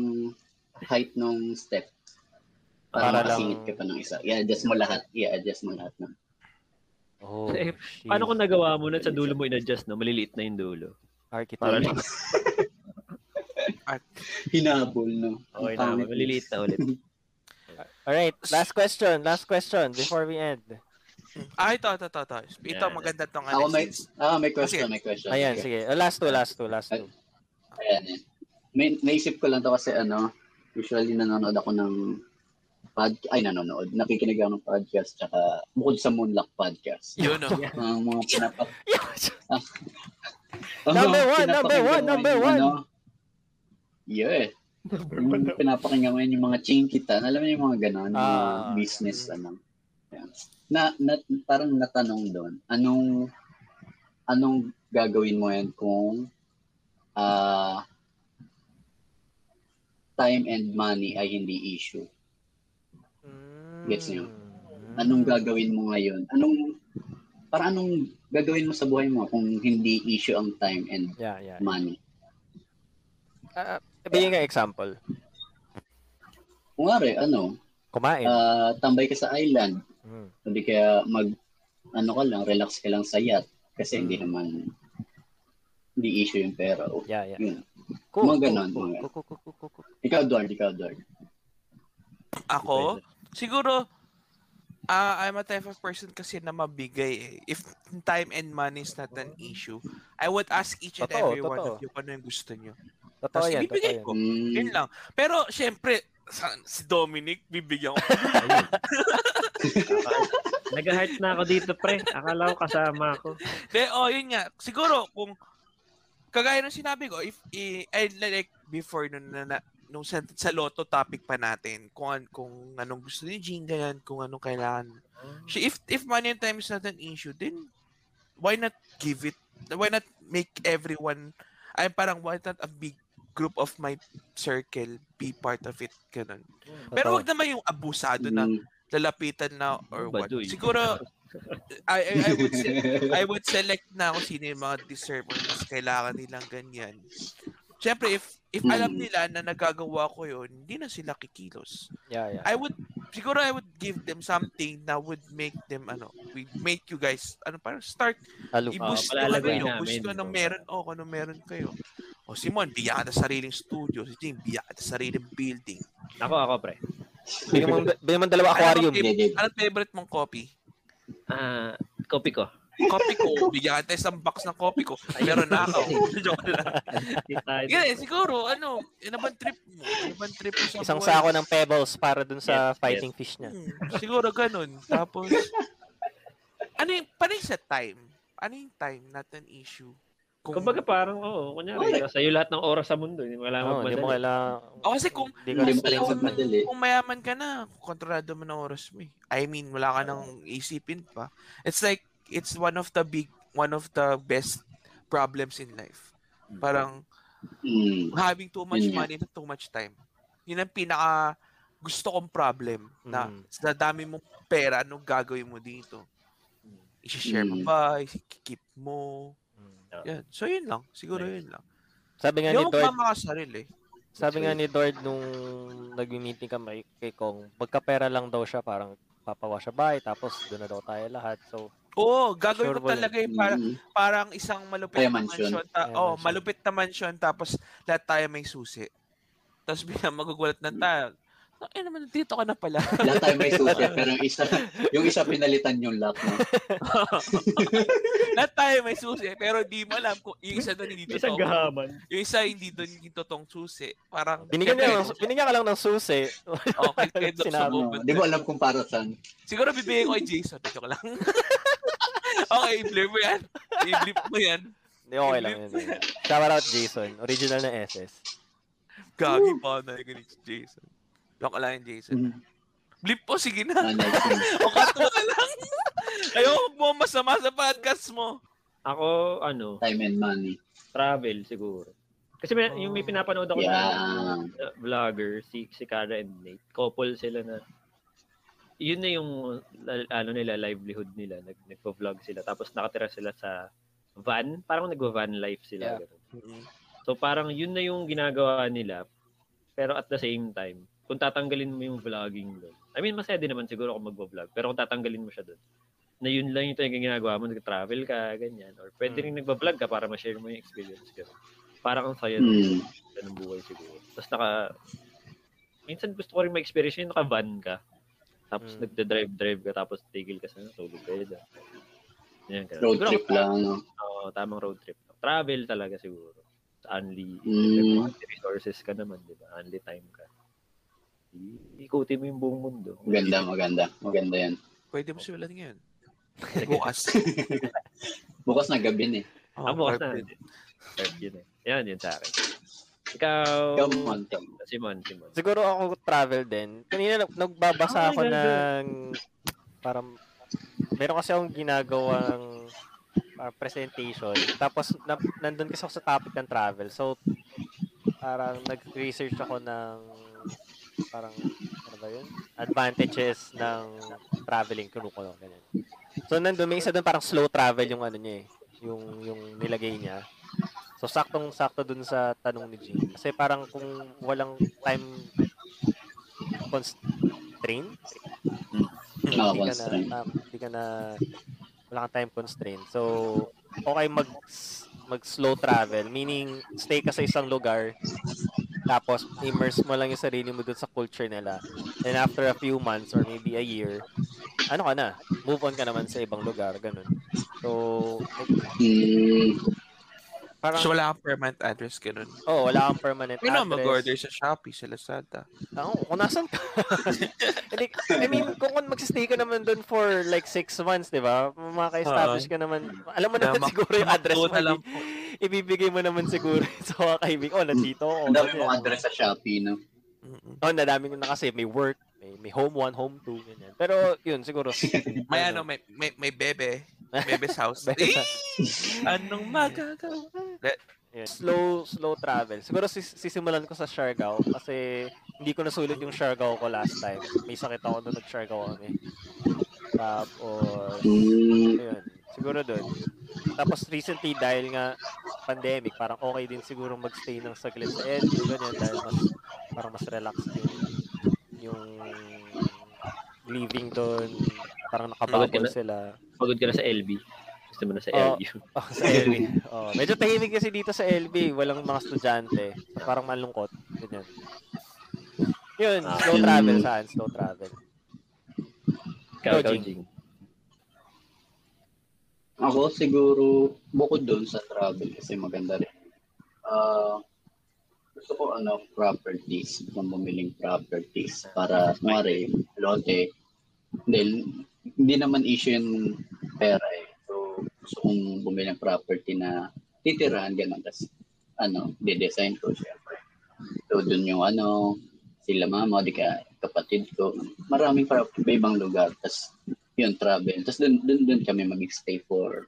S3: height ng step. Para,
S1: Para
S3: para
S1: lang-
S3: ka pa ng isa. I-adjust mo lahat. I-adjust mo lahat ng
S1: Oh,
S2: Eh,
S1: shit.
S2: Paano kung nagawa mo na sa dulo mo in-adjust no, maliliit na yung dulo.
S1: Architect.
S2: Para lang
S3: hinabol, no?
S2: okay na, maliliit na ulit.
S1: Alright, last question, last question before we end.
S4: ah, ito, ito, ito, ito. Ito,
S2: Yan.
S4: maganda tong ano.
S3: Ako may,
S4: analysis.
S3: ah, may question,
S4: Sige.
S3: may question.
S1: Ayan,
S3: Okay.
S1: sige. Uh, Last two, last two, last two.
S3: Ayan, eh. May, naisip ko lang to kasi ano, usually nanonood ako ng pod, ay nanonood, nakikinig ako ng podcast tsaka bukod sa Moonlock podcast.
S4: Yun o.
S3: Ang mga pinapak...
S1: (laughs) Number
S3: Ang mga
S1: one, number one,
S3: pinapakinggan
S1: number
S3: ko yung
S1: one.
S3: Ano, yeah. Yung pinapakinggan mo yun, yung mga chinkitan, alam mo yung mga ganon, yung mga
S1: Ah.
S3: business, ano. Ayan. Na, na, parang natanong doon, anong, anong gagawin mo yan kung ah time and money ay hindi issue? Gets niyo?
S1: Mm.
S3: Anong
S1: Hmm.
S3: gagawin mo ngayon? Anong, para anong gagawin mo sa buhay mo kung hindi issue ang time and
S1: Yeah, yeah.
S3: money?
S1: Uh, bigyan ka example.
S3: Kunwari, ano,
S4: Eh,
S1: Kumain.
S3: ah, tambay ka sa island,
S1: Mm.
S3: hindi kaya mag, ano ka lang, relax ka lang sa yacht. Kasi hindi
S4: Hmm.
S3: naman, hindi issue yung pera. O,
S1: Yeah, yeah.
S3: Yun.
S1: Cool.
S3: Mga ganon,
S1: cool,
S3: mga-
S1: cool, cool, cool, cool, cool, cool.
S3: Ikaw, Dord, ikaw, Dord.
S4: Ako? Siguro, ah, I'm a type of person kasi na mabigay eh. If time and money is not an issue, I would ask each and
S1: Totoo,
S4: every one
S1: totoo.
S4: of you kung ano yung gusto nyo.
S1: Totoo
S4: Tapos
S1: yan, totoo
S4: ibibigay
S1: yan.
S4: ko.
S3: Mm,
S4: Yun lang. Pero, syempre, sa- si Dominic, bibigyan ko.
S2: Ayun. Nag-heart na ako dito, pre. Akala ko kasama ako.
S4: De, oh, yun nga. Siguro, kung, kagaya ng sinabi ko, if, i, ay, like, before nung, na, na- nung sa, sa lotto topic pa natin, kung, an- kung anong gusto ni Jean, ganyan, kung anong kailangan. So, if, if money and time is not an issue, then, why not give it, why not make everyone, ay, parang, why not a big group of my circle be part of it, ganun. Pero
S1: Totoo.
S4: wag naman yung abusado na
S3: Mm.
S4: lalapitan na or what.
S2: Baduy.
S4: Siguro, I, I,
S3: (laughs)
S4: I would say, I would select na kung sino yung mga deserve or mas kailangan nilang ganyan. Siyempre, if, if alam
S3: Mm.
S4: nila na nagagawa ko yun, hindi na sila kikilos.
S1: Yeah, yeah.
S4: I would, siguro I would give them something na would make them, ano, would make you guys, ano, parang start,
S1: Alu.
S2: Oo,
S4: i-boost yung ano
S2: palalagay
S4: nyo,
S2: namin.
S4: boost ko anong meron, o kung anong meron kayo. O si Mon, bigyan ka na sariling studio. Si Jim, bigyan ka na sariling building.
S2: Ako, ako, pre.
S1: Bigyan mo, bigyan mo dalawa aquarium.
S4: Ano,
S3: Hindi,
S4: Ano favorite mong copy?
S2: Ah, copy ko.
S4: Copy ko. Bigyan ka tayo isang box ng copy ko. Meron na ako. Joke lang.
S2: Tayo.
S4: Ganyan, siguro, ano, yun ang bang trip mo? Yun ang bang trip mo sa
S1: Isang
S4: buhay?
S1: sako ng pebbles para dun sa
S2: Yes, yes.
S1: fighting fish niya.
S4: Hmm, siguro ganun. Tapos, ano yung, paano yung sa time? Ano yung time? Not an issue. Kung,
S2: Kumbaga parang, oo, kunyari, sa'yo lahat ng oras sa mundo, hindi mo kailangan
S1: Oo, hindi Oh, mo
S2: magmadali.
S1: kailangan...
S4: O, kasi kung-
S1: Hindi ka
S3: Hindi mo
S1: stress.
S3: kailangan magmadali.
S4: kung mayaman ka na, kontrolado mo na oras mo eh. I mean, wala ka nang isipin pa. It's like, it's one of the big, one of the best problems in life. Parang,
S3: Mm.
S4: having too much
S3: Yun nga.
S4: money and too much time. Yun ang pinaka gusto kong problem na
S1: Mm.
S4: sa dami mong pera, anong gagawin mo dito? I-share mo
S3: Mm.
S4: ba? I-keep mo?
S1: Mm.
S4: Yan. So, yun lang. Siguro yun lang.
S1: Sabi nga ni
S4: Yung eh.
S1: Dord,
S4: mamakasarili.
S1: sabi nga ni Dord nung nag-meeting kami kay Kong, pagka pera lang daw siya, parang papawa siya bahay, tapos doon na daw tayo lahat. So,
S4: Oo,
S1: Sure
S4: gagawin
S1: ba
S4: mo
S1: yun?
S4: talaga yung parang,
S3: Mm.
S4: parang isang malupit
S3: Kaya
S4: na
S3: mansion.
S4: mansion. ta-
S1: Kaya
S4: oh,
S1: mansion.
S4: malupit na mansion tapos lahat tayo may susi. Tapos bigla magugulat na tayo. Ay naman, dito ka na pala. (laughs)
S3: Lahat tayo may susi, pero yung isa, yung isa pinalitan yung lock mo.
S4: lahat tayo may susi. Pero di mo alam kung yung isa doon hindi
S2: Isang
S4: totoo.
S2: gahaman.
S4: Yung isa hindi doon yung totoong susi. Parang
S1: binigyan, niya,
S4: syempre,
S1: ng- binigyan ka lang ng susi. (laughs)
S4: oh, kay kay Doc
S1: Sinabi
S4: Subo.
S3: Ano, di mo alam kung para saan.
S4: Siguro bibigyan ko kay Jason. Joke lang. (laughs) okay, i-blur mo yan. I-blip mo yan.
S1: Hindi, okay lang yun. Shout out Jason, original na SS.
S4: Gagi pa na yung si Jason. Joke lang yung Jason.
S3: Mm.
S4: Blip po, sige
S1: (laughs)
S4: na.
S3: Ano, yun.
S4: O katuwa lang. Ayoko mo masama sa podcast mo.
S2: Ako, ano,
S3: time and money.
S2: travel siguro. Kasi may, yung may pinapanood ako na
S3: Yeah.
S2: na vlogger, si, si Cara and Nate, couple sila na, yun na yung lal- ano nila, livelihood nila. Nag, nagpo-vlog sila. Tapos nakatira sila sa van. Parang nagwa-van life
S1: Yeah.
S2: sila. ganun. So parang yun na yung ginagawa nila. Pero at the same time, kung tatanggalin mo yung vlogging doon. I mean, masaya din naman siguro kung magbo-vlog. Pero kung tatanggalin mo siya doon, na yun lang yung yung ginagawa mo, nag-travel ka, ganyan. Or pwede
S4: Mm.
S2: rin nagbablog ka para ma-share mo yung experience ko. Parang ang saya nun
S3: Mm.
S2: ng buhay siguro. Tapos naka, minsan gusto ko rin ma-experience yung naka-van ka. Tapos
S1: Mm.
S2: nagda-drive-drive ka, tapos tigil ka sa tulog ka yun. Yan, ganun.
S3: Road
S2: Siguro,
S3: trip lang. No?
S2: Oo, tamang road trip. Travel talaga siguro. Only,
S3: Mm.
S2: only resources ka naman, di ba? Only time ka. I- Ikutin mo yung buong mundo.
S3: Maganda, maganda. Maganda yan.
S4: Pwede mo simulan ngayon.
S2: Sige.
S1: (laughs)
S4: Bukas.
S3: Bukas na gabi na eh.
S4: Oh,
S2: Ah, bukas na.
S4: perfect.
S2: Perfect yun eh. Yan, yun sa akin. Ikaw,
S3: Come on, come on.
S2: Simon, Simon.
S1: Siguro ako travel din. Kanina nag-
S2: Oh
S1: nagbabasa
S2: my
S1: ako
S2: God,
S1: ng parang meron kasi akong ginagawang uh, presentation. Tapos na, nandun kasi ako sa topic ng travel. So parang nag-research ako ng parang ano ba yun? Advantages ng traveling kinukulong ganyan. So nandun may isa doon parang slow travel yung ano niya eh, yung yung nilagay niya. So saktong sakto dun sa tanong ni Jean. Kasi parang kung walang time constraint, hindi ka
S3: No,
S1: na,
S3: constraint.
S1: ah, hindi ka na, wala kang time constraint. So, okay mag, mag slow travel, meaning stay ka sa isang lugar, tapos immerse mo lang yung sarili mo dun sa culture nila. And after a few months or maybe a year, ano ka na, move on ka naman sa ibang lugar, ganun. So,
S3: Mm.
S1: Parang,
S4: So, wala kang permanent address, ganun.
S1: oh, wala kang permanent
S4: Yun na,
S1: address. Ah,
S4: mag-order sa Shopee, sa Lazada.
S1: Oo, kung nasan ka. (laughs) Hindi, I mean, kung, kung magsistay ka naman doon for like six months, di ba? Maka-establish ka naman. Alam mo
S4: Na,
S1: naman
S4: mak-
S1: siguro yung address mo.
S4: Doon alam ko.
S1: Ibibigay mo naman siguro (laughs) sa mga kaibigan. Oh, nandito. Oh,
S3: Ang dami
S1: ganyan.
S3: mong address sa Shopee, no?
S4: Mm-mm.
S1: Oh, nadami ko na kasi. May work, may, may home one, home two, ganyan. Pero yun,
S3: (laughs)
S1: siguro.
S4: May ano, may, may, may bebe. Bebe's house.
S1: Bebe.
S4: Eh! Anong magagawa?
S1: Yun. Slow, slow travel. Siguro sis- sisimulan ko sa Siargao kasi hindi ko nasulit yung Siargao ko last time. May sakit ako nung nag-Siargao kami. Tapos,
S3: Mm,
S1: Ayun. Siguro doon. Tapos recently dahil nga pandemic, parang okay din siguro magstay ng saglit sa edge, ganyan dahil mas parang mas relax yung yung living doon. Parang nakabubble
S2: Bakit?
S1: sila.
S2: Pagod ka na sa LB. Gusto mo na sa (laughs)
S1: Oo.
S2: LU.
S1: Oh, sa LB. Oh, medyo tahimik kasi dito sa LB, walang mga estudyante. So, parang malungkot, ganyan. Yun,
S2: Ah,
S1: slow
S3: yun.
S1: travel saan, slow travel. (laughs) Ikaw,
S2: Ikaw, ikaw,
S1: Jing.
S2: Jing.
S3: ako siguro, bukod doon sa travel kasi maganda rin. Ah, gusto ko ano, properties. Gusto kong bumiling properties para, kumari, lote. Then, hindi naman issue yung pera eh. So, gusto kong bumili ng property na titirahan, ganun. Tapos, ano, didesign ko, syempre. So, doon yung ano, sila mama, di ka kapatid ko. Maraming para sa ibang lugar. Tapos, yun, travel. Tapos, dun, dun, dun kami mag-stay for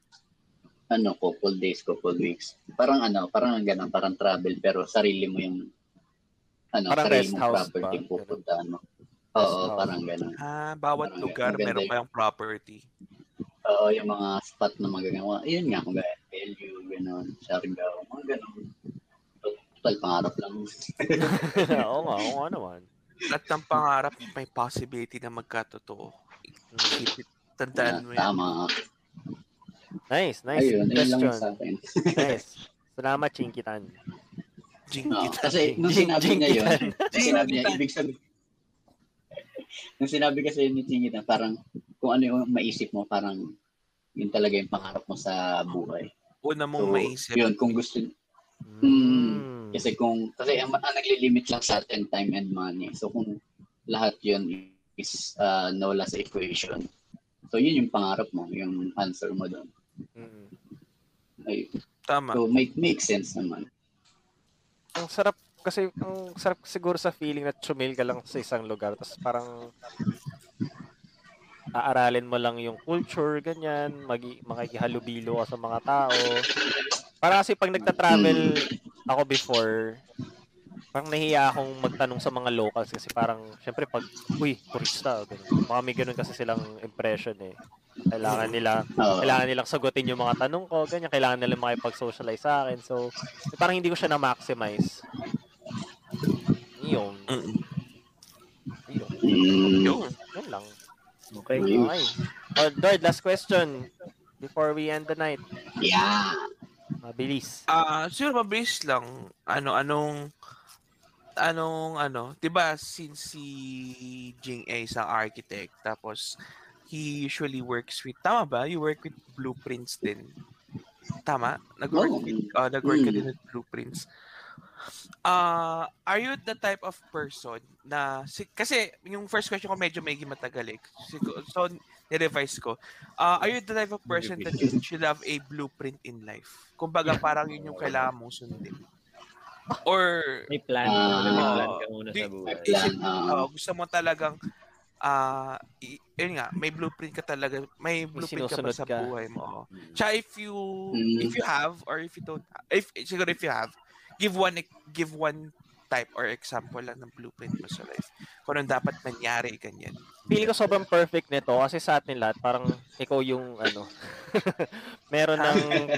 S3: ano, couple days, couple weeks. Parang ano, parang ganun, parang travel, pero sarili mo yung ano,
S1: Parang
S3: sarili
S1: rest
S3: mong
S1: house
S3: property
S1: ba?
S3: pupuntahan mo.
S1: Rest
S3: Oo,
S1: house.
S3: parang ganun.
S4: Ah, bawat
S3: Ang-
S4: lugar
S3: ang ganda
S4: meron
S3: eh.
S4: kayong property.
S3: Oo, yung mga spot na magagawa. Ayun nga, kung gaya, value, gano'n, Siargao, mga gano'n. Total pangarap lang.
S1: oo nga, oo nga naman.
S4: Lahat ng pangarap may possibility na magkatotoo. Keep it. Tandaan mo yan.
S3: Tama.
S1: Nice, nice
S3: Ayun, ayun lang
S1: question.
S3: sa
S1: (laughs)
S3: akin.
S1: Nice. Salamat, Chinkitan.
S4: Jinky.
S3: Oo, kasi nung sinabi niya yun, (laughs) nung sinabi niya, ibig sabihin, (laughs) nung sinabi kasi ni Tingit na parang kung ano yung maisip mo, parang yun talaga yung pangarap mo sa buhay.
S4: Una mong
S3: So,
S4: maisip.
S3: Yun, kung gusto,
S1: Hmm.
S3: Mm. Kasi kung, kasi ang, ang naglilimit lang sa atin, time and money. So kung lahat yun is uh, NOLA sa equation, so yun yung pangarap mo, yung answer mo doon.
S1: Mm.
S3: Ay,
S4: Tama.
S3: so make, make sense naman.
S1: ang sarap kasi ang sarap siguro sa feeling na chumil ka lang sa isang lugar tapos parang aaralin mo lang yung culture ganyan magi makikihalubilo ka sa mga tao para kasi pag nagta-travel ako before parang nahiya akong magtanong sa mga locals kasi parang syempre pag uy turista ganun. Baka may ganun kasi silang impression eh kailangan nila
S3: Oo.
S1: kailangan nilang sagutin yung mga tanong ko, ganyan, kailangan nila makipag-socialize sa akin. So, parang hindi ko siya na-maximize. Yun,
S4: Mm.
S1: yun,
S3: Mm,
S4: Yun.
S1: yun lang.
S2: Okay.
S3: Ayun.
S1: Okay. Oh, Dord, last question before we end the night.
S3: yeah.
S1: Mabilis.
S4: Ah, siguro mabilis lang. Ano, anong, anong, ano, di ba, since si Jing ay isang architect, tapos, he usually works with, tama ba? You work with blueprints din. Tama? Nag-work,
S3: Oo.
S4: with- ah, nag-work
S3: Mm.
S4: ka din with blueprints. Ah, are you the type of person na, si- kasi, yung first question ko medyo may matagal eh. Sigo- So, nirevise ko. Ah, are you the type of person that you should have a blueprint in life? Kumbaga, parang yun yung kailangan mong sundin. Or
S2: May plan.
S3: Ah.
S2: may plan ka muna sa
S4: Di-
S3: May
S2: buhay.
S3: plan.
S4: ah,
S3: ah
S1: uh,
S4: gusto mo talagang ah y- yun nga, may blueprint ka talaga, may blueprint ka ba
S1: sinusunod
S4: sa
S1: ka.
S4: buhay mo? Tsaka if you
S3: Mm.
S4: if you have or if you don't if siguro if you have, give one e- give one type or example lang ng blueprint mo sa life. Kung anong dapat mangyari ganyan.
S1: Feeling ko sobrang perfect nito kasi sa atin lahat, parang ikaw yung ano, (laughs) meron ng...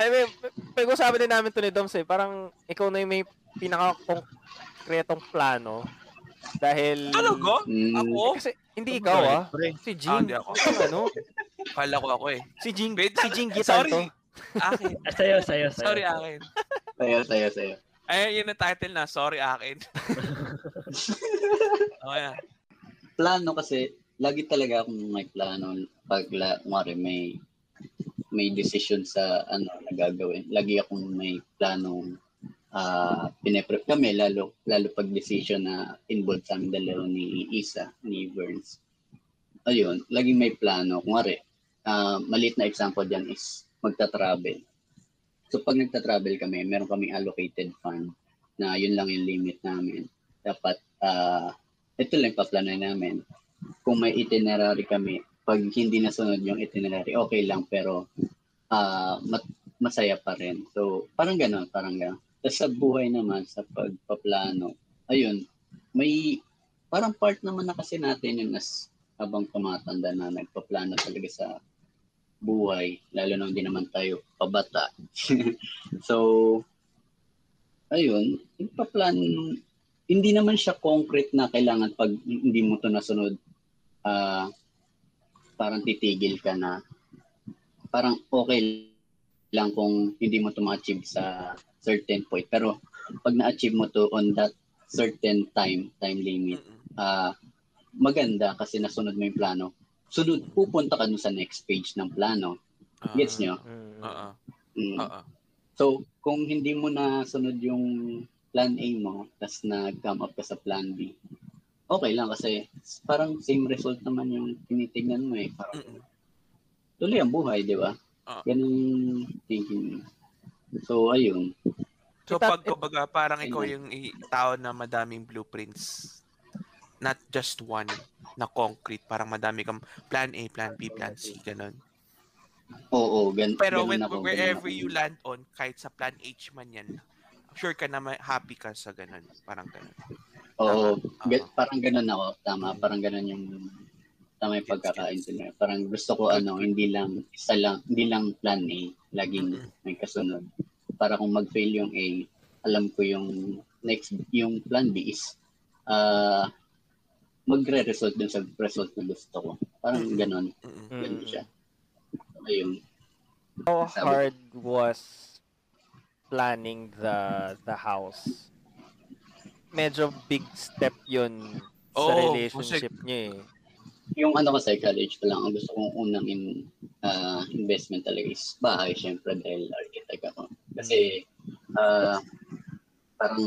S1: I mean, pag-usapan din namin to ni Doms eh, parang ikaw na yung may pinaka-konkretong plano dahil...
S4: Ano go?
S3: mm,
S4: Ako?
S1: Eh, Kasi hindi ikaw ah.
S2: Pre,
S1: Si
S4: Ah,
S1: Jing.
S4: hindi ako.
S1: ano?
S4: Kala ko ako eh.
S1: Si Jing.
S4: Wait,
S1: si
S4: (laughs)
S1: Jing Gitan
S4: sorry.
S1: to. (laughs)
S4: Akin.
S2: ah, Sa'yo, sa'yo, sa'yo.
S4: Sorry akin.
S3: Sayo, sayo, sayo.
S4: Ayan, yun ang title na. Sorry,
S1: (laughs)
S4: akin. okay na.
S3: plano kasi, lagi talaga akong may plano pag la, kumari may may decision sa ano na gagawin. Lagi akong may planong ah pineprep kami, lalo, lalo pag decision na involved sa aming dalawa ni Isa, ni Burns. Ayun, laging may plano. Kung ari, ah maliit na example dyan is magta-travel. So pag nagta-travel kami, meron kaming allocated fund na yun lang yung limit namin. Dapat, ah ito lang paplano namin. Kung may itinerary kami, pag hindi nasunod yung itinerary, okay lang, pero ah mat- masaya pa rin. So, parang gano'n, parang gano'n. Tapos sa buhay naman, sa pagpaplano, ayun, may parang part naman na kasi natin yun as habang tumatanda na nagpaplano talaga sa buhay, lalo na hindi naman tayo pabata. (laughs) so, ayun, yung paplan, hindi naman siya concrete na kailangan pag hindi mo to nasunod, ah parang titigil ka na. Parang okay lang kung hindi mo to ma-achieve sa certain point. Pero pag na-achieve mo to on that certain time, time limit,
S4: Mm-mm.
S3: ah maganda kasi nasunod mo yung plano. Sunod, pupunta ka dun sa next page ng plano.
S4: Ah,
S3: Gets nyo?
S1: Mm.
S4: Oo.
S3: Mm.
S4: Oo.
S3: So, kung hindi mo na sunod yung plan A mo, tapos nag-come up ka sa plan B, okay lang kasi parang same result naman yung tinitignan mo eh. Parang
S4: Mm-mm.
S3: tuloy ang buhay, di ba?
S4: Ah.
S3: Ganun yung thinking mo. So, ayun.
S4: So
S1: Kita-
S4: pag kumbaga, parang ikaw yung i- tao na madaming blueprints. Not just one na concrete. Parang madami kang plan A, plan B, plan C, ganun.
S3: Oo, gan
S4: Pero
S3: ganun
S4: when,
S3: ako, ganun
S4: wherever
S3: ako.
S4: you land on, kahit sa plan H man yan, sure ka na may- happy ka sa ganun. Parang ganun. Ah,
S3: Oo,
S4: Tama.
S3: ga-
S4: Oo.
S3: parang ganun ako. Tama, parang ganun yung tama yung pagkakain ko na. Parang gusto ko ano, hindi lang isa lang, hindi lang plan A, laging
S4: Mm-mm.
S3: may kasunod. Para kung mag-fail yung A, alam ko yung next yung plan B is ah magre-result dun sa result na gusto ko. Parang
S4: Mm-mm.
S3: ganun,
S4: Mm-mm.
S3: ganun siya.
S1: Mm.
S3: Ayun.
S1: How
S3: Sabi-
S1: hard was planning the the house? Medyo big step yun sa
S4: Oo,
S1: relationship niyo eh.
S3: yung ano kasi college pa lang, ang gusto kong unang in, ah, investment talaga is bahay, syempre, dahil architect ako. Kasi, ah, parang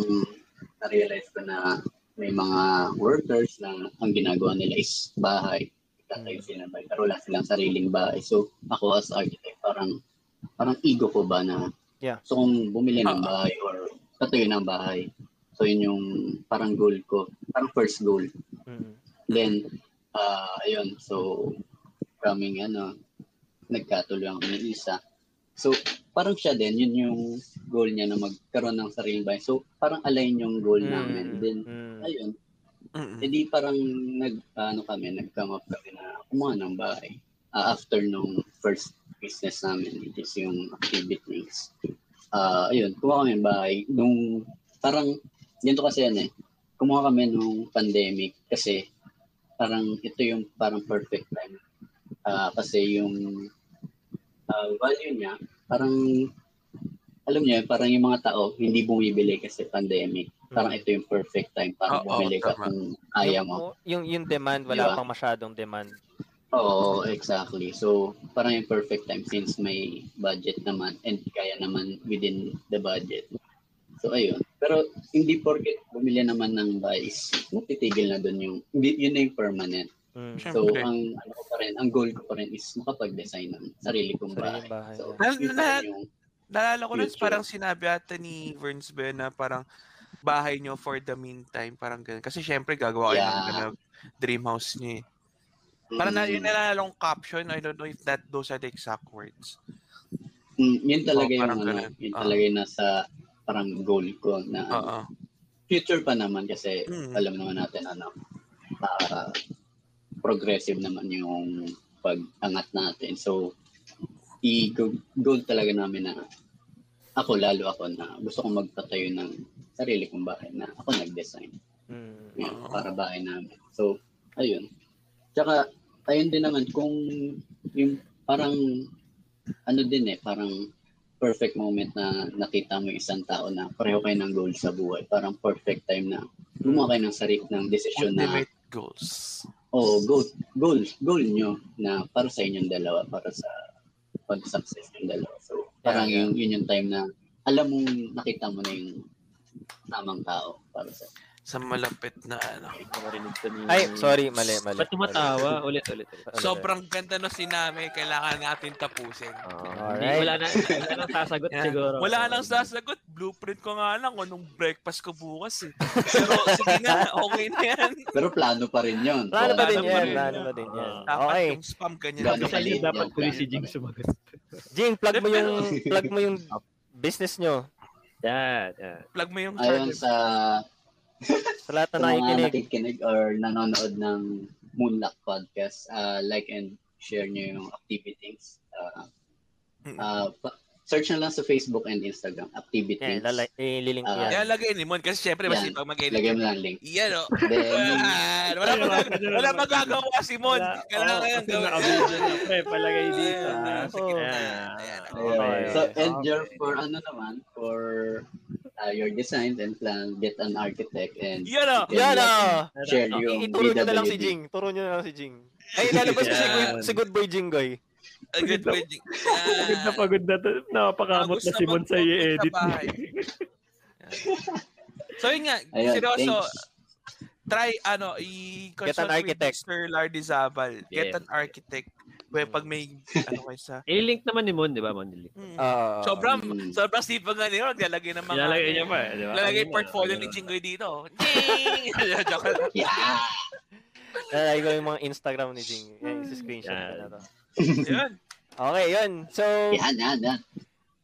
S3: na-realize ko na may mga workers na ang ginagawa nila is bahay. Tatay sila bahay, pero wala silang sariling bahay. So, ako as architect, parang parang ego ko ba na
S1: Yeah.
S3: so kung bumili ng
S4: Ah.
S3: bahay or tatayo ng bahay. So, yun yung parang goal ko. Parang first goal.
S1: Mm.
S3: Then, ah ayun, so, kaming ano, nagkatuloy ang ni Isa. So, parang siya din, yun yung goal niya na magkaroon ng sariling bahay. So, parang align yung goal
S1: Hmm.
S3: namin. Then,
S1: mm.
S3: ayun,
S4: Mm-mm.
S3: edi Eh, parang nag, ano kami, nag-come up kami na kumuha ng bahay. Ah, after nung first business namin, which is yung activities. Ah, ayun, kumuha kami ng bahay. Nung, parang, ganito kasi yan eh. Kumuha kami nung pandemic kasi parang ito yung parang perfect time. Ah, kasi yung ah, value niya, parang, alam niyo, parang yung mga tao, hindi bumibili kasi pandemic. Parang ito yung perfect time para
S4: Oo,
S3: bumili ka
S4: tama.
S3: kung kaya
S1: yung,
S3: mo.
S1: Yung, yung demand, wala
S3: Diba?
S1: pang masyadong demand.
S3: Oo, exactly. So, parang yung perfect time since may budget naman and kaya naman within the budget. So, ayun. Pero hindi porket bumili naman ng bahay is matitigil na doon yung, hindi- yun na yung permanent.
S1: Mm.
S4: Siyempre.
S3: So, ang ano ko pa rin, ang goal ko pa rin is makapag-design ng sarili kong
S1: Sariling
S3: bahay.
S1: bahay.
S3: So,
S4: Well,
S3: yun
S4: na-
S3: pa rin yung,
S4: Nalala ko lang,
S3: Future.
S4: parang sinabi ata ni Verns ba yun na parang bahay nyo for the meantime, parang ganun. Kasi syempre, gagawa kayo ng
S3: Yeah.
S4: ano, dream house nyo eh. Parang na, yun
S3: Mm,
S4: nalala kong caption, I don't know if that those are the exact words.
S3: mm, yun talaga
S4: Oo,
S3: yung
S4: Oh, parang
S3: ano,
S4: ganun. Ah.
S3: yun
S4: Oo.
S3: talaga yung nasa parang goal ko na ano,
S4: Oo.
S3: future pa naman kasi
S4: Mm.
S3: alam naman natin ano ah, progressive naman yung pag-angat natin. So i-goal talaga namin na ako lalo ako na gusto kong magpatayo ng sarili kong bahay na ako nag-design
S1: Mm.
S3: (laughs) yun,
S4: Oo.
S3: para bahay namin. So ayun. Tsaka ayun din naman kung yung parang ano din eh parang perfect moment na nakita mo yung isang tao na pareho kayo ng goal sa buhay. Parang perfect time na gumawa kayo ng sarili ng desisyon na
S4: Ultimate goals.
S3: Oo, goal, goal, goal nyo na para sa inyong dalawa, para sa pag-success ng dalawa. So, parang
S1: Yeah, yeah.
S3: yung, yun yung time na alam mong nakita mo na yung tamang tao para sa
S4: sa malapit na ano.
S2: Marinig ko ni-
S1: Ay, sorry, mali, mali.
S2: Ba't tumatawa? Ulit, ulit, ulit.
S1: Mali.
S4: Sobrang ganda no sinami, kailangan natin tapusin.
S2: Hindi,
S1: Alright.
S2: Wala na, wala nang sasagot
S4: Yeah.
S2: siguro.
S4: Wala nang sasagot. Blueprint ko nga lang kung anong breakfast ko bukas eh. Pero sige na, okay na yan.
S3: Pero plano pa rin yun.
S1: Plano pa din
S4: Plano
S1: yan,
S4: pa rin
S1: plano
S4: yan.
S1: pa din yan.
S4: Dapat
S1: Okay.
S4: yung spam ganyan.
S3: Ganun
S2: Sa
S3: pala.
S2: iyo, dapat
S3: Yeah,
S2: huli
S3: yeah.
S2: si Jing sumagot.
S1: Jing, plug mo
S3: (laughs)
S1: yung
S3: Pero-
S1: plug mo yung business nyo
S2: Yan, yan.
S4: Plug mo yung
S3: Ayon
S4: charger.
S3: sa,
S1: sa lahat
S3: sa
S1: na
S3: mga
S1: nakikinig.
S3: nakikinig or nanonood ng Moonlock Podcast, ah, like and share nyo yung activities. Ah,
S4: Mm.
S3: ah, pa- search na lang sa Facebook and Instagram,
S1: Yan,
S3: activities.
S1: lalay, ililink ko
S3: Ah,
S1: yan.
S4: Kaya lagay ni Mon kasi syempre
S3: Yan.
S4: mas pag mag-edit.
S3: Lagyan mo lang link.
S1: (laughs)
S4: Yan o.
S3: Then,
S4: Yan. Wala
S2: Ayun,
S4: mag-
S2: ayun,
S4: wala
S2: ayun.
S4: magagawa si Mon. Kailangan
S2: Oo,
S4: ko yung
S2: oh, kasi
S4: gawin.
S2: naka-video na, pre, palagay dito.
S4: Ah, sige na.
S2: Ah.
S4: Ayan,
S3: Ayun.
S4: okay.
S1: Okay.
S3: So, and your, for ano naman, for uh, your designs and plan, get an architect and
S4: Yan
S2: oh.
S4: o.
S3: Yeah.
S1: Yan ah!
S3: share
S1: I-
S3: yung
S1: Ituro nyo na lang si
S3: BWD.
S1: Jing. Turo nyo na lang si Jing. Ay, lalabas na si,
S4: Yan.
S1: Good- si Good Boy Jinggoy.
S4: A good wedding.
S2: Pagod na pagod na to. Napakamot na si Mon sa i-edit.
S4: So yun nga,
S3: Ayun,
S4: seryoso,
S3: thanks.
S4: try ano, i-consult
S1: Get an architect.
S4: with Mr. Lardy Zabal. Get
S2: Yeah.
S4: an architect. Well, pag may ano kayo sa...
S2: I-link naman ni Mon, di ba, Mon? I-link.
S4: Mm.
S1: Ah,
S4: sobrang,
S3: Mm.
S4: sobrang sipag nga nila. Lalagay ng mga...
S2: Nilalagay niya pa, eh, di ba?
S4: Lalagay
S2: Ano na,
S4: portfolio
S2: ano
S4: ni
S2: na.
S4: Chingoy dito. Ding! (laughs) Joke lang.
S3: (laughs) Yeah!
S1: Lalagay ko yung mga Instagram ni Jing. Yan, isi-screenshot
S2: Yan.
S1: ko na to.
S3: (laughs)
S4: Yun.
S1: Okay, yun. So,
S3: Yan, yan, yan.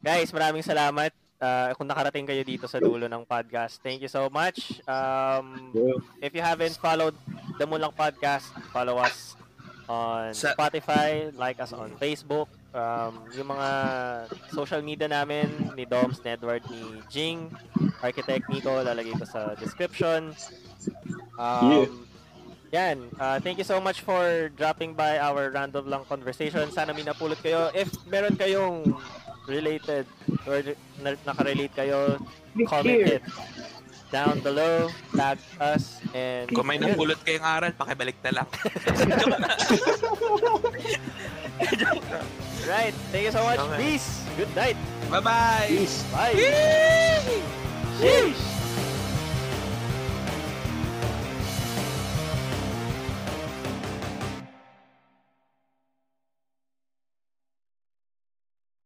S1: guys, maraming salamat. Ah, kung nakarating kayo dito sa dulo ng podcast. Thank you so much. Um, if you haven't followed the Mulang Podcast, follow us on
S4: Sa-
S1: Spotify, like us on Facebook. Um, yung mga social media namin, ni Doms, ni Edward, ni Jing, Architect Nico, lalagay ko sa description. Um, Yan. Uh, thank you so much for dropping by our random lang conversation. Sana may napulot kayo. If meron kayong related or na- nakarelate kayo, comment it down below, tag us, and
S4: Kung may
S1: Ayun.
S4: napulot kayong aral, pakibalik na lang.
S1: Right. Thank you so much.
S4: Okay.
S1: Peace. Good night.
S4: Bye-bye!
S3: Peace.
S1: Bye.
S4: Yay!
S1: Sheesh.